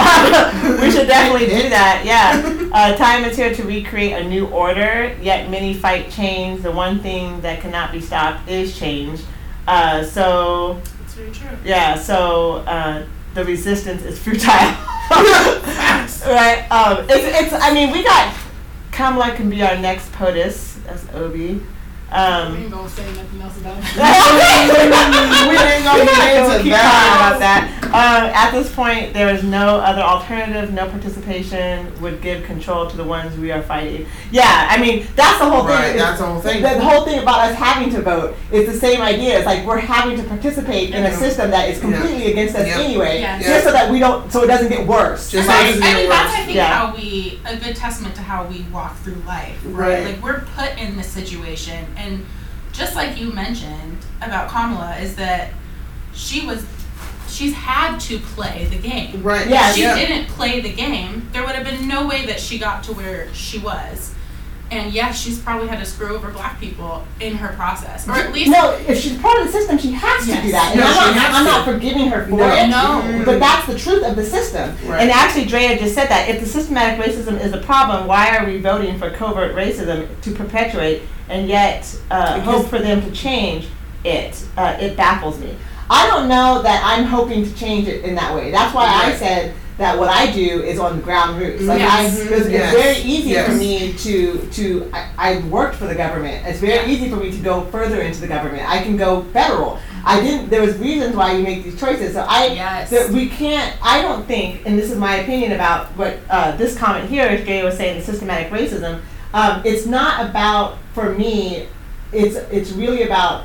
[SPEAKER 1] we should definitely do that. Yeah. Uh, time is here to recreate a new order. Yet many fight change. The one thing that cannot be stopped is change. Uh, so
[SPEAKER 2] It's very true.
[SPEAKER 1] yeah, so uh, the resistance is futile. right? Um, it's, it's, I mean, we got Kamala can be our next POTUS. That's Obi.
[SPEAKER 2] I
[SPEAKER 1] Um,
[SPEAKER 2] ain't gonna say nothing else about
[SPEAKER 1] we
[SPEAKER 2] it.
[SPEAKER 1] ain't
[SPEAKER 3] ain't gonna get into
[SPEAKER 1] keep
[SPEAKER 3] that.
[SPEAKER 1] talking about that. Um, at this point, there is no other alternative. No participation would give control to the ones we are fighting. Yeah, I mean that's the whole
[SPEAKER 3] Right,
[SPEAKER 1] thing.
[SPEAKER 3] that's the whole thing.
[SPEAKER 1] The whole thing about us having to vote is the same idea. It's like we're having to participate in a
[SPEAKER 3] Yeah.
[SPEAKER 1] system that is completely against us
[SPEAKER 3] Yeah.
[SPEAKER 1] anyway,
[SPEAKER 2] Yeah.
[SPEAKER 1] just so that we don't, so it doesn't get worse.
[SPEAKER 3] Just
[SPEAKER 2] I
[SPEAKER 3] like
[SPEAKER 2] mean, I mean, that's I think
[SPEAKER 1] Yeah.
[SPEAKER 2] how we a good testament to how we walk through life.
[SPEAKER 3] Right.
[SPEAKER 2] Like we're put in this situation, and just like you mentioned about Kamala, is that she was she's had to play the game.
[SPEAKER 3] Right.
[SPEAKER 1] Yeah,
[SPEAKER 2] If she
[SPEAKER 3] yeah.
[SPEAKER 2] didn't play the game, there would have been no way that she got to where she was. And yes, she's probably had to screw over black people in her process, or at least
[SPEAKER 1] No, if she's part of the system, she has to do
[SPEAKER 2] Yes.
[SPEAKER 1] that. And
[SPEAKER 3] No,
[SPEAKER 1] I'm, not,
[SPEAKER 3] she has
[SPEAKER 1] I'm
[SPEAKER 3] to.
[SPEAKER 1] not forgiving her for
[SPEAKER 3] No.
[SPEAKER 1] it.
[SPEAKER 2] No.
[SPEAKER 1] But that's the truth of the system.
[SPEAKER 3] Right.
[SPEAKER 1] And actually, Drea just said that. If the systematic racism is a problem, why are we voting for covert racism to perpetuate and yet uh, hope for them to change it? Uh, it baffles me. I don't know that I'm hoping to change it in that way. That's why I
[SPEAKER 3] Right.
[SPEAKER 1] said that what I do is on the ground roots. Like I,
[SPEAKER 2] Yes.
[SPEAKER 1] it's, it's
[SPEAKER 3] Yes.
[SPEAKER 1] very easy for
[SPEAKER 3] Yes.
[SPEAKER 1] me to to I, I worked for the government. It's very easy for me to go further into the government. I can go federal. I didn't. There was reasons why you make these choices. So I
[SPEAKER 2] Yes.
[SPEAKER 1] that we can't. I don't think, and this is my opinion about what uh, this comment here, as Jay was saying, the systematic racism. Um, it's not about for me. It's it's really about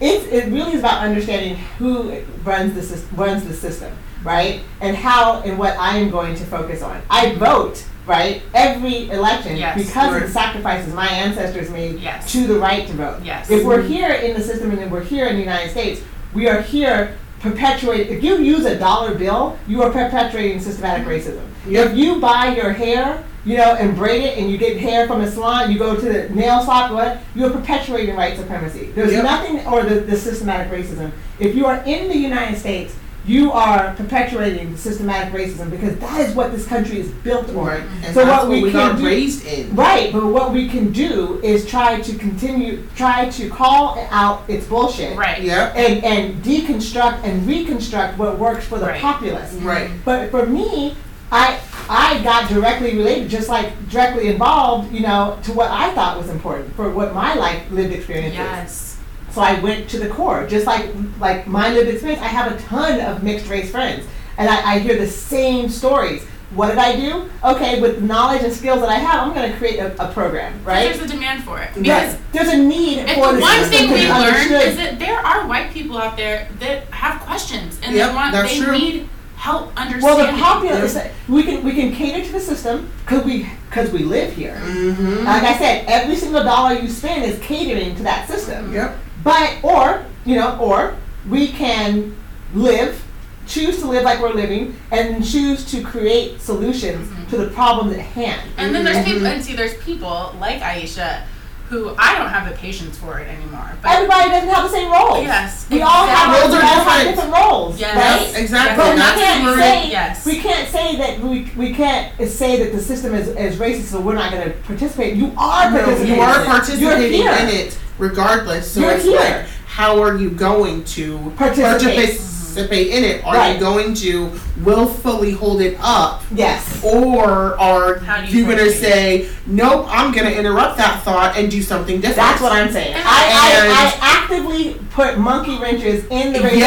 [SPEAKER 1] it's it really is about understanding who runs the sys- runs the system, right? And how and what I am going to focus on. I vote right every election
[SPEAKER 2] Yes.
[SPEAKER 1] because of
[SPEAKER 3] Right.
[SPEAKER 1] the sacrifices my ancestors made
[SPEAKER 2] Yes.
[SPEAKER 1] to the right to vote.
[SPEAKER 2] Yes.
[SPEAKER 1] If we're here in the system and then we're here in the United States, we are here perpetuating. If you use a dollar bill, you are perpetuating systematic racism.
[SPEAKER 3] Yep.
[SPEAKER 1] If you buy your hair, you know, and braid it, and you get hair from a salon, you go to the nail shop, what? You are perpetuating white supremacy. There's
[SPEAKER 3] Yep.
[SPEAKER 1] nothing, or the, the systematic racism. If you are in the United States, you are perpetuating systematic racism because that is what this country is built on.
[SPEAKER 3] Right. And
[SPEAKER 1] So
[SPEAKER 3] that's
[SPEAKER 1] what
[SPEAKER 3] what,
[SPEAKER 1] we
[SPEAKER 3] we
[SPEAKER 1] can
[SPEAKER 3] got
[SPEAKER 1] do-
[SPEAKER 3] raised in.
[SPEAKER 1] Right, but what we can do is try to continue, try to call out its bullshit.
[SPEAKER 2] right.
[SPEAKER 3] Yep.
[SPEAKER 1] And, and deconstruct and reconstruct what works for the
[SPEAKER 2] Right.
[SPEAKER 1] populace.
[SPEAKER 3] Right.
[SPEAKER 1] But for me, I I got directly related, just like directly involved, you know, to what I thought was important for what my life lived experience is.
[SPEAKER 2] Yes.
[SPEAKER 1] So I went to the core, just like like my lived experience. I have a ton of mixed race friends, and I, I hear the same stories. What did I do? Okay, with the knowledge and skills that I have, I'm going to create a, a program,
[SPEAKER 2] There's
[SPEAKER 1] right?
[SPEAKER 2] a demand for it. Because
[SPEAKER 1] Yes, there's a need
[SPEAKER 2] if
[SPEAKER 1] for
[SPEAKER 2] the
[SPEAKER 1] this
[SPEAKER 2] one
[SPEAKER 1] system
[SPEAKER 2] thing
[SPEAKER 1] to
[SPEAKER 2] we
[SPEAKER 1] be
[SPEAKER 2] learned
[SPEAKER 1] understood.
[SPEAKER 2] is that there are white people out there that have questions and
[SPEAKER 3] Yep,
[SPEAKER 2] they want
[SPEAKER 3] that's
[SPEAKER 2] they
[SPEAKER 3] true.
[SPEAKER 2] need help understanding.
[SPEAKER 1] well, the populace we can we can cater to the system because we because we live here.
[SPEAKER 3] Mm-hmm.
[SPEAKER 1] Like I said, every single dollar you spend is catering to that system.
[SPEAKER 3] Yep.
[SPEAKER 1] But or you know, or we can live, choose to live like we're living, and choose to create solutions
[SPEAKER 2] Mm-hmm.
[SPEAKER 1] to the problems at hand.
[SPEAKER 2] And then there's people and see there's people like Aisha who I don't have the patience for it anymore. But
[SPEAKER 1] Everybody doesn't have the same roles.
[SPEAKER 2] Yes,
[SPEAKER 1] we all have we all
[SPEAKER 3] exactly. Roles are
[SPEAKER 1] have
[SPEAKER 3] different.
[SPEAKER 1] different roles,
[SPEAKER 2] Yes.
[SPEAKER 1] right?
[SPEAKER 3] Yep, exactly.
[SPEAKER 1] But we
[SPEAKER 3] That's
[SPEAKER 1] can't
[SPEAKER 3] where we-
[SPEAKER 1] say
[SPEAKER 2] Yes.
[SPEAKER 1] we can't say that we, we can't say that the system is, is racist, so we're not going to participate. You are
[SPEAKER 3] No,
[SPEAKER 1] participating.
[SPEAKER 3] you are
[SPEAKER 1] You're
[SPEAKER 3] participating
[SPEAKER 1] here.
[SPEAKER 3] in it regardless. So
[SPEAKER 1] You're
[SPEAKER 3] it's
[SPEAKER 1] here.
[SPEAKER 3] like, how are you going to
[SPEAKER 1] Participate.
[SPEAKER 3] participate in it? Are
[SPEAKER 1] Right.
[SPEAKER 3] you going to willfully hold it up?
[SPEAKER 1] Yes.
[SPEAKER 3] Or are
[SPEAKER 2] How do you
[SPEAKER 3] you, going to
[SPEAKER 2] participate?
[SPEAKER 3] say, nope, I'm going to interrupt that thought and do something different?
[SPEAKER 1] That's what I'm saying. I, I, I actively put monkey wrenches in the racism.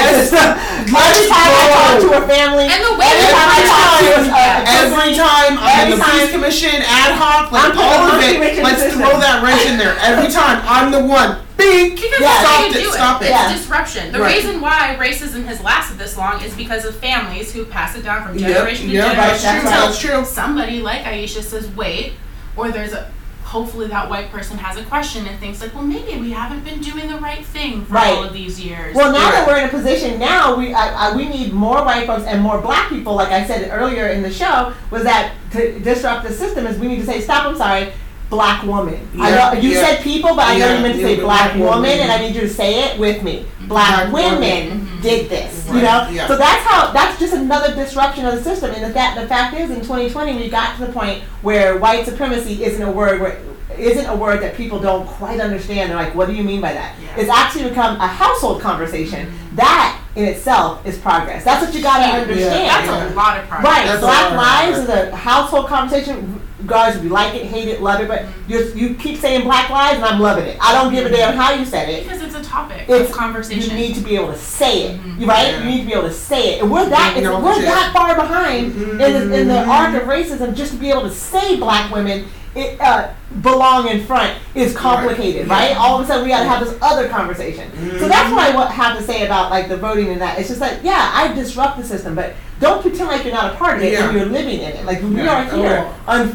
[SPEAKER 3] Yes.
[SPEAKER 1] Every time I
[SPEAKER 3] Let's
[SPEAKER 1] talk
[SPEAKER 3] go.
[SPEAKER 1] to a family,
[SPEAKER 2] And the way
[SPEAKER 1] every
[SPEAKER 2] that
[SPEAKER 1] time I
[SPEAKER 2] you
[SPEAKER 1] talk to
[SPEAKER 2] uh,
[SPEAKER 3] talk,
[SPEAKER 1] a- a
[SPEAKER 3] Every
[SPEAKER 1] sibling,
[SPEAKER 3] time I'm
[SPEAKER 1] Every
[SPEAKER 3] the
[SPEAKER 1] time.
[SPEAKER 3] police commission, ad hoc,
[SPEAKER 1] I'm
[SPEAKER 3] like
[SPEAKER 1] putting
[SPEAKER 3] all
[SPEAKER 1] the
[SPEAKER 3] of
[SPEAKER 1] monkey
[SPEAKER 3] it,
[SPEAKER 1] wrench in
[SPEAKER 3] let's
[SPEAKER 1] the
[SPEAKER 3] throw
[SPEAKER 1] system.
[SPEAKER 3] that wrench in there. Every time I'm the one. Bing!
[SPEAKER 2] because
[SPEAKER 1] Yeah.
[SPEAKER 2] that's how
[SPEAKER 3] Stop
[SPEAKER 2] you
[SPEAKER 3] it,
[SPEAKER 2] do
[SPEAKER 3] stop
[SPEAKER 2] it.
[SPEAKER 3] it.
[SPEAKER 2] It's
[SPEAKER 1] Yeah.
[SPEAKER 2] disruption. The
[SPEAKER 3] Right.
[SPEAKER 2] reason why racism has lasted this long is because of families who pass it down from
[SPEAKER 3] Yep,
[SPEAKER 2] generation to
[SPEAKER 3] yep, that's
[SPEAKER 2] generation
[SPEAKER 3] true,
[SPEAKER 2] until
[SPEAKER 3] that's true.
[SPEAKER 2] somebody like Aisha says, wait, or there's a hopefully that white person has a question and thinks like, well, maybe we haven't been doing the right thing for all
[SPEAKER 1] Right.
[SPEAKER 2] of these years.
[SPEAKER 1] Well, now
[SPEAKER 3] Yeah.
[SPEAKER 1] that we're in a position now, we I, I, we need more white folks and more black people. Like I said earlier in the show, was that to disrupt the system is we need to say, stop. I'm sorry. black woman. I
[SPEAKER 3] Yeah,
[SPEAKER 1] know, you
[SPEAKER 3] yeah.
[SPEAKER 1] said people, but I know
[SPEAKER 3] Yeah,
[SPEAKER 1] you meant to
[SPEAKER 3] yeah,
[SPEAKER 1] say
[SPEAKER 3] but
[SPEAKER 1] black,
[SPEAKER 3] black
[SPEAKER 1] woman,
[SPEAKER 3] woman.
[SPEAKER 1] and I need you to say it with me.
[SPEAKER 3] Black
[SPEAKER 1] Black, women
[SPEAKER 2] woman.
[SPEAKER 1] did this.
[SPEAKER 3] Right,
[SPEAKER 1] You know,
[SPEAKER 3] yeah.
[SPEAKER 1] so that's how. That's just another disruption of the system. And the fact the fact is, in 2020, we got to the point where white supremacy isn't a word where isn't a word that people don't quite understand. They're like, what do you mean by that?
[SPEAKER 2] Yeah.
[SPEAKER 1] It's actually become a household conversation. That in itself is progress. That's what you got
[SPEAKER 2] Yeah.
[SPEAKER 1] to understand.
[SPEAKER 2] That's a
[SPEAKER 3] Yeah.
[SPEAKER 2] lot of progress.
[SPEAKER 1] Right,
[SPEAKER 3] That's
[SPEAKER 1] Black
[SPEAKER 3] all right.
[SPEAKER 1] Lives is a household conversation. Guys, we like it, hate it, love it, but you you keep saying Black Lives, and I'm loving it. I don't give a damn how you said it.
[SPEAKER 2] Because it's a topic
[SPEAKER 1] It's-
[SPEAKER 2] of conversation.
[SPEAKER 1] You need to be able to say it,
[SPEAKER 2] Mhm.
[SPEAKER 1] you right?
[SPEAKER 3] Yeah.
[SPEAKER 1] You need to be able to say it, and we're that
[SPEAKER 3] You know
[SPEAKER 1] it's- we're
[SPEAKER 3] what
[SPEAKER 1] that far behind in, the, in the
[SPEAKER 3] Mhm.
[SPEAKER 1] arc of racism. Just to be able to say Black women it, uh, belong in front is complicated,
[SPEAKER 3] Right.
[SPEAKER 1] right?
[SPEAKER 3] Yeah. Mm-hmm.
[SPEAKER 1] All of a sudden, we got to have this other conversation. So that's what I wa- have to say about like the voting and that. It's just like, yeah, I disrupt the system, but don't pretend like you're not a part of it
[SPEAKER 3] Yeah.
[SPEAKER 1] and you're living in it. Like we
[SPEAKER 3] Yeah,
[SPEAKER 1] are
[SPEAKER 3] at all.
[SPEAKER 1] here.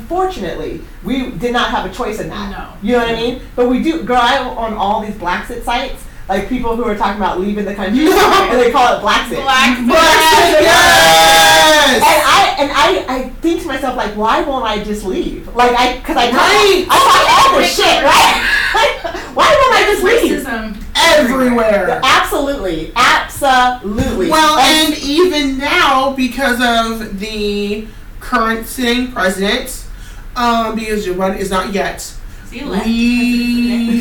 [SPEAKER 1] Unfortunately, we did not have a choice in that.
[SPEAKER 2] No.
[SPEAKER 1] You know what I mean? But we do. Girl, I on all these Blacksit sites, like people who are talking about leaving the country, and they call it Blacksit.
[SPEAKER 2] Black
[SPEAKER 1] Black-
[SPEAKER 3] Yes.
[SPEAKER 1] And I and I, I think to myself like why won't I just leave like I because I talk,
[SPEAKER 3] Right.
[SPEAKER 1] I talk all this shit right why won't I just leave
[SPEAKER 2] racism.
[SPEAKER 3] everywhere.
[SPEAKER 1] Absolutely, absolutely.
[SPEAKER 3] Well, and even now, because of the current sitting president, um, because your run is not yet,
[SPEAKER 2] See, left.
[SPEAKER 3] we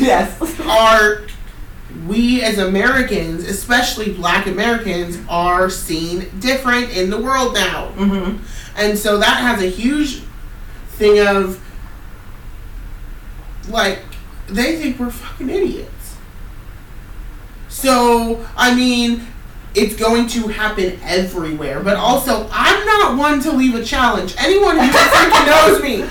[SPEAKER 1] yes,
[SPEAKER 3] are, we as Americans, especially black Americans, are seen different in the world now.
[SPEAKER 1] mm-hmm.
[SPEAKER 3] And so that has a huge thing of like they think we're fucking idiots. So, I mean, it's going to happen everywhere. But also, I'm not one to leave a challenge. Anyone who freaking knows me knows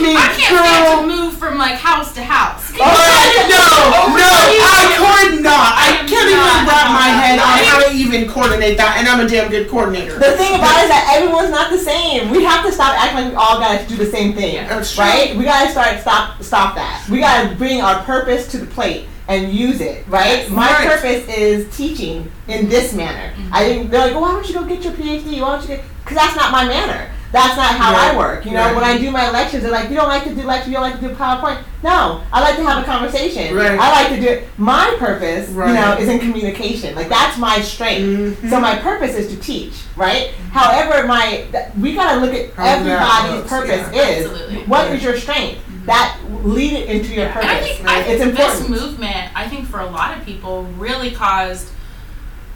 [SPEAKER 3] me.
[SPEAKER 2] I can't
[SPEAKER 3] girl,
[SPEAKER 2] stand to move from like house to house.
[SPEAKER 3] Oh, no, no, I could not. I
[SPEAKER 2] I'm
[SPEAKER 3] can't even
[SPEAKER 2] not.
[SPEAKER 3] wrap my head on how to even coordinate that, and I'm a damn good coordinator.
[SPEAKER 1] The thing about it is that everyone's not the same. We have to stop acting like we all gotta do the same thing,
[SPEAKER 3] That's true.
[SPEAKER 1] right? We gotta start stop stop that. We gotta bring our purpose to the plate and use it, right? My
[SPEAKER 3] Right.
[SPEAKER 1] purpose is teaching in this manner.
[SPEAKER 3] Mm-hmm.
[SPEAKER 1] I didn't. They're like, well, why don't you go get your PhD? Why don't you get? Because that's not my manner. That's not how
[SPEAKER 3] Right.
[SPEAKER 1] I work. You know,
[SPEAKER 3] Right.
[SPEAKER 1] when I do my lectures, they're like, you don't like to do lectures, you don't like to do PowerPoint. No, I like to have a conversation.
[SPEAKER 3] Right.
[SPEAKER 1] I like to do it. My purpose, you know,
[SPEAKER 3] Right.
[SPEAKER 1] is in communication. Like that's my strength.
[SPEAKER 3] Mhm.
[SPEAKER 1] So my purpose is to teach, right?
[SPEAKER 2] Mm-hmm.
[SPEAKER 1] However, my th- we gotta look at
[SPEAKER 3] How that
[SPEAKER 1] everybody's
[SPEAKER 3] looks,
[SPEAKER 1] purpose
[SPEAKER 3] yeah.
[SPEAKER 1] is.
[SPEAKER 2] Absolutely.
[SPEAKER 1] What
[SPEAKER 3] Yeah.
[SPEAKER 1] is your strength? That lead it into your
[SPEAKER 2] And
[SPEAKER 1] purpose.
[SPEAKER 2] I think, I
[SPEAKER 1] it's
[SPEAKER 2] think this
[SPEAKER 1] important.
[SPEAKER 2] movement, I think for a lot of people, really caused.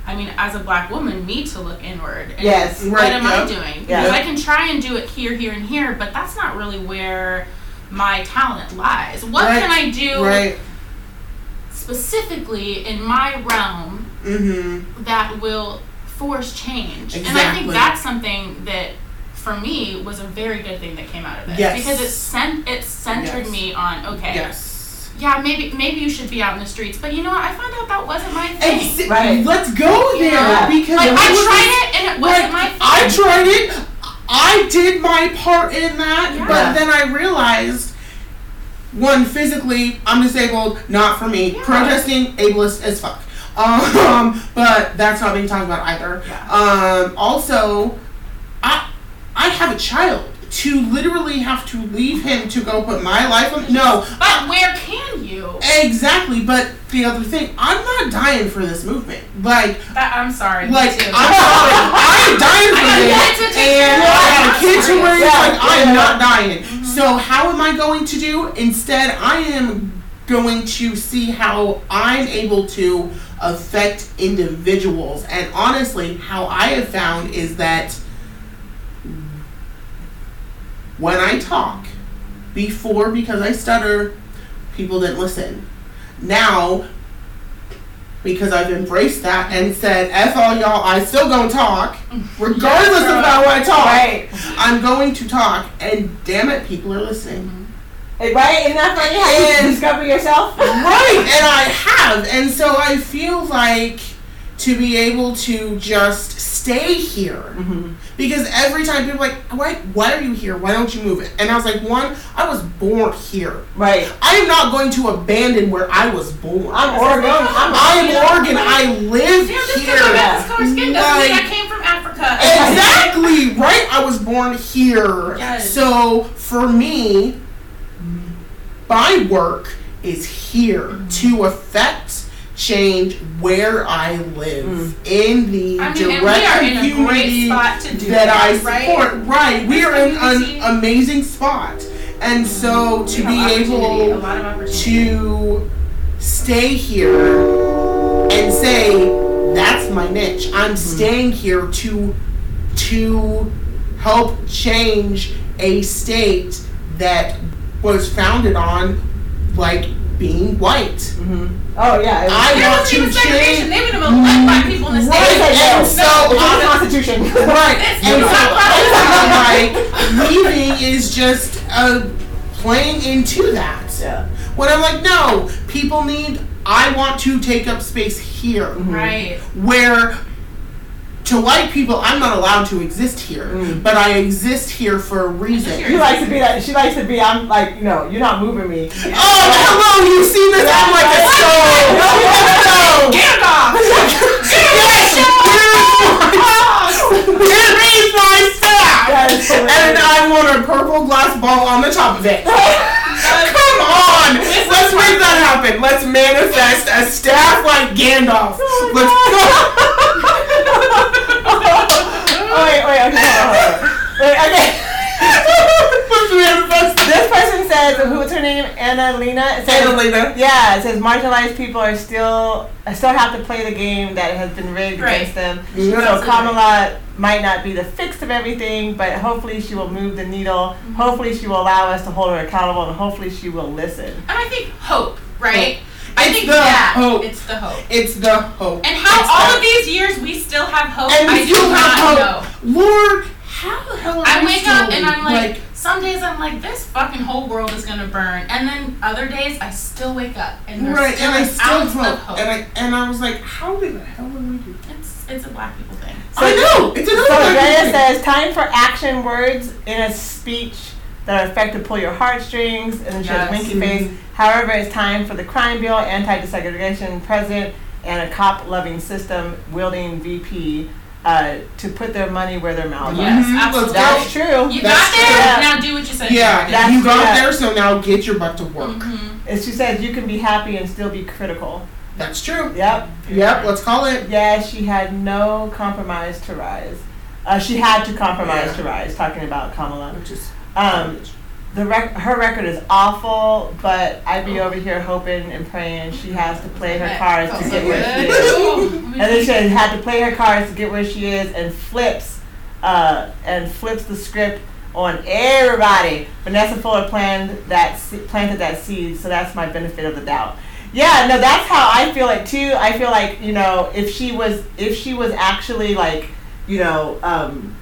[SPEAKER 2] I mean, as a black woman, me to look inward. And
[SPEAKER 1] Yes.
[SPEAKER 2] What
[SPEAKER 3] Right,
[SPEAKER 2] am
[SPEAKER 3] yeah.
[SPEAKER 2] I doing?
[SPEAKER 1] Yeah.
[SPEAKER 2] Because I can try and do it here, here, and here, but that's not really where my talent lies. What
[SPEAKER 3] Right,
[SPEAKER 2] can I do
[SPEAKER 3] Right.
[SPEAKER 2] specifically in my realm
[SPEAKER 3] Mm-hmm.
[SPEAKER 2] that will force change. And I think
[SPEAKER 3] Exactly.
[SPEAKER 2] that's something that for me was a very good thing that came out of this.
[SPEAKER 3] Yes.
[SPEAKER 2] Because it sent it centered
[SPEAKER 3] Yes.
[SPEAKER 2] me on, okay,
[SPEAKER 3] Yes.
[SPEAKER 2] yeah, maybe maybe you should be out in the streets. But you know what? I found out that wasn't my thing.
[SPEAKER 3] Ex-
[SPEAKER 1] Right.
[SPEAKER 3] Let's go there
[SPEAKER 2] Yeah.
[SPEAKER 3] because
[SPEAKER 2] Like I
[SPEAKER 3] it was-
[SPEAKER 2] tried it and it wasn't my
[SPEAKER 3] like,
[SPEAKER 2] thing.
[SPEAKER 3] I tried it. I did my part in that,
[SPEAKER 2] Yeah.
[SPEAKER 3] but then I realized one physically, I'm disabled, not for me.
[SPEAKER 2] Yeah.
[SPEAKER 3] Protesting, ableist as fuck. Um, but that's not being talked about either.
[SPEAKER 2] Yeah.
[SPEAKER 3] Um, also, I I have a child to literally have to leave him to go put my life on. No, Ah,
[SPEAKER 2] But where can you?
[SPEAKER 3] exactly. But the other thing, I'm not dying for this movement. Like
[SPEAKER 2] That I'm sorry. me
[SPEAKER 3] like
[SPEAKER 2] too.
[SPEAKER 3] I'm dying. I'm dying
[SPEAKER 2] I
[SPEAKER 3] for
[SPEAKER 2] got kids
[SPEAKER 3] this.
[SPEAKER 2] to take
[SPEAKER 3] And
[SPEAKER 2] care
[SPEAKER 3] I
[SPEAKER 2] of.
[SPEAKER 3] have kids to raise.
[SPEAKER 1] Yeah,
[SPEAKER 3] Like I am
[SPEAKER 1] yeah.
[SPEAKER 3] not dying.
[SPEAKER 2] Mm-hmm.
[SPEAKER 3] So how am I going to do? Instead, I am going to see how I'm able to affect individuals. And honestly, how I have found is that when I talk before because I stutter, people didn't listen. Now, because I've embraced that and said, F all y'all, I still gonna talk, regardless of how I talk.
[SPEAKER 1] Right,
[SPEAKER 3] I'm going to talk, and damn it, people are listening.
[SPEAKER 1] And- right, and that's like how you
[SPEAKER 3] And-
[SPEAKER 1] discover yourself.
[SPEAKER 3] Right, and I have, and so I feel like to be able to just stay here.
[SPEAKER 1] Mhm.
[SPEAKER 3] Because every time people are like, why, why are you here? Why don't you move it? And I was like, one, I was born here.
[SPEAKER 1] Right,
[SPEAKER 3] I am not going to abandon where I was born.
[SPEAKER 1] I'm Oregon. I'm
[SPEAKER 3] I am Oregon. I live
[SPEAKER 2] Damn, just because I
[SPEAKER 3] here.
[SPEAKER 2] got this color skin doesn't mean I
[SPEAKER 3] Like-
[SPEAKER 2] came from Africa.
[SPEAKER 3] Exactly, right? I was born here.
[SPEAKER 2] Yes.
[SPEAKER 3] So for me, my work is here to affect change where I live in the
[SPEAKER 2] Mm. I mean, and we
[SPEAKER 3] direct
[SPEAKER 2] are in a great
[SPEAKER 3] community
[SPEAKER 2] spot to do
[SPEAKER 3] that I
[SPEAKER 2] right?
[SPEAKER 3] support. Right, we
[SPEAKER 2] This
[SPEAKER 3] are in
[SPEAKER 2] community-
[SPEAKER 3] an amazing spot, and so to
[SPEAKER 2] We
[SPEAKER 3] be
[SPEAKER 2] have opportunity, a
[SPEAKER 3] able
[SPEAKER 2] lot of opportunity.
[SPEAKER 3] to stay here and say that's my niche.
[SPEAKER 2] Mm-hmm.
[SPEAKER 3] I'm staying here to to help change a state that was founded on like being white.
[SPEAKER 4] Oh yeah. it was-
[SPEAKER 3] I
[SPEAKER 2] There
[SPEAKER 3] want
[SPEAKER 2] wasn't Mm-hmm. even
[SPEAKER 3] to
[SPEAKER 2] segregation.
[SPEAKER 3] change.
[SPEAKER 2] They would have allowed black people in the
[SPEAKER 3] Right,
[SPEAKER 2] state.
[SPEAKER 3] and
[SPEAKER 2] No,
[SPEAKER 3] so
[SPEAKER 2] no,
[SPEAKER 4] It's in the
[SPEAKER 2] no.
[SPEAKER 4] Constitution.
[SPEAKER 3] Right.
[SPEAKER 2] It's
[SPEAKER 3] And
[SPEAKER 2] not
[SPEAKER 3] so I'm like, leaving is just uh, playing into that.
[SPEAKER 4] Yeah.
[SPEAKER 3] When I'm like, no, people need, I want to take up space here.
[SPEAKER 2] Mm-hmm. Right.
[SPEAKER 3] Where to white people, I'm not allowed to exist here,
[SPEAKER 4] Mm.
[SPEAKER 3] but I exist here for a reason.
[SPEAKER 4] She likes to be that. She likes to be. I'm like, you know, you're not moving me.
[SPEAKER 3] Oh, hello, you see this? I'm like, it's so. Hello. Yes, here's my- here's my staff.
[SPEAKER 4] That is hilarious.
[SPEAKER 3] And I want a purple glass ball on the top of it. Come on! Let's make that happen. Let's manifest a staff like Gandalf. Let's
[SPEAKER 4] Oh, wait, wait, okay, hold on, hold on. Wait, okay.
[SPEAKER 3] Let's manifest
[SPEAKER 4] this person says, who is her name? Anna Lena. It says,
[SPEAKER 3] Annalena.
[SPEAKER 4] Yeah, it says marginalized people are still uh, still have to play the game that has been rigged
[SPEAKER 2] Right.
[SPEAKER 4] against them.
[SPEAKER 3] Yeah.
[SPEAKER 4] So Kamala might not be the fix of everything, but hopefully she will move the needle.
[SPEAKER 2] Mm-hmm.
[SPEAKER 4] Hopefully she will allow us to hold her accountable, and hopefully she will listen.
[SPEAKER 2] And I think hope, right? I
[SPEAKER 3] It's
[SPEAKER 2] think
[SPEAKER 3] the
[SPEAKER 2] that
[SPEAKER 3] hope.
[SPEAKER 2] it's the hope.
[SPEAKER 3] It's the hope.
[SPEAKER 2] And how
[SPEAKER 3] It's
[SPEAKER 2] all
[SPEAKER 3] the-
[SPEAKER 2] of these years we still have hope.
[SPEAKER 3] And
[SPEAKER 2] I
[SPEAKER 3] we
[SPEAKER 2] do
[SPEAKER 3] do
[SPEAKER 2] not
[SPEAKER 3] have
[SPEAKER 2] know.
[SPEAKER 3] hope. Lord, how the hell are
[SPEAKER 2] I
[SPEAKER 3] we
[SPEAKER 2] wake up
[SPEAKER 3] still,
[SPEAKER 2] and I'm like, some days I'm like, this fucking whole world is gonna burn, and then other days I still wake up and there's
[SPEAKER 3] right,
[SPEAKER 2] still
[SPEAKER 3] and I
[SPEAKER 2] an
[SPEAKER 3] still
[SPEAKER 2] ounce of
[SPEAKER 3] hope.
[SPEAKER 2] hope.
[SPEAKER 3] And I and I was like, how did the hell did we do?
[SPEAKER 2] it's it's a black people thing.
[SPEAKER 4] So-
[SPEAKER 3] I know it's another
[SPEAKER 4] So
[SPEAKER 3] fucking
[SPEAKER 4] Drea
[SPEAKER 3] thing.
[SPEAKER 4] says, time for action words in a speech that are effective to pull your heartstrings, and then she
[SPEAKER 2] Yes.
[SPEAKER 4] has winky face. However, it's time for the crime bill, anti-desegregation president, and a cop-loving system wielding VP uh, to put their money where their mouth
[SPEAKER 2] Yeah. Yes,
[SPEAKER 3] Mhm, let's
[SPEAKER 2] absolutely.
[SPEAKER 3] go.
[SPEAKER 4] That's true.
[SPEAKER 2] Mm-hmm. You
[SPEAKER 3] That's
[SPEAKER 2] got there.
[SPEAKER 4] true.
[SPEAKER 2] Now do what you said.
[SPEAKER 3] Yeah,
[SPEAKER 2] You
[SPEAKER 4] That's-
[SPEAKER 3] you got
[SPEAKER 4] yeah.
[SPEAKER 3] there, so now get your butt to work.
[SPEAKER 2] did. Mhm.
[SPEAKER 4] And she says, you can be happy and still be critical.
[SPEAKER 3] That's true.
[SPEAKER 4] Yep.
[SPEAKER 3] Yep, let's call it.
[SPEAKER 4] Yeah, she had no compromise to rise. Uh, she had to compromise
[SPEAKER 3] Yeah.
[SPEAKER 4] to rise, talking about Kamala.
[SPEAKER 3] Which is
[SPEAKER 4] Um, the rec- her record is awful, but I'd be over here hoping and praying she has to play her
[SPEAKER 2] That
[SPEAKER 4] cards to
[SPEAKER 2] felt
[SPEAKER 4] get
[SPEAKER 2] so
[SPEAKER 4] where she
[SPEAKER 2] good.
[SPEAKER 4] is.
[SPEAKER 2] Ooh,
[SPEAKER 4] And then she had to play her cards to get where she is, and flips, uh, and flips the script on everybody. Vanessa Fuller planned that se- planted that seed, so that's my benefit of the doubt. Yeah, no, that's how I feel it too. I feel like you know, if she was, if she was actually like, you know, um,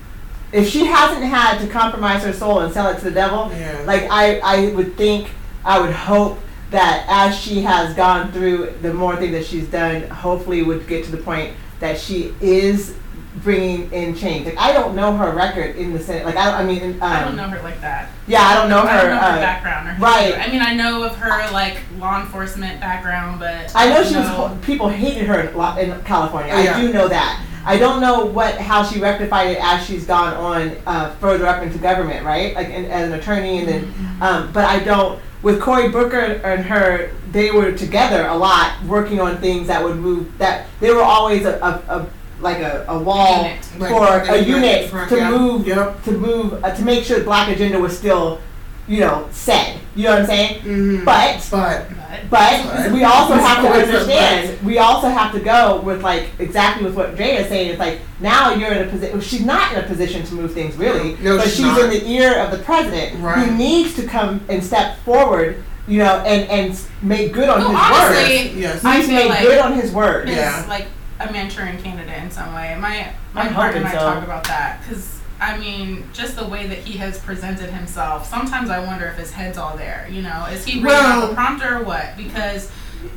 [SPEAKER 4] if she hasn't had to compromise her soul and sell it to the devil,
[SPEAKER 3] Yeah.
[SPEAKER 4] like I, I would think, I would hope that as she has gone through the more thing that she's done, hopefully would get to the point that she is bringing in change. Like I don't know her record in the Senate. Like I, I mean, um,
[SPEAKER 2] I don't know her like that.
[SPEAKER 4] Yeah, I don't know her.
[SPEAKER 2] I don't know her
[SPEAKER 4] uh,
[SPEAKER 2] background or her
[SPEAKER 4] right.
[SPEAKER 2] I mean, I know of her like law enforcement background, but
[SPEAKER 4] I know she
[SPEAKER 2] no.
[SPEAKER 4] was. ho- People hated her in, Lo- in California.
[SPEAKER 3] Yeah.
[SPEAKER 4] I do know that. I don't know what how she rectified it as she's gone on uh, further up into government, right? Like in, as an attorney, and then. Um, but I don't. With Cory Booker and her, they were together a lot, working on things that would move. That they were always a, a, a like a, a wall
[SPEAKER 2] Unit.
[SPEAKER 3] Like,
[SPEAKER 4] for
[SPEAKER 3] like,
[SPEAKER 4] a
[SPEAKER 3] like,
[SPEAKER 4] unit
[SPEAKER 3] for-
[SPEAKER 4] to
[SPEAKER 3] yeah.
[SPEAKER 4] move
[SPEAKER 3] Yep.
[SPEAKER 4] to move uh, to make sure the black agenda was still, you know, said. You know what I'm saying?
[SPEAKER 3] Mhm.
[SPEAKER 4] But
[SPEAKER 3] but
[SPEAKER 2] But
[SPEAKER 4] but we also have to
[SPEAKER 3] Always a
[SPEAKER 4] understand. We also have to go with like exactly with what Drea is saying. It's like now you're in a position. She's not in a position to move things really,
[SPEAKER 3] No,
[SPEAKER 4] but
[SPEAKER 3] she's
[SPEAKER 4] she's,
[SPEAKER 3] not.
[SPEAKER 4] in the ear of the president
[SPEAKER 3] Right.
[SPEAKER 4] who needs to come and step forward. You know, and and s- make good on
[SPEAKER 2] Who
[SPEAKER 4] his
[SPEAKER 2] honestly-
[SPEAKER 4] word.
[SPEAKER 3] yes,
[SPEAKER 2] I
[SPEAKER 4] He's
[SPEAKER 2] feel
[SPEAKER 4] made
[SPEAKER 2] like-
[SPEAKER 4] good on his word.
[SPEAKER 2] is
[SPEAKER 3] Yeah.
[SPEAKER 2] like a mentoring candidate in some way. My my
[SPEAKER 4] I'm
[SPEAKER 2] partner
[SPEAKER 4] hoping
[SPEAKER 2] and I
[SPEAKER 4] so.
[SPEAKER 2] talk about that because I mean, just the way that he has presented himself. Sometimes I wonder if his head's all there. You know, is he reading off
[SPEAKER 3] Well-
[SPEAKER 2] a prompter or what? Because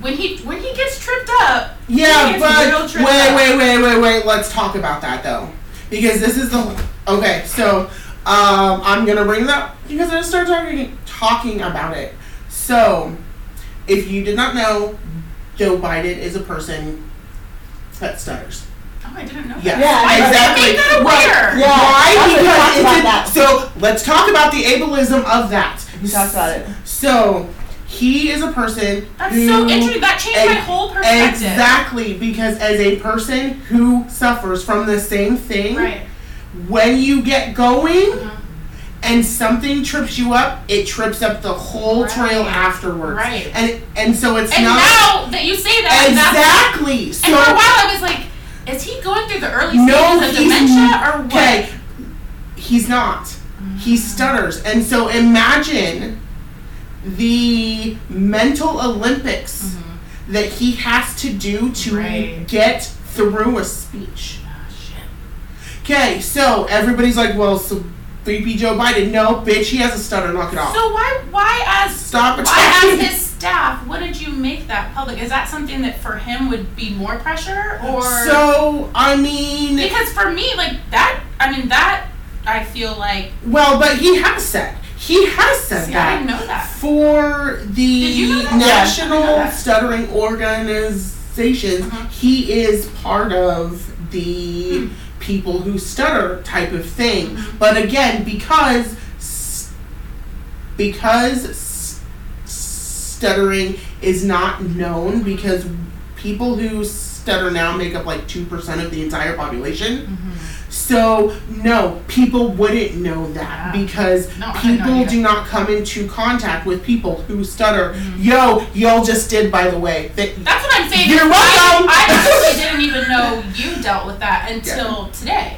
[SPEAKER 2] when he when he gets tripped up,
[SPEAKER 3] yeah,
[SPEAKER 2] It's real
[SPEAKER 3] but
[SPEAKER 2] trip.
[SPEAKER 3] wait, wait, wait, wait, wait. Let's talk about that though, because this is the okay. So um, I'm gonna bring that because I just started talking talking about it. So if you did not know, Joe Biden is a person that stutters.
[SPEAKER 2] oh, I didn't know.
[SPEAKER 3] Yes,
[SPEAKER 2] That.
[SPEAKER 4] Yeah,
[SPEAKER 2] I
[SPEAKER 3] exactly.
[SPEAKER 2] Made that aware.
[SPEAKER 3] Right.
[SPEAKER 4] Yeah,
[SPEAKER 3] Why? Because it's a-
[SPEAKER 4] that's what we talked about that.
[SPEAKER 3] so let's talk about the ableism of that.
[SPEAKER 4] We talked about it.
[SPEAKER 3] So He is a person
[SPEAKER 2] That's
[SPEAKER 3] who
[SPEAKER 2] so interesting. That changed my
[SPEAKER 3] Mm, Ex-
[SPEAKER 2] whole perspective.
[SPEAKER 3] Exactly, because as a person who suffers from the same thing,
[SPEAKER 2] Right.
[SPEAKER 3] when you get going
[SPEAKER 2] Mhm.
[SPEAKER 3] and something trips you up, it trips up the whole trail
[SPEAKER 2] Right.
[SPEAKER 3] afterwards.
[SPEAKER 2] Right.
[SPEAKER 3] And and so it's
[SPEAKER 2] And
[SPEAKER 3] not
[SPEAKER 2] now that you say that, that's
[SPEAKER 3] exactly. So
[SPEAKER 2] And for a while, I was like, is he going through the early stages
[SPEAKER 3] No,
[SPEAKER 2] of
[SPEAKER 3] he's-
[SPEAKER 2] dementia or what?
[SPEAKER 3] okay, he's not.
[SPEAKER 2] Mm-hmm.
[SPEAKER 3] He stutters, and so imagine the mental Olympics
[SPEAKER 2] Mhm.
[SPEAKER 3] that he has to do to
[SPEAKER 2] Right.
[SPEAKER 3] get through a speech.
[SPEAKER 2] Oh, shit.
[SPEAKER 3] Okay, so everybody's like, well, sleepy Joe Biden. No, bitch, he has a stutter. Knock it off.
[SPEAKER 2] So why why as
[SPEAKER 3] Stop
[SPEAKER 2] why
[SPEAKER 3] attacking.
[SPEAKER 2] as his staff? What did you make that public? Is that something that for him would be more pressure or
[SPEAKER 3] So I mean,
[SPEAKER 2] because for me like that? I mean that I feel like
[SPEAKER 3] well, but he has said he has said
[SPEAKER 2] see, I
[SPEAKER 3] that
[SPEAKER 2] didn't know that.
[SPEAKER 3] for the
[SPEAKER 2] you know that?
[SPEAKER 3] National
[SPEAKER 2] Yeah, I know that.
[SPEAKER 3] Stuttering Organization,
[SPEAKER 2] Mhm.
[SPEAKER 3] he is part of the
[SPEAKER 2] Hmm.
[SPEAKER 3] people who stutter type of thing.
[SPEAKER 2] Mhm.
[SPEAKER 3] But again, because s- because s- stuttering is not known because people who stutter now make up like 2% of the entire population.
[SPEAKER 2] Mm-hmm.
[SPEAKER 3] So, no, people wouldn't know that
[SPEAKER 2] Yeah.
[SPEAKER 3] because
[SPEAKER 2] No, I had no
[SPEAKER 3] people
[SPEAKER 2] idea.
[SPEAKER 3] do not come into contact with people who stutter. Yo, y'all just did, by the way. Th-
[SPEAKER 2] That's what I'm saying.
[SPEAKER 3] You're welcome.
[SPEAKER 2] I, I actually didn't even know you dealt with that until today.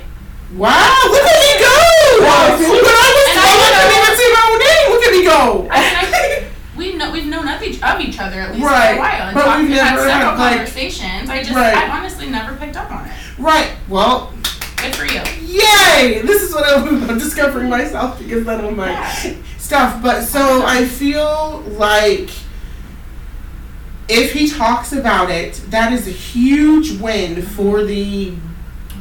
[SPEAKER 3] wow, look at me go!
[SPEAKER 4] Wow.
[SPEAKER 3] When I was
[SPEAKER 2] And I
[SPEAKER 3] told I
[SPEAKER 2] know-
[SPEAKER 3] couldn't even say my own name, look at me go!
[SPEAKER 2] I mean, I, we know we've known of each, of each other at least
[SPEAKER 3] Right,
[SPEAKER 2] for a while, and
[SPEAKER 3] but
[SPEAKER 2] talked,
[SPEAKER 3] we've
[SPEAKER 2] had
[SPEAKER 3] never
[SPEAKER 2] several
[SPEAKER 3] had, like-
[SPEAKER 2] conversations. I just,
[SPEAKER 3] Right.
[SPEAKER 2] I honestly never picked up on it.
[SPEAKER 3] Right, well,
[SPEAKER 2] Good for you.
[SPEAKER 3] yay! This is what I'm, I'm discovering myself because that on my
[SPEAKER 2] Yeah.
[SPEAKER 3] stuff. But so I feel like if he talks about it, that is a huge win for the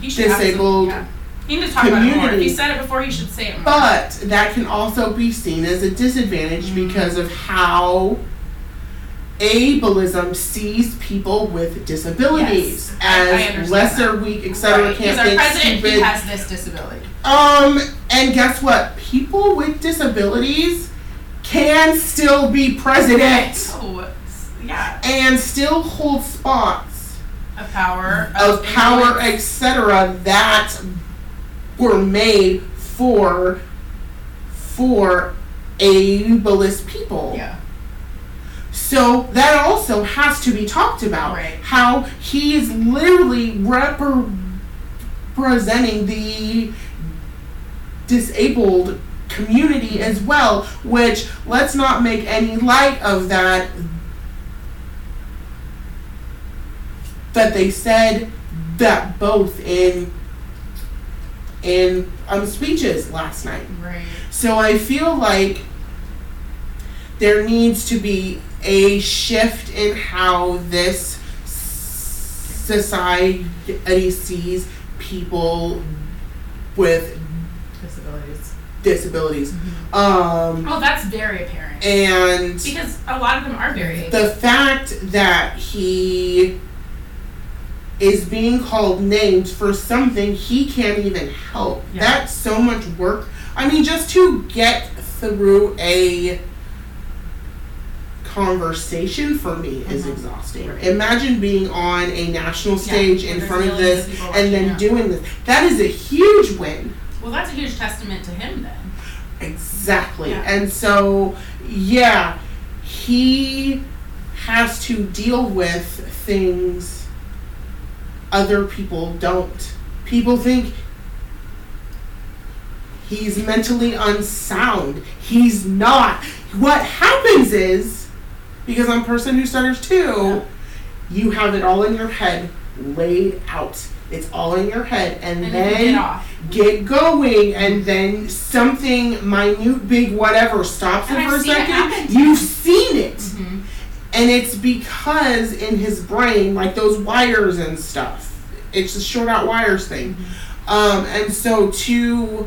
[SPEAKER 2] He should have some-
[SPEAKER 3] Disabled
[SPEAKER 2] yeah. He needs to talk about it more. If he
[SPEAKER 3] community.
[SPEAKER 2] said it before, he should say it more.
[SPEAKER 3] But that can also be seen as a disadvantage because of how ableism sees people with
[SPEAKER 2] Yes,
[SPEAKER 3] disabilities
[SPEAKER 2] I- I
[SPEAKER 3] as
[SPEAKER 2] understand
[SPEAKER 3] lesser, weak, etc.
[SPEAKER 2] Right. He's
[SPEAKER 3] Can't
[SPEAKER 2] our
[SPEAKER 3] think,
[SPEAKER 2] president. He
[SPEAKER 3] stupid.
[SPEAKER 2] has this disability.
[SPEAKER 3] Um, and guess what? People with disabilities can still be president
[SPEAKER 2] Oh, it's- yeah,
[SPEAKER 3] and still hold spots
[SPEAKER 2] of power.
[SPEAKER 3] of power,
[SPEAKER 2] influence.
[SPEAKER 3] etc., that were made for for ableist people.
[SPEAKER 2] Yeah.
[SPEAKER 3] So that also has to be talked about.
[SPEAKER 2] Right.
[SPEAKER 3] How he is literally repre- representing the disabled community as well, which let's not make any light of that. That they said that both in in um, speeches last night.
[SPEAKER 2] Right.
[SPEAKER 3] So I feel like there needs to be a shift in how this society sees people with
[SPEAKER 2] Disabilities.
[SPEAKER 3] disabilities. Um,
[SPEAKER 2] Well, that's very apparent
[SPEAKER 3] and
[SPEAKER 2] because a lot of them are very.
[SPEAKER 3] the fact that he is being called names for something he can't even help.
[SPEAKER 2] Yeah.
[SPEAKER 3] That's so much work. I mean, just to get through a conversation for me is
[SPEAKER 2] Mhm.
[SPEAKER 3] exhausting. Imagine being on a national
[SPEAKER 2] Yeah,
[SPEAKER 3] stage in
[SPEAKER 2] there's
[SPEAKER 3] front of
[SPEAKER 2] millions of
[SPEAKER 3] this
[SPEAKER 2] people watching,
[SPEAKER 3] and then
[SPEAKER 2] yeah.
[SPEAKER 3] doing this. That is a huge win.
[SPEAKER 2] well, that's a huge testament to him then.
[SPEAKER 3] Exactly.
[SPEAKER 2] Yeah.
[SPEAKER 3] And so, yeah, he has to deal with things other people don't. People think he's mentally unsound. He's not. What happens is, because I'm a person who stutters too, you have it all in your head laid out. It's all in your head. And,
[SPEAKER 2] And then
[SPEAKER 3] then
[SPEAKER 2] he get off.
[SPEAKER 3] get going and then something minute big whatever stops
[SPEAKER 2] And
[SPEAKER 3] it
[SPEAKER 2] I've
[SPEAKER 3] for a
[SPEAKER 2] seen it happen
[SPEAKER 3] second
[SPEAKER 2] to
[SPEAKER 3] you've seen it
[SPEAKER 2] hmm
[SPEAKER 3] and it's because in his brain like those wires and stuff it's the short out wires thing
[SPEAKER 2] Mm-hmm.
[SPEAKER 3] um, and so to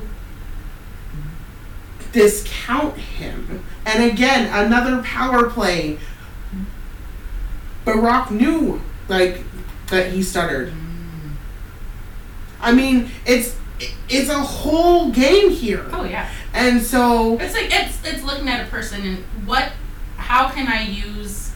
[SPEAKER 3] discount him and again another power play barack knew like that he stuttered i mean it's it's a whole game here
[SPEAKER 2] Oh yeah.
[SPEAKER 3] and so
[SPEAKER 2] It's like it's it's looking at a person and what how can I use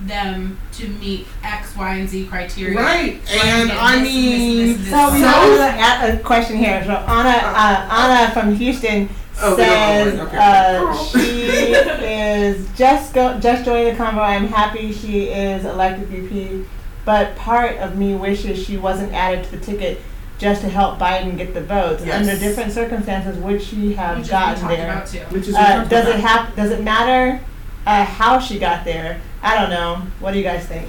[SPEAKER 2] them to meet X, Y, and Z criteria?
[SPEAKER 3] Right.
[SPEAKER 2] So can
[SPEAKER 3] And
[SPEAKER 2] get
[SPEAKER 3] I
[SPEAKER 2] this, this,
[SPEAKER 3] mean,
[SPEAKER 2] this, this,
[SPEAKER 1] So we
[SPEAKER 2] this.
[SPEAKER 1] have another a- a question here. So Anna, uh, Anna from Houston
[SPEAKER 3] Oh, we don't all
[SPEAKER 1] says
[SPEAKER 3] win. Okay.
[SPEAKER 1] uh,
[SPEAKER 3] Oh.
[SPEAKER 1] she is just go, just joining the convo. I'm happy she is elected VP, but part of me wishes she wasn't added to the ticket just to help Biden get the votes.
[SPEAKER 3] Yes.
[SPEAKER 1] Under different circumstances, would she have
[SPEAKER 2] Which is what we
[SPEAKER 1] gotten
[SPEAKER 2] talked
[SPEAKER 1] there?
[SPEAKER 2] about too.
[SPEAKER 3] Which is
[SPEAKER 1] Uh, does it
[SPEAKER 3] happen?
[SPEAKER 1] hap- Does it matter uh, how she got there? I don't know. What do you guys think?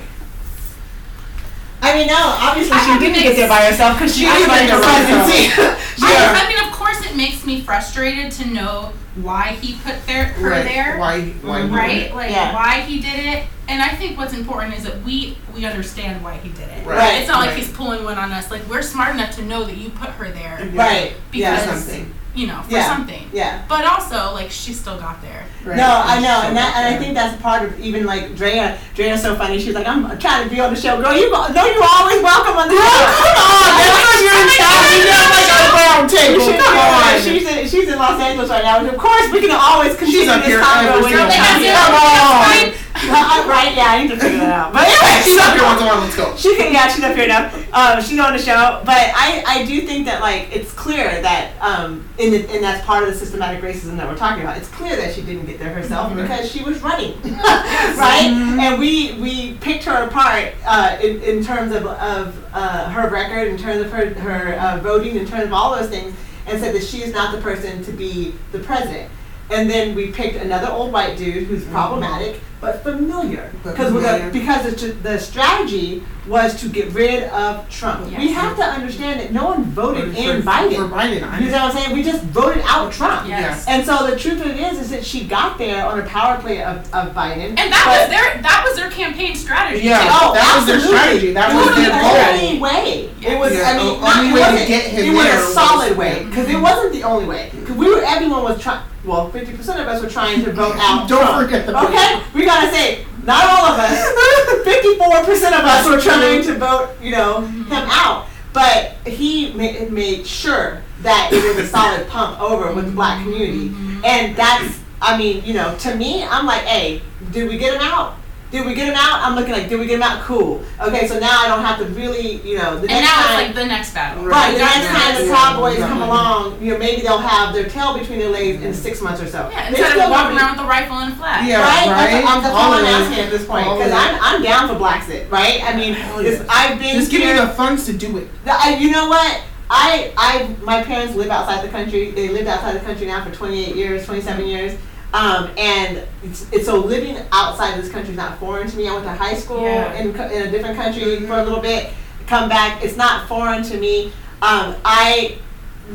[SPEAKER 1] I mean, no. Obviously,
[SPEAKER 2] I
[SPEAKER 1] she
[SPEAKER 2] have
[SPEAKER 1] didn't
[SPEAKER 2] mixed-
[SPEAKER 1] get there by herself because she
[SPEAKER 3] She didn't
[SPEAKER 1] was running
[SPEAKER 3] make
[SPEAKER 1] for
[SPEAKER 3] a
[SPEAKER 1] presidency.
[SPEAKER 3] presidency.
[SPEAKER 2] I,
[SPEAKER 3] yeah.
[SPEAKER 2] I mean, of course, it makes me frustrated to know why he put their, her
[SPEAKER 3] Right.
[SPEAKER 2] there.
[SPEAKER 3] Why? Why?
[SPEAKER 1] Mhm.
[SPEAKER 2] right? Like
[SPEAKER 1] Yeah.
[SPEAKER 2] why he did it. And I think what's important is that we we understand why he did it.
[SPEAKER 3] Right,
[SPEAKER 2] It's not
[SPEAKER 3] right.
[SPEAKER 2] like he's pulling one on us. Like we're smart enough to know that you put her there,
[SPEAKER 3] Yeah.
[SPEAKER 1] Right.
[SPEAKER 2] Because-
[SPEAKER 1] yeah.
[SPEAKER 3] Something.
[SPEAKER 2] you know, for
[SPEAKER 1] Yeah.
[SPEAKER 2] something.
[SPEAKER 1] Yeah.
[SPEAKER 2] But also, like she still got there.
[SPEAKER 3] Right.
[SPEAKER 1] No, I
[SPEAKER 3] It's
[SPEAKER 1] know,
[SPEAKER 3] so
[SPEAKER 1] and that, and I
[SPEAKER 3] bad.
[SPEAKER 1] think that's part of even like Drea. Drea's so funny. She's like, I'm trying to be on the show, girl. You go- no, you're always welcome on the show.
[SPEAKER 3] Oh,
[SPEAKER 1] Come on,
[SPEAKER 3] that's what you're talking about, like a round table. Come on.
[SPEAKER 1] She's in, she's in Los Angeles right now, and of course we can always continue
[SPEAKER 3] up
[SPEAKER 1] this
[SPEAKER 3] here
[SPEAKER 1] convo
[SPEAKER 3] every
[SPEAKER 1] when
[SPEAKER 3] single
[SPEAKER 1] you're
[SPEAKER 3] time.
[SPEAKER 1] here.
[SPEAKER 3] Come on.
[SPEAKER 1] Uh, right? Yeah, I need to figure that out. But anyway,
[SPEAKER 3] She's up here once in a while. Let's go.
[SPEAKER 1] She can, yeah, she's up here now. Um, she's on the show, but I, I do think that like it's clear that um, in the, and that's part of the systematic racism that we're talking about. It's clear that she didn't get there herself
[SPEAKER 3] Mm-hmm.
[SPEAKER 1] because she was running, right? And we we picked her apart uh, in, in terms of of uh, her record, in terms of her her uh, voting, in terms of all those things, and said that she is not the person to be the president. And then we picked another old white dude who's problematic but familiar
[SPEAKER 3] Mm-hmm. But
[SPEAKER 1] because we're gonna,
[SPEAKER 3] familiar.
[SPEAKER 1] because the, tr- the strategy was to get rid of Trump. We
[SPEAKER 2] Yes.
[SPEAKER 1] have to understand that no one voted
[SPEAKER 3] For-
[SPEAKER 1] in
[SPEAKER 3] for-
[SPEAKER 1] Biden.
[SPEAKER 3] For Biden. I
[SPEAKER 1] you know what I'm saying? We just voted out Trump.
[SPEAKER 2] Yes.
[SPEAKER 1] And so the truth of it is, is that she got there on a power play of, of Biden.
[SPEAKER 2] And that
[SPEAKER 1] but-
[SPEAKER 2] was their that was their campaign strategy.
[SPEAKER 3] Yeah.
[SPEAKER 2] too.
[SPEAKER 1] Oh,
[SPEAKER 3] That was their
[SPEAKER 1] absolutely.
[SPEAKER 3] strategy. That
[SPEAKER 1] It
[SPEAKER 3] was
[SPEAKER 1] the
[SPEAKER 3] their goal.
[SPEAKER 1] only way. It was.
[SPEAKER 3] Yeah,
[SPEAKER 1] I mean,
[SPEAKER 3] the
[SPEAKER 1] not,
[SPEAKER 3] only
[SPEAKER 1] it
[SPEAKER 3] way to
[SPEAKER 1] wasn't-
[SPEAKER 3] get him
[SPEAKER 1] It was
[SPEAKER 3] there
[SPEAKER 1] a
[SPEAKER 3] was-
[SPEAKER 1] solid way because it wasn't the only way. Because we were everyone was trying. Well, fifty percent of us were trying to vote out.
[SPEAKER 3] Don't
[SPEAKER 1] Trump.
[SPEAKER 3] forget the
[SPEAKER 1] Okay, we gotta say not all of us. Fifty-four percent of us were trying to vote. You know him out, but he made, made sure that it was a solid pump over with the black community, and that's. I mean, you know, to me, I'm like, hey, did we get him out? Did we get him out? I'm looking like, did we get him out? Cool. Okay, so now I don't have to really, you know, the next
[SPEAKER 2] And now
[SPEAKER 1] time.
[SPEAKER 2] it's like the next battle.
[SPEAKER 1] Right,
[SPEAKER 3] Right,
[SPEAKER 1] the next time the
[SPEAKER 3] yeah,
[SPEAKER 1] Proud Boys
[SPEAKER 3] yeah.
[SPEAKER 1] come along, you know, maybe they'll have their tail between their legs in six months or so.
[SPEAKER 2] Yeah,
[SPEAKER 1] They
[SPEAKER 2] instead
[SPEAKER 1] still
[SPEAKER 2] of walking
[SPEAKER 1] won't be-
[SPEAKER 2] around with a rifle and a flag.
[SPEAKER 3] Yeah.
[SPEAKER 1] right? That's-
[SPEAKER 3] right?
[SPEAKER 1] um, that's all
[SPEAKER 3] All
[SPEAKER 1] I'm
[SPEAKER 3] of it.
[SPEAKER 1] asking at this point
[SPEAKER 3] All of
[SPEAKER 1] because
[SPEAKER 3] it.
[SPEAKER 1] I'm, I'm down for Blacksit, right? I mean,
[SPEAKER 3] Hell
[SPEAKER 1] it's,
[SPEAKER 3] yes.
[SPEAKER 1] I've been
[SPEAKER 3] Just give me
[SPEAKER 1] here-
[SPEAKER 3] the funds to do it.
[SPEAKER 1] the- I, you know what? I, I, my parents live outside the country. They lived outside the country now for 28 years, 27 years. Um, and it's, it's so living outside this country is not foreign to me. I went to high school
[SPEAKER 2] Yeah.
[SPEAKER 1] in, co- in a different country for a little bit, come back. It's not foreign to me. Um, I,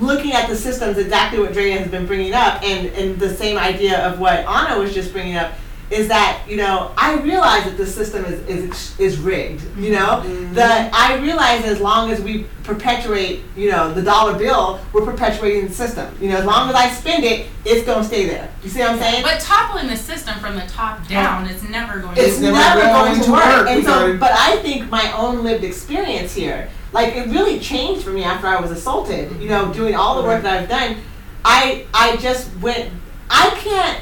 [SPEAKER 1] looking at the systems, exactly what Drea has been bringing up, and, and the same idea of what Anna was just bringing up, is that you know I realize that the system is is is rigged. You know, that I realize as long as we perpetuate you know the dollar bill, we're perpetuating the system. You know, as long as I spend it, it's gonna stay there. You see what I'm saying?
[SPEAKER 2] But toppling the system from the top down is never going
[SPEAKER 1] it's
[SPEAKER 3] It's
[SPEAKER 2] to
[SPEAKER 3] never
[SPEAKER 1] never,
[SPEAKER 3] going
[SPEAKER 1] going to
[SPEAKER 3] to
[SPEAKER 1] work.
[SPEAKER 3] work.
[SPEAKER 1] And
[SPEAKER 3] We
[SPEAKER 1] so,
[SPEAKER 3] gotta-
[SPEAKER 1] but I think my own lived experience here, like it really changed for me after I was assaulted. You know, doing all the work that I've done, I I just went. I can't.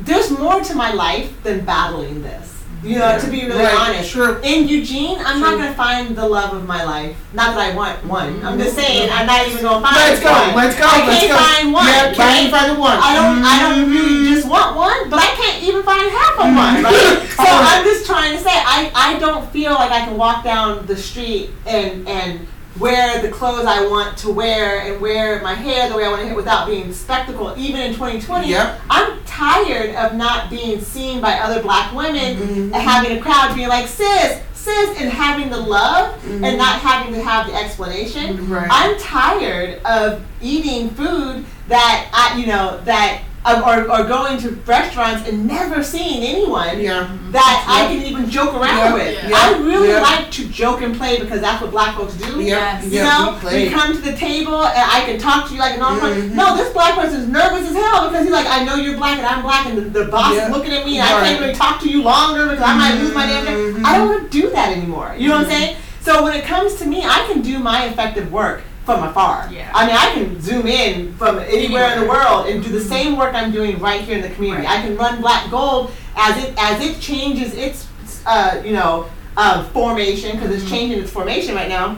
[SPEAKER 1] There's more to my life than battling this. You know, to be really
[SPEAKER 3] Right,
[SPEAKER 1] honest.
[SPEAKER 3] Sure.
[SPEAKER 1] In Eugene, I'm not
[SPEAKER 3] True.
[SPEAKER 1] gonna find the love of my life. Not that I want one. I'm just saying, I'm not even gonna find
[SPEAKER 3] Mm-hmm. Let's go.
[SPEAKER 1] one.
[SPEAKER 3] Let's go.
[SPEAKER 1] I
[SPEAKER 3] let's
[SPEAKER 1] can't
[SPEAKER 3] go.
[SPEAKER 1] find one.
[SPEAKER 3] Yeah,
[SPEAKER 1] Can
[SPEAKER 3] find- find the one.
[SPEAKER 1] I don't. I don't really
[SPEAKER 3] Mhm.
[SPEAKER 1] just want one, but I can't even find half of one. Right? So I'm just trying to say, I, I don't feel like I can walk down the street and and wear the clothes I want to wear and wear my hair the way I want to hair without being spectacle. Even in 2020,
[SPEAKER 3] Yep.
[SPEAKER 1] I'm tired of not being seen by other black women
[SPEAKER 3] Mm-hmm.
[SPEAKER 1] and having a crowd being like sis, sis, and having the love and not having to have the explanation.
[SPEAKER 3] Right.
[SPEAKER 1] I'm tired of eating food that I, you know, that um, or, or going to restaurants and never seeing anyone
[SPEAKER 3] Yeah.
[SPEAKER 1] that I
[SPEAKER 3] Yep.
[SPEAKER 1] can even joke
[SPEAKER 3] Yep.
[SPEAKER 1] around with.
[SPEAKER 2] Yeah.
[SPEAKER 1] I really
[SPEAKER 3] Yep.
[SPEAKER 1] like to joke and play because that's what black folks do.
[SPEAKER 3] Yep.
[SPEAKER 2] Yes.
[SPEAKER 1] You
[SPEAKER 3] yep,
[SPEAKER 1] know,
[SPEAKER 3] we
[SPEAKER 1] you
[SPEAKER 3] played.
[SPEAKER 1] come to the table and I can talk to you like a normal person.
[SPEAKER 3] Mhm.
[SPEAKER 1] No, this black person's nervous as hell because he's like, I know you're black and I'm black and the, the boss
[SPEAKER 3] Yeah.
[SPEAKER 1] is looking at me and I
[SPEAKER 3] Right.
[SPEAKER 1] can't really talk to you longer because I might lose my damn
[SPEAKER 3] Mhm.
[SPEAKER 1] thing. I don't want to do that anymore. You know what I'm saying? So when it comes to me, I can do my effective work from afar.
[SPEAKER 2] Yeah.
[SPEAKER 1] I mean, I can zoom in from anywhere, in the
[SPEAKER 2] Anywhere.
[SPEAKER 1] world and do the
[SPEAKER 3] Mm-hmm.
[SPEAKER 1] same work I'm doing right here in the community.
[SPEAKER 2] Right.
[SPEAKER 1] I can run black gold as it as it changes its uh, you know uh, formation because it's
[SPEAKER 2] Mhm.
[SPEAKER 1] changing its formation right now.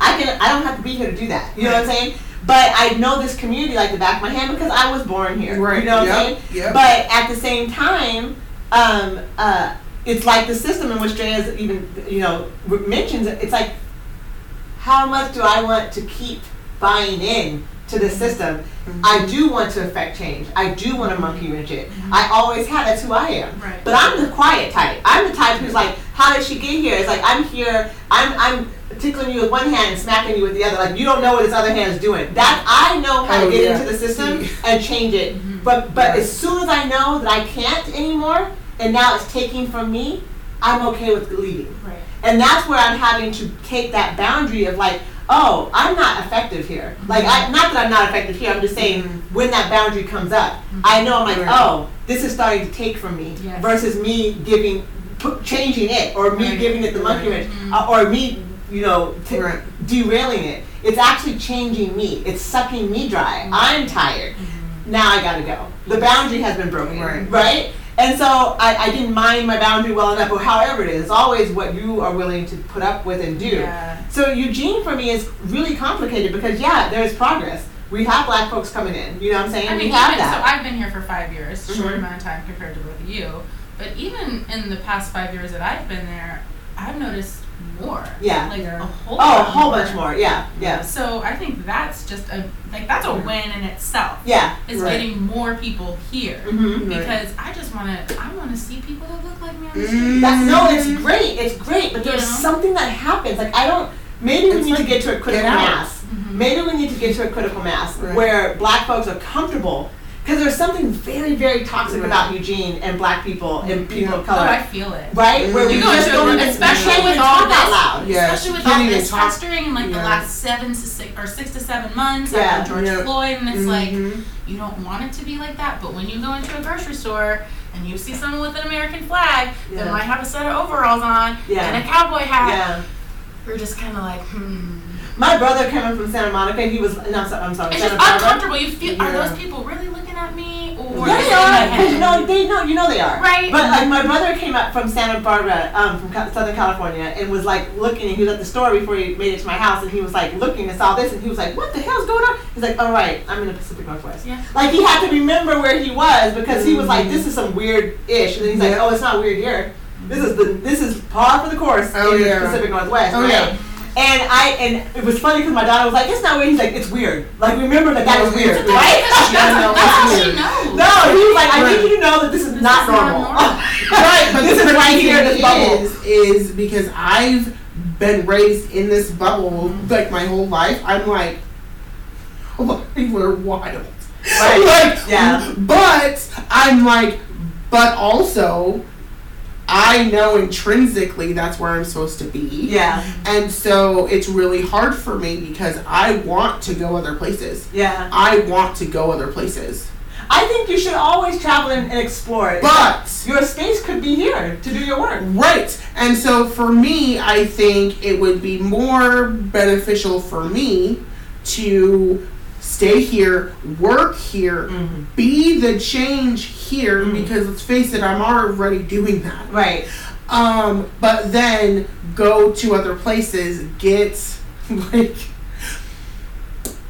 [SPEAKER 1] I can I don't have to be here to do that. You know what I'm saying? But I know this community like the back of my hand because I was born here. You know what I'm saying?
[SPEAKER 3] Yep. Yep.
[SPEAKER 1] But at the same time, um, uh, it's like the system in which Dre has even, you know, r- mentions it. It's like, how much do I want to keep buying in to this system?
[SPEAKER 3] Mm-hmm.
[SPEAKER 1] I do want to affect change. I do want to monkey wrench it.
[SPEAKER 3] Mm-hmm.
[SPEAKER 1] I always have. That's who I am.
[SPEAKER 2] Right.
[SPEAKER 1] But I'm the quiet type. I'm the type who's like, how did she get here? It's like I'm here. I'm I'm tickling you with one hand and smacking you with the other. Like you don't know what this other hand is doing. That I know how
[SPEAKER 3] Oh,
[SPEAKER 1] to get
[SPEAKER 3] yeah.
[SPEAKER 1] into the system and change it. But but as soon as I know that I can't anymore, and now it's taking from me, I'm okay with leaving.
[SPEAKER 2] Right.
[SPEAKER 1] And that's where I'm having to take that boundary of like, oh, I'm not effective here. Like, I, not that I'm not effective here. I'm just saying when that boundary comes up, I know I'm like,
[SPEAKER 3] Mm-hmm. Right.
[SPEAKER 1] oh, this is starting to take from me
[SPEAKER 2] Yes.
[SPEAKER 1] versus me giving, pu- changing it or me
[SPEAKER 3] Right.
[SPEAKER 1] giving it the monkey
[SPEAKER 3] Right. Mm-hmm.
[SPEAKER 1] wrench uh, or me, you know, t-
[SPEAKER 3] Right.
[SPEAKER 1] derailing it. It's actually changing me. It's sucking me dry.
[SPEAKER 3] Mm-hmm.
[SPEAKER 1] I'm tired. Now I gotta go. The boundary has been broken,
[SPEAKER 3] Right.
[SPEAKER 1] And so I, I didn't mind my boundary well enough, or however it is. It's always what you are willing to put up with and do.
[SPEAKER 2] Yeah.
[SPEAKER 1] So Eugene for me is really complicated because yeah, there's progress. We have black folks coming in. You know what I'm saying?
[SPEAKER 2] I mean,
[SPEAKER 1] we have
[SPEAKER 2] even,
[SPEAKER 1] that.
[SPEAKER 2] so I've been here for five years, short
[SPEAKER 1] Mhm.
[SPEAKER 2] amount of time compared to both of you. But even in the past five years that I've been there, I've noticed more.
[SPEAKER 1] Yeah.
[SPEAKER 2] Like a whole.
[SPEAKER 1] oh, a
[SPEAKER 2] lot
[SPEAKER 1] whole bunch more. Yeah, yeah,
[SPEAKER 2] So I think that's just a like that's a win in itself.
[SPEAKER 1] yeah.
[SPEAKER 2] Is
[SPEAKER 3] Right.
[SPEAKER 2] getting more people here
[SPEAKER 1] hmm
[SPEAKER 2] because I just want to I want to see people that look like me on the
[SPEAKER 3] Mm.
[SPEAKER 2] street.
[SPEAKER 1] Mm-hmm. That's no, it's great. It's great, but there's
[SPEAKER 2] Yeah.
[SPEAKER 1] something that happens. Like I don't. Maybe we
[SPEAKER 3] It's
[SPEAKER 1] need to
[SPEAKER 3] like,
[SPEAKER 1] get to a critical
[SPEAKER 3] out.
[SPEAKER 1] mass.
[SPEAKER 2] Mm-hmm.
[SPEAKER 1] Maybe we need to get to a critical mass
[SPEAKER 3] Right.
[SPEAKER 1] where black folks are comfortable. Because there's something very, very toxic
[SPEAKER 3] Right.
[SPEAKER 1] about Eugene and black people and people of
[SPEAKER 2] Oh,
[SPEAKER 1] color.
[SPEAKER 2] I feel it.
[SPEAKER 1] Right? Where we
[SPEAKER 2] You go
[SPEAKER 1] just
[SPEAKER 2] into a
[SPEAKER 1] don't
[SPEAKER 2] room,
[SPEAKER 1] even,
[SPEAKER 2] especially
[SPEAKER 1] we can't
[SPEAKER 2] with
[SPEAKER 1] even
[SPEAKER 2] all
[SPEAKER 1] talk out
[SPEAKER 2] this-
[SPEAKER 1] loud.
[SPEAKER 3] Yeah,
[SPEAKER 2] Especially with
[SPEAKER 3] you
[SPEAKER 2] all
[SPEAKER 3] can't even
[SPEAKER 2] this
[SPEAKER 3] talk-
[SPEAKER 2] festering in like the
[SPEAKER 3] yeah.
[SPEAKER 2] last seven to six or six to seven months
[SPEAKER 1] Yeah, Mm-hmm.
[SPEAKER 2] after George
[SPEAKER 3] yeah.
[SPEAKER 2] Floyd, and it's like
[SPEAKER 3] Mhm.
[SPEAKER 2] you don't want it to be like that. But when you go into a grocery store and you see someone with an American flag
[SPEAKER 1] Yeah.
[SPEAKER 2] that might have a set of overalls on
[SPEAKER 1] Yeah.
[SPEAKER 2] and a cowboy hat,
[SPEAKER 1] Yeah.
[SPEAKER 2] you're just kind of like, hmm.
[SPEAKER 1] My brother coming from Santa Monica, he was, no, I'm sorry, I'm sorry
[SPEAKER 2] It's just
[SPEAKER 1] Santa Barbara.
[SPEAKER 2] uncomfortable. You feel are
[SPEAKER 3] Yeah.
[SPEAKER 2] those people really looking at me or?
[SPEAKER 1] Yeah,
[SPEAKER 2] is
[SPEAKER 1] they
[SPEAKER 2] it in my
[SPEAKER 1] are. Because you
[SPEAKER 2] head?
[SPEAKER 1] know, they know, you know they are.
[SPEAKER 2] Right.
[SPEAKER 1] But like my brother came up from Santa Barbara, um, from Ca- Southern California, and was like looking, and he was at the store before he made it to my house, and he was like looking and saw this, and he was like, "What the hell's going on?" He's like, "All right, I'm in the Pacific Northwest."
[SPEAKER 2] Yeah.
[SPEAKER 1] Like he had to remember where he was because he was like, "This is some weird ish," and then he's like, "Oh, it's not weird here. This is the this is par for the course
[SPEAKER 3] Oh,
[SPEAKER 1] in
[SPEAKER 3] yeah.
[SPEAKER 1] the Pacific Northwest."
[SPEAKER 3] Oh,
[SPEAKER 1] right?
[SPEAKER 3] yeah.
[SPEAKER 1] And I and it was funny because my daughter was like, "It's not weird." He's like, "It's weird." Like remember that that is weird,
[SPEAKER 3] Yeah.
[SPEAKER 1] right?
[SPEAKER 2] That's,
[SPEAKER 3] Yeah,
[SPEAKER 2] that's how she
[SPEAKER 3] no,
[SPEAKER 2] knows.
[SPEAKER 1] No, he was like, I
[SPEAKER 3] Right.
[SPEAKER 1] need you to know that this is
[SPEAKER 2] This
[SPEAKER 1] not
[SPEAKER 2] is not
[SPEAKER 1] normal.
[SPEAKER 2] normal.
[SPEAKER 1] right,
[SPEAKER 3] But
[SPEAKER 1] this
[SPEAKER 3] the
[SPEAKER 1] is right
[SPEAKER 3] crazy
[SPEAKER 1] here in this
[SPEAKER 3] thing
[SPEAKER 1] bubble.
[SPEAKER 3] Is, is because I've been raised in this bubble like my whole life. I'm like, a lot of people are wild.
[SPEAKER 1] Right.
[SPEAKER 3] Like,
[SPEAKER 1] Yeah.
[SPEAKER 3] But I'm like, but also, I know intrinsically that's where I'm supposed to be.
[SPEAKER 1] Yeah,
[SPEAKER 3] And so it's really hard for me because I want to go other places.
[SPEAKER 1] yeah.
[SPEAKER 3] I want to go other places.
[SPEAKER 1] I think you should always travel and, and explore.
[SPEAKER 3] But
[SPEAKER 1] your space could be here to do your work.
[SPEAKER 3] Right. And so for me, I think it would be more beneficial for me to stay here, work here,
[SPEAKER 1] Mhm.
[SPEAKER 3] be the change here
[SPEAKER 1] Mhm.
[SPEAKER 3] because let's face it, I'm already doing that.
[SPEAKER 1] Right.
[SPEAKER 3] Um, but then go to other places, get like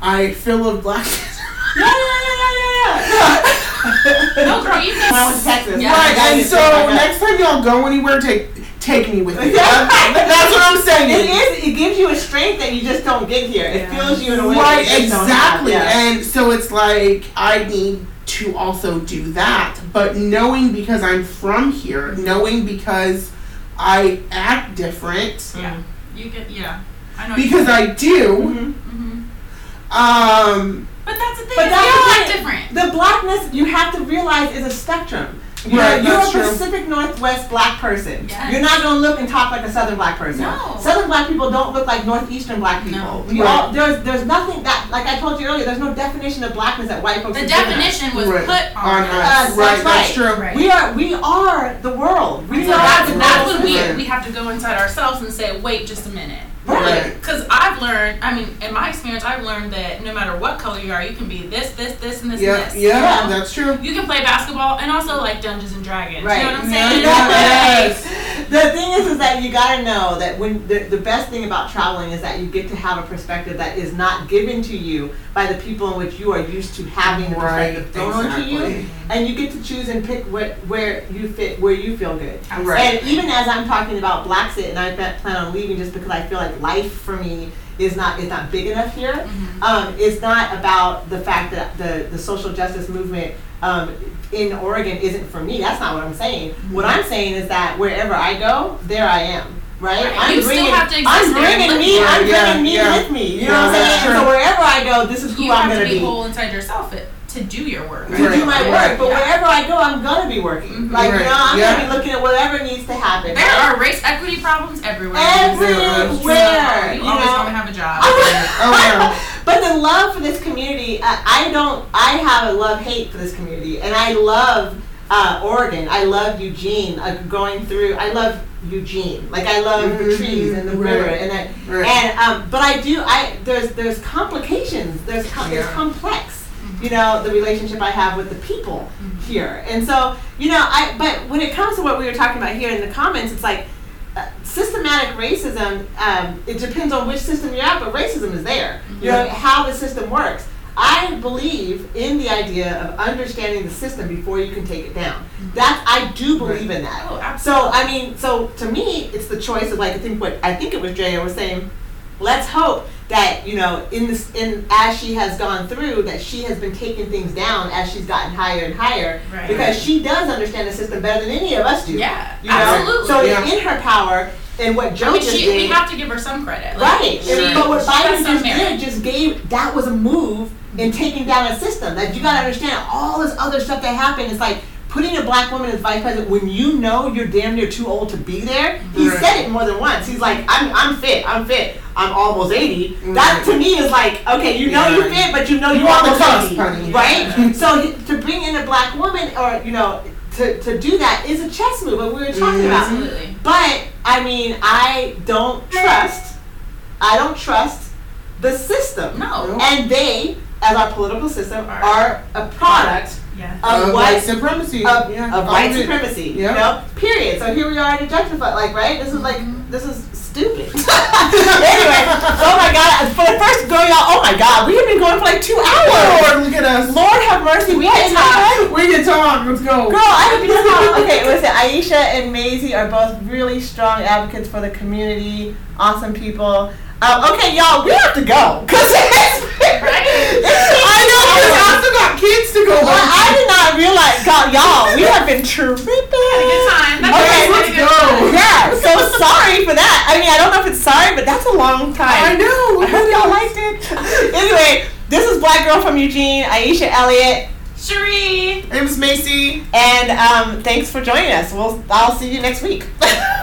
[SPEAKER 3] I fill of black
[SPEAKER 1] Yeah, yeah, yeah, yeah, yeah.
[SPEAKER 2] No, girl, you
[SPEAKER 1] When I
[SPEAKER 2] can
[SPEAKER 1] went to Texas.
[SPEAKER 2] Yeah.
[SPEAKER 1] I
[SPEAKER 3] Right,
[SPEAKER 1] got
[SPEAKER 3] and
[SPEAKER 1] it.
[SPEAKER 3] so
[SPEAKER 1] I got it.
[SPEAKER 3] next time y'all go anywhere, take take me with you.
[SPEAKER 1] Yeah.
[SPEAKER 3] That's what I'm saying.
[SPEAKER 1] It is. It gives you a strength that you just don't get here. It
[SPEAKER 2] Yeah.
[SPEAKER 1] fills you in a way. that
[SPEAKER 3] Right,
[SPEAKER 1] you just don't have.
[SPEAKER 3] exactly.
[SPEAKER 1] Yeah.
[SPEAKER 3] And so it's like I need to also do that, but knowing because I'm from here, knowing because I act different
[SPEAKER 2] Yeah, you can. Yeah, I
[SPEAKER 1] Mm-hmm.
[SPEAKER 2] know.
[SPEAKER 3] because I do.
[SPEAKER 1] Mhm.
[SPEAKER 2] hmm
[SPEAKER 3] Um,
[SPEAKER 2] But that's the thing.
[SPEAKER 1] But
[SPEAKER 2] But
[SPEAKER 1] that's the
[SPEAKER 2] that's
[SPEAKER 1] thing.
[SPEAKER 2] different.
[SPEAKER 1] The blackness you have to realize is a spectrum. You're,
[SPEAKER 3] Right,
[SPEAKER 1] you're a
[SPEAKER 3] that's true.
[SPEAKER 1] Pacific Northwest black person.
[SPEAKER 2] Yes.
[SPEAKER 1] You're not gonna look and talk like a Southern black person.
[SPEAKER 2] No.
[SPEAKER 1] Southern black people don't look like Northeastern black people.
[SPEAKER 2] No.
[SPEAKER 1] We
[SPEAKER 3] Right.
[SPEAKER 1] all- there's there's nothing that like I told you earlier. There's no definition of blackness that white folks. have
[SPEAKER 2] The
[SPEAKER 1] given us.
[SPEAKER 2] definition was
[SPEAKER 3] right,
[SPEAKER 2] put on
[SPEAKER 1] us.
[SPEAKER 3] right,
[SPEAKER 1] Oh, That's
[SPEAKER 3] that's
[SPEAKER 1] right.
[SPEAKER 3] true.
[SPEAKER 2] Right.
[SPEAKER 1] We are we are the world. We
[SPEAKER 2] So
[SPEAKER 1] are
[SPEAKER 2] that's,
[SPEAKER 1] the
[SPEAKER 2] that's
[SPEAKER 1] world.
[SPEAKER 2] when we
[SPEAKER 3] Right.
[SPEAKER 2] we have to go inside ourselves and say, wait just a minute.
[SPEAKER 3] Right.
[SPEAKER 2] Because I've learned, I mean, in my experience, I've learned that no matter what color you are, you can be this, this, this, and this,
[SPEAKER 3] Yeah,
[SPEAKER 2] and this.
[SPEAKER 3] yeah,
[SPEAKER 2] You, know?
[SPEAKER 3] that's true.
[SPEAKER 2] You can play basketball and also like Dungeons and Dragons. You know what I'm
[SPEAKER 3] Yeah,
[SPEAKER 2] saying?
[SPEAKER 3] yeah,
[SPEAKER 2] Like,
[SPEAKER 3] yes.
[SPEAKER 1] The thing is, is that you gotta know that when the, the best thing about traveling is that you get to have a perspective that is not given to you by the people in which you are used to having the
[SPEAKER 3] Right,
[SPEAKER 1] perspective thrown to you,
[SPEAKER 3] exactly.
[SPEAKER 1] and you get to choose and pick what where you fit where you feel good.
[SPEAKER 3] Right.
[SPEAKER 1] And even as I'm talking about Blacksit, and I bet- plan on leaving just because I feel like life for me is not is not big enough here.
[SPEAKER 2] Mm-hmm.
[SPEAKER 1] Um, it's not about the fact that the the social justice movement um, in Oregon isn't for me. That's not what I'm saying.
[SPEAKER 2] Mm-hmm.
[SPEAKER 1] What I'm saying is that wherever I go, there I am. Right?
[SPEAKER 2] Right.
[SPEAKER 1] I'm
[SPEAKER 2] You still have to exist
[SPEAKER 1] I'm
[SPEAKER 2] there
[SPEAKER 1] bringing
[SPEAKER 2] with-
[SPEAKER 1] me. I'm
[SPEAKER 3] Yeah,
[SPEAKER 1] bringing me
[SPEAKER 3] yeah.
[SPEAKER 1] with me. You
[SPEAKER 3] Yeah,
[SPEAKER 1] know what I'm
[SPEAKER 3] that's
[SPEAKER 1] saying?
[SPEAKER 3] true.
[SPEAKER 1] So wherever I go, this is who
[SPEAKER 2] You
[SPEAKER 1] I'm
[SPEAKER 2] have to
[SPEAKER 1] gonna
[SPEAKER 2] be
[SPEAKER 1] be.
[SPEAKER 2] whole inside yourself it, to do your work.
[SPEAKER 1] to do my
[SPEAKER 3] Right.
[SPEAKER 1] work, but
[SPEAKER 2] Yeah.
[SPEAKER 1] wherever I go, I'm gonna be working.
[SPEAKER 2] Mhm.
[SPEAKER 1] Like you
[SPEAKER 3] Right.
[SPEAKER 1] know, I'm
[SPEAKER 3] Yeah.
[SPEAKER 1] gonna be looking at whatever needs to happen.
[SPEAKER 2] There are race equity problems everywhere.
[SPEAKER 1] everywhere.
[SPEAKER 2] You always
[SPEAKER 1] You
[SPEAKER 2] want to
[SPEAKER 1] know.
[SPEAKER 2] have a job.
[SPEAKER 3] Oh yeah.
[SPEAKER 1] But the love for this community, uh, I, I don't. I have a love hate for this community, and I love uh, Oregon. I love Eugene. Uh, going through, I love Eugene. Like I love the
[SPEAKER 3] Mhm.
[SPEAKER 1] trees and the
[SPEAKER 3] Right.
[SPEAKER 1] river, and I
[SPEAKER 3] Right.
[SPEAKER 1] and um, but I do. I there's there's complications. There's com- it's
[SPEAKER 3] Yeah.
[SPEAKER 1] complex. You know the relationship I have with the people here, and so you know I. But when it comes to what we were talking about here in the comments, it's like uh, systematic racism. Um, it depends on which system you're at, but racism is there. You know how the system works. I believe in the idea of understanding the system before you can take it down. That I do believe in that.
[SPEAKER 2] Oh,
[SPEAKER 1] So I mean, so to me, it's the choice of like I think what I think it was Drea was saying. Let's hope that you know in this in as she has gone through that she has been taking things down as she's gotten higher and higher
[SPEAKER 2] Right.
[SPEAKER 1] because she does understand the system better than any of us do.
[SPEAKER 2] Yeah,
[SPEAKER 1] you know?
[SPEAKER 2] absolutely.
[SPEAKER 1] So it's
[SPEAKER 3] Yeah.
[SPEAKER 1] in her power and what Joe
[SPEAKER 2] I mean,
[SPEAKER 1] just
[SPEAKER 2] she,
[SPEAKER 1] did.
[SPEAKER 2] we have to give her some credit. Like,
[SPEAKER 1] Right,
[SPEAKER 2] She,
[SPEAKER 1] And- but what
[SPEAKER 2] she has
[SPEAKER 1] Biden
[SPEAKER 2] some
[SPEAKER 1] just
[SPEAKER 2] merit.
[SPEAKER 1] did just gave that was a move in taking down a system. That you gotta understand all this other stuff that happened. It's like putting a black woman as vice president when you know you're damn near too old to be there. He
[SPEAKER 3] Right.
[SPEAKER 1] said it more than once. He's like, I'm, I'm fit, I'm fit, I'm almost eighty. That
[SPEAKER 3] Right.
[SPEAKER 1] to me is like, okay, you know you're
[SPEAKER 3] Yeah.
[SPEAKER 1] fit, but you know
[SPEAKER 3] You
[SPEAKER 1] you're
[SPEAKER 3] on the
[SPEAKER 1] almost
[SPEAKER 3] cusp,
[SPEAKER 1] eighty,
[SPEAKER 3] honey.
[SPEAKER 1] right? so he- to bring in a black woman, or you know, to, to do that is a chess move. What we were
[SPEAKER 3] Mm-hmm.
[SPEAKER 1] talking about.
[SPEAKER 2] Absolutely.
[SPEAKER 1] But I mean, I don't trust. I don't trust the system.
[SPEAKER 2] No.
[SPEAKER 1] And they, as our political system,
[SPEAKER 2] Are-
[SPEAKER 1] are a product
[SPEAKER 2] Yeah.
[SPEAKER 1] of
[SPEAKER 3] Of white
[SPEAKER 1] what
[SPEAKER 3] supremacy.
[SPEAKER 1] of,
[SPEAKER 3] yeah.
[SPEAKER 1] of white
[SPEAKER 3] Own it.
[SPEAKER 1] supremacy. You
[SPEAKER 3] Yeah.
[SPEAKER 1] know, period. So here we are to justify, like, right? This is like, this is stupid. anyway, oh my god! For the first go, y'all. Oh my god, we have been going for like two hours.
[SPEAKER 3] Lord, look at us.
[SPEAKER 1] Lord have mercy, we had time.
[SPEAKER 3] We can talk. Let's go.
[SPEAKER 1] Girl, I hope you just call. Okay, listen, Aisha and Maisie are both really strong advocates for the community. Awesome people. Um, okay, y'all, we have to go. Cause it's,
[SPEAKER 2] Right?
[SPEAKER 1] I know.
[SPEAKER 3] Oh, we
[SPEAKER 1] 'cause I-
[SPEAKER 3] also got kids to go.
[SPEAKER 1] well, I did not realize, God, y'all, we have been tripping.
[SPEAKER 2] Good time. That's
[SPEAKER 1] Okay,
[SPEAKER 2] a
[SPEAKER 1] let's
[SPEAKER 2] good
[SPEAKER 3] go.
[SPEAKER 2] time.
[SPEAKER 1] Yeah, so sorry for that. I mean, I don't know if it's sorry, but that's a long
[SPEAKER 3] I
[SPEAKER 1] time. I
[SPEAKER 3] know.
[SPEAKER 1] hope y'all liked it. anyway, this is Black Girl from Eugene, Aisha Elliott.
[SPEAKER 2] Cherie.
[SPEAKER 3] It was Macy.
[SPEAKER 1] And um, thanks for joining us. We'll, I'll see you next week.